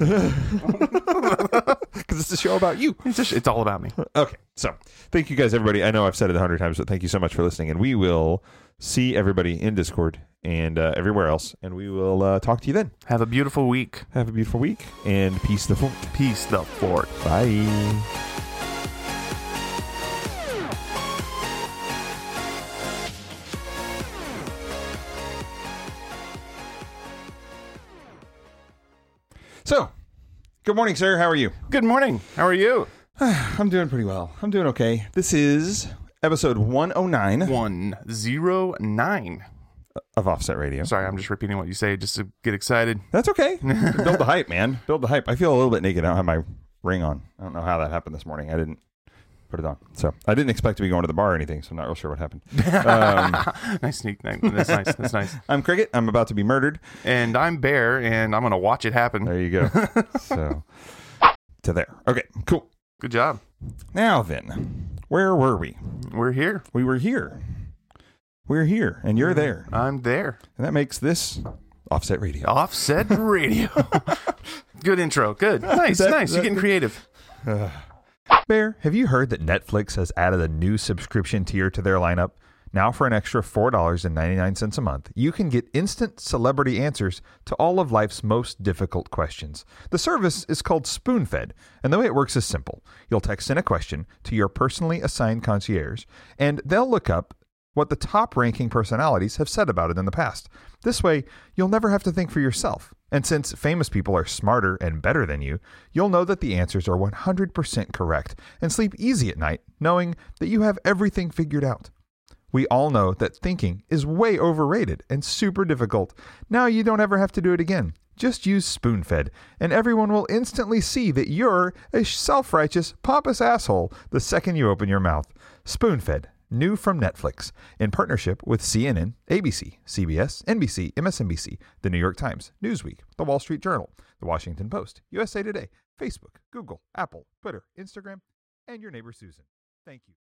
[SPEAKER 3] Because it's a show about you.
[SPEAKER 2] It's just it's all about me.
[SPEAKER 3] Okay, so thank you guys, everybody. I know I've said it a hundred times, but thank you so much for listening. And we will see everybody in Discord and uh, everywhere else. And we will uh, talk to you then.
[SPEAKER 2] Have a beautiful week.
[SPEAKER 3] Have a beautiful week and peace the fort.
[SPEAKER 2] Peace the fort.
[SPEAKER 3] Bye. So, good morning, sir. How are you?
[SPEAKER 2] Good morning. How are you?
[SPEAKER 3] I'm doing pretty well. I'm doing okay. This is episode 109
[SPEAKER 2] One zero nine.
[SPEAKER 3] of Offset Radio.
[SPEAKER 2] Sorry, I'm just repeating what you say just to get excited.
[SPEAKER 3] That's okay. Build the hype, man. Build the hype. I feel a little bit naked. I don't have my ring on. I don't know how that happened this morning. I didn't put it on. So, I didn't expect to be going to the bar or anything, so I'm not real sure what happened. Um,
[SPEAKER 2] nice sneak. Nice. That's nice. That's nice.
[SPEAKER 3] I'm Cricket. I'm about to be murdered.
[SPEAKER 2] And I'm Bear, and I'm gonna watch it happen.
[SPEAKER 3] There you go. so to there. Okay, cool.
[SPEAKER 2] Good job.
[SPEAKER 3] Now then, where were we?
[SPEAKER 2] We're here.
[SPEAKER 3] We were here. We're here, and you're there,
[SPEAKER 2] I'm there.
[SPEAKER 3] and that makes this offset radio.
[SPEAKER 2] Offset Radio. Good intro. Good. Nice.
[SPEAKER 3] That-
[SPEAKER 2] nice. You're
[SPEAKER 3] that-
[SPEAKER 2] getting creative.
[SPEAKER 1] Bear, have you heard that Netflix has added a new subscription tier to their lineup? Now, for an extra $4.99 a month, you can get instant celebrity answers to all of life's most difficult questions. The service is called Spoonfed, and the way it works is simple. You'll text in a question to your personally assigned concierge, and they'll look up what the top ranking personalities have said about it in the past. This way, you'll never have to think for yourself. And since famous people are smarter and better than you, you'll know that the answers are 100% correct and sleep easy at night knowing that you have everything figured out. We all know that thinking is way overrated and super difficult. Now you don't ever have to do it again. Just use SpoonFed, and everyone will instantly see that you're a self righteous, pompous asshole the second you open your mouth. SpoonFed, new from Netflix, in partnership with CNN, ABC, CBS, NBC, MSNBC, The New York Times, Newsweek, The Wall Street Journal, The Washington Post, USA Today, Facebook, Google, Apple, Twitter, Instagram, and your neighbor Susan. Thank you.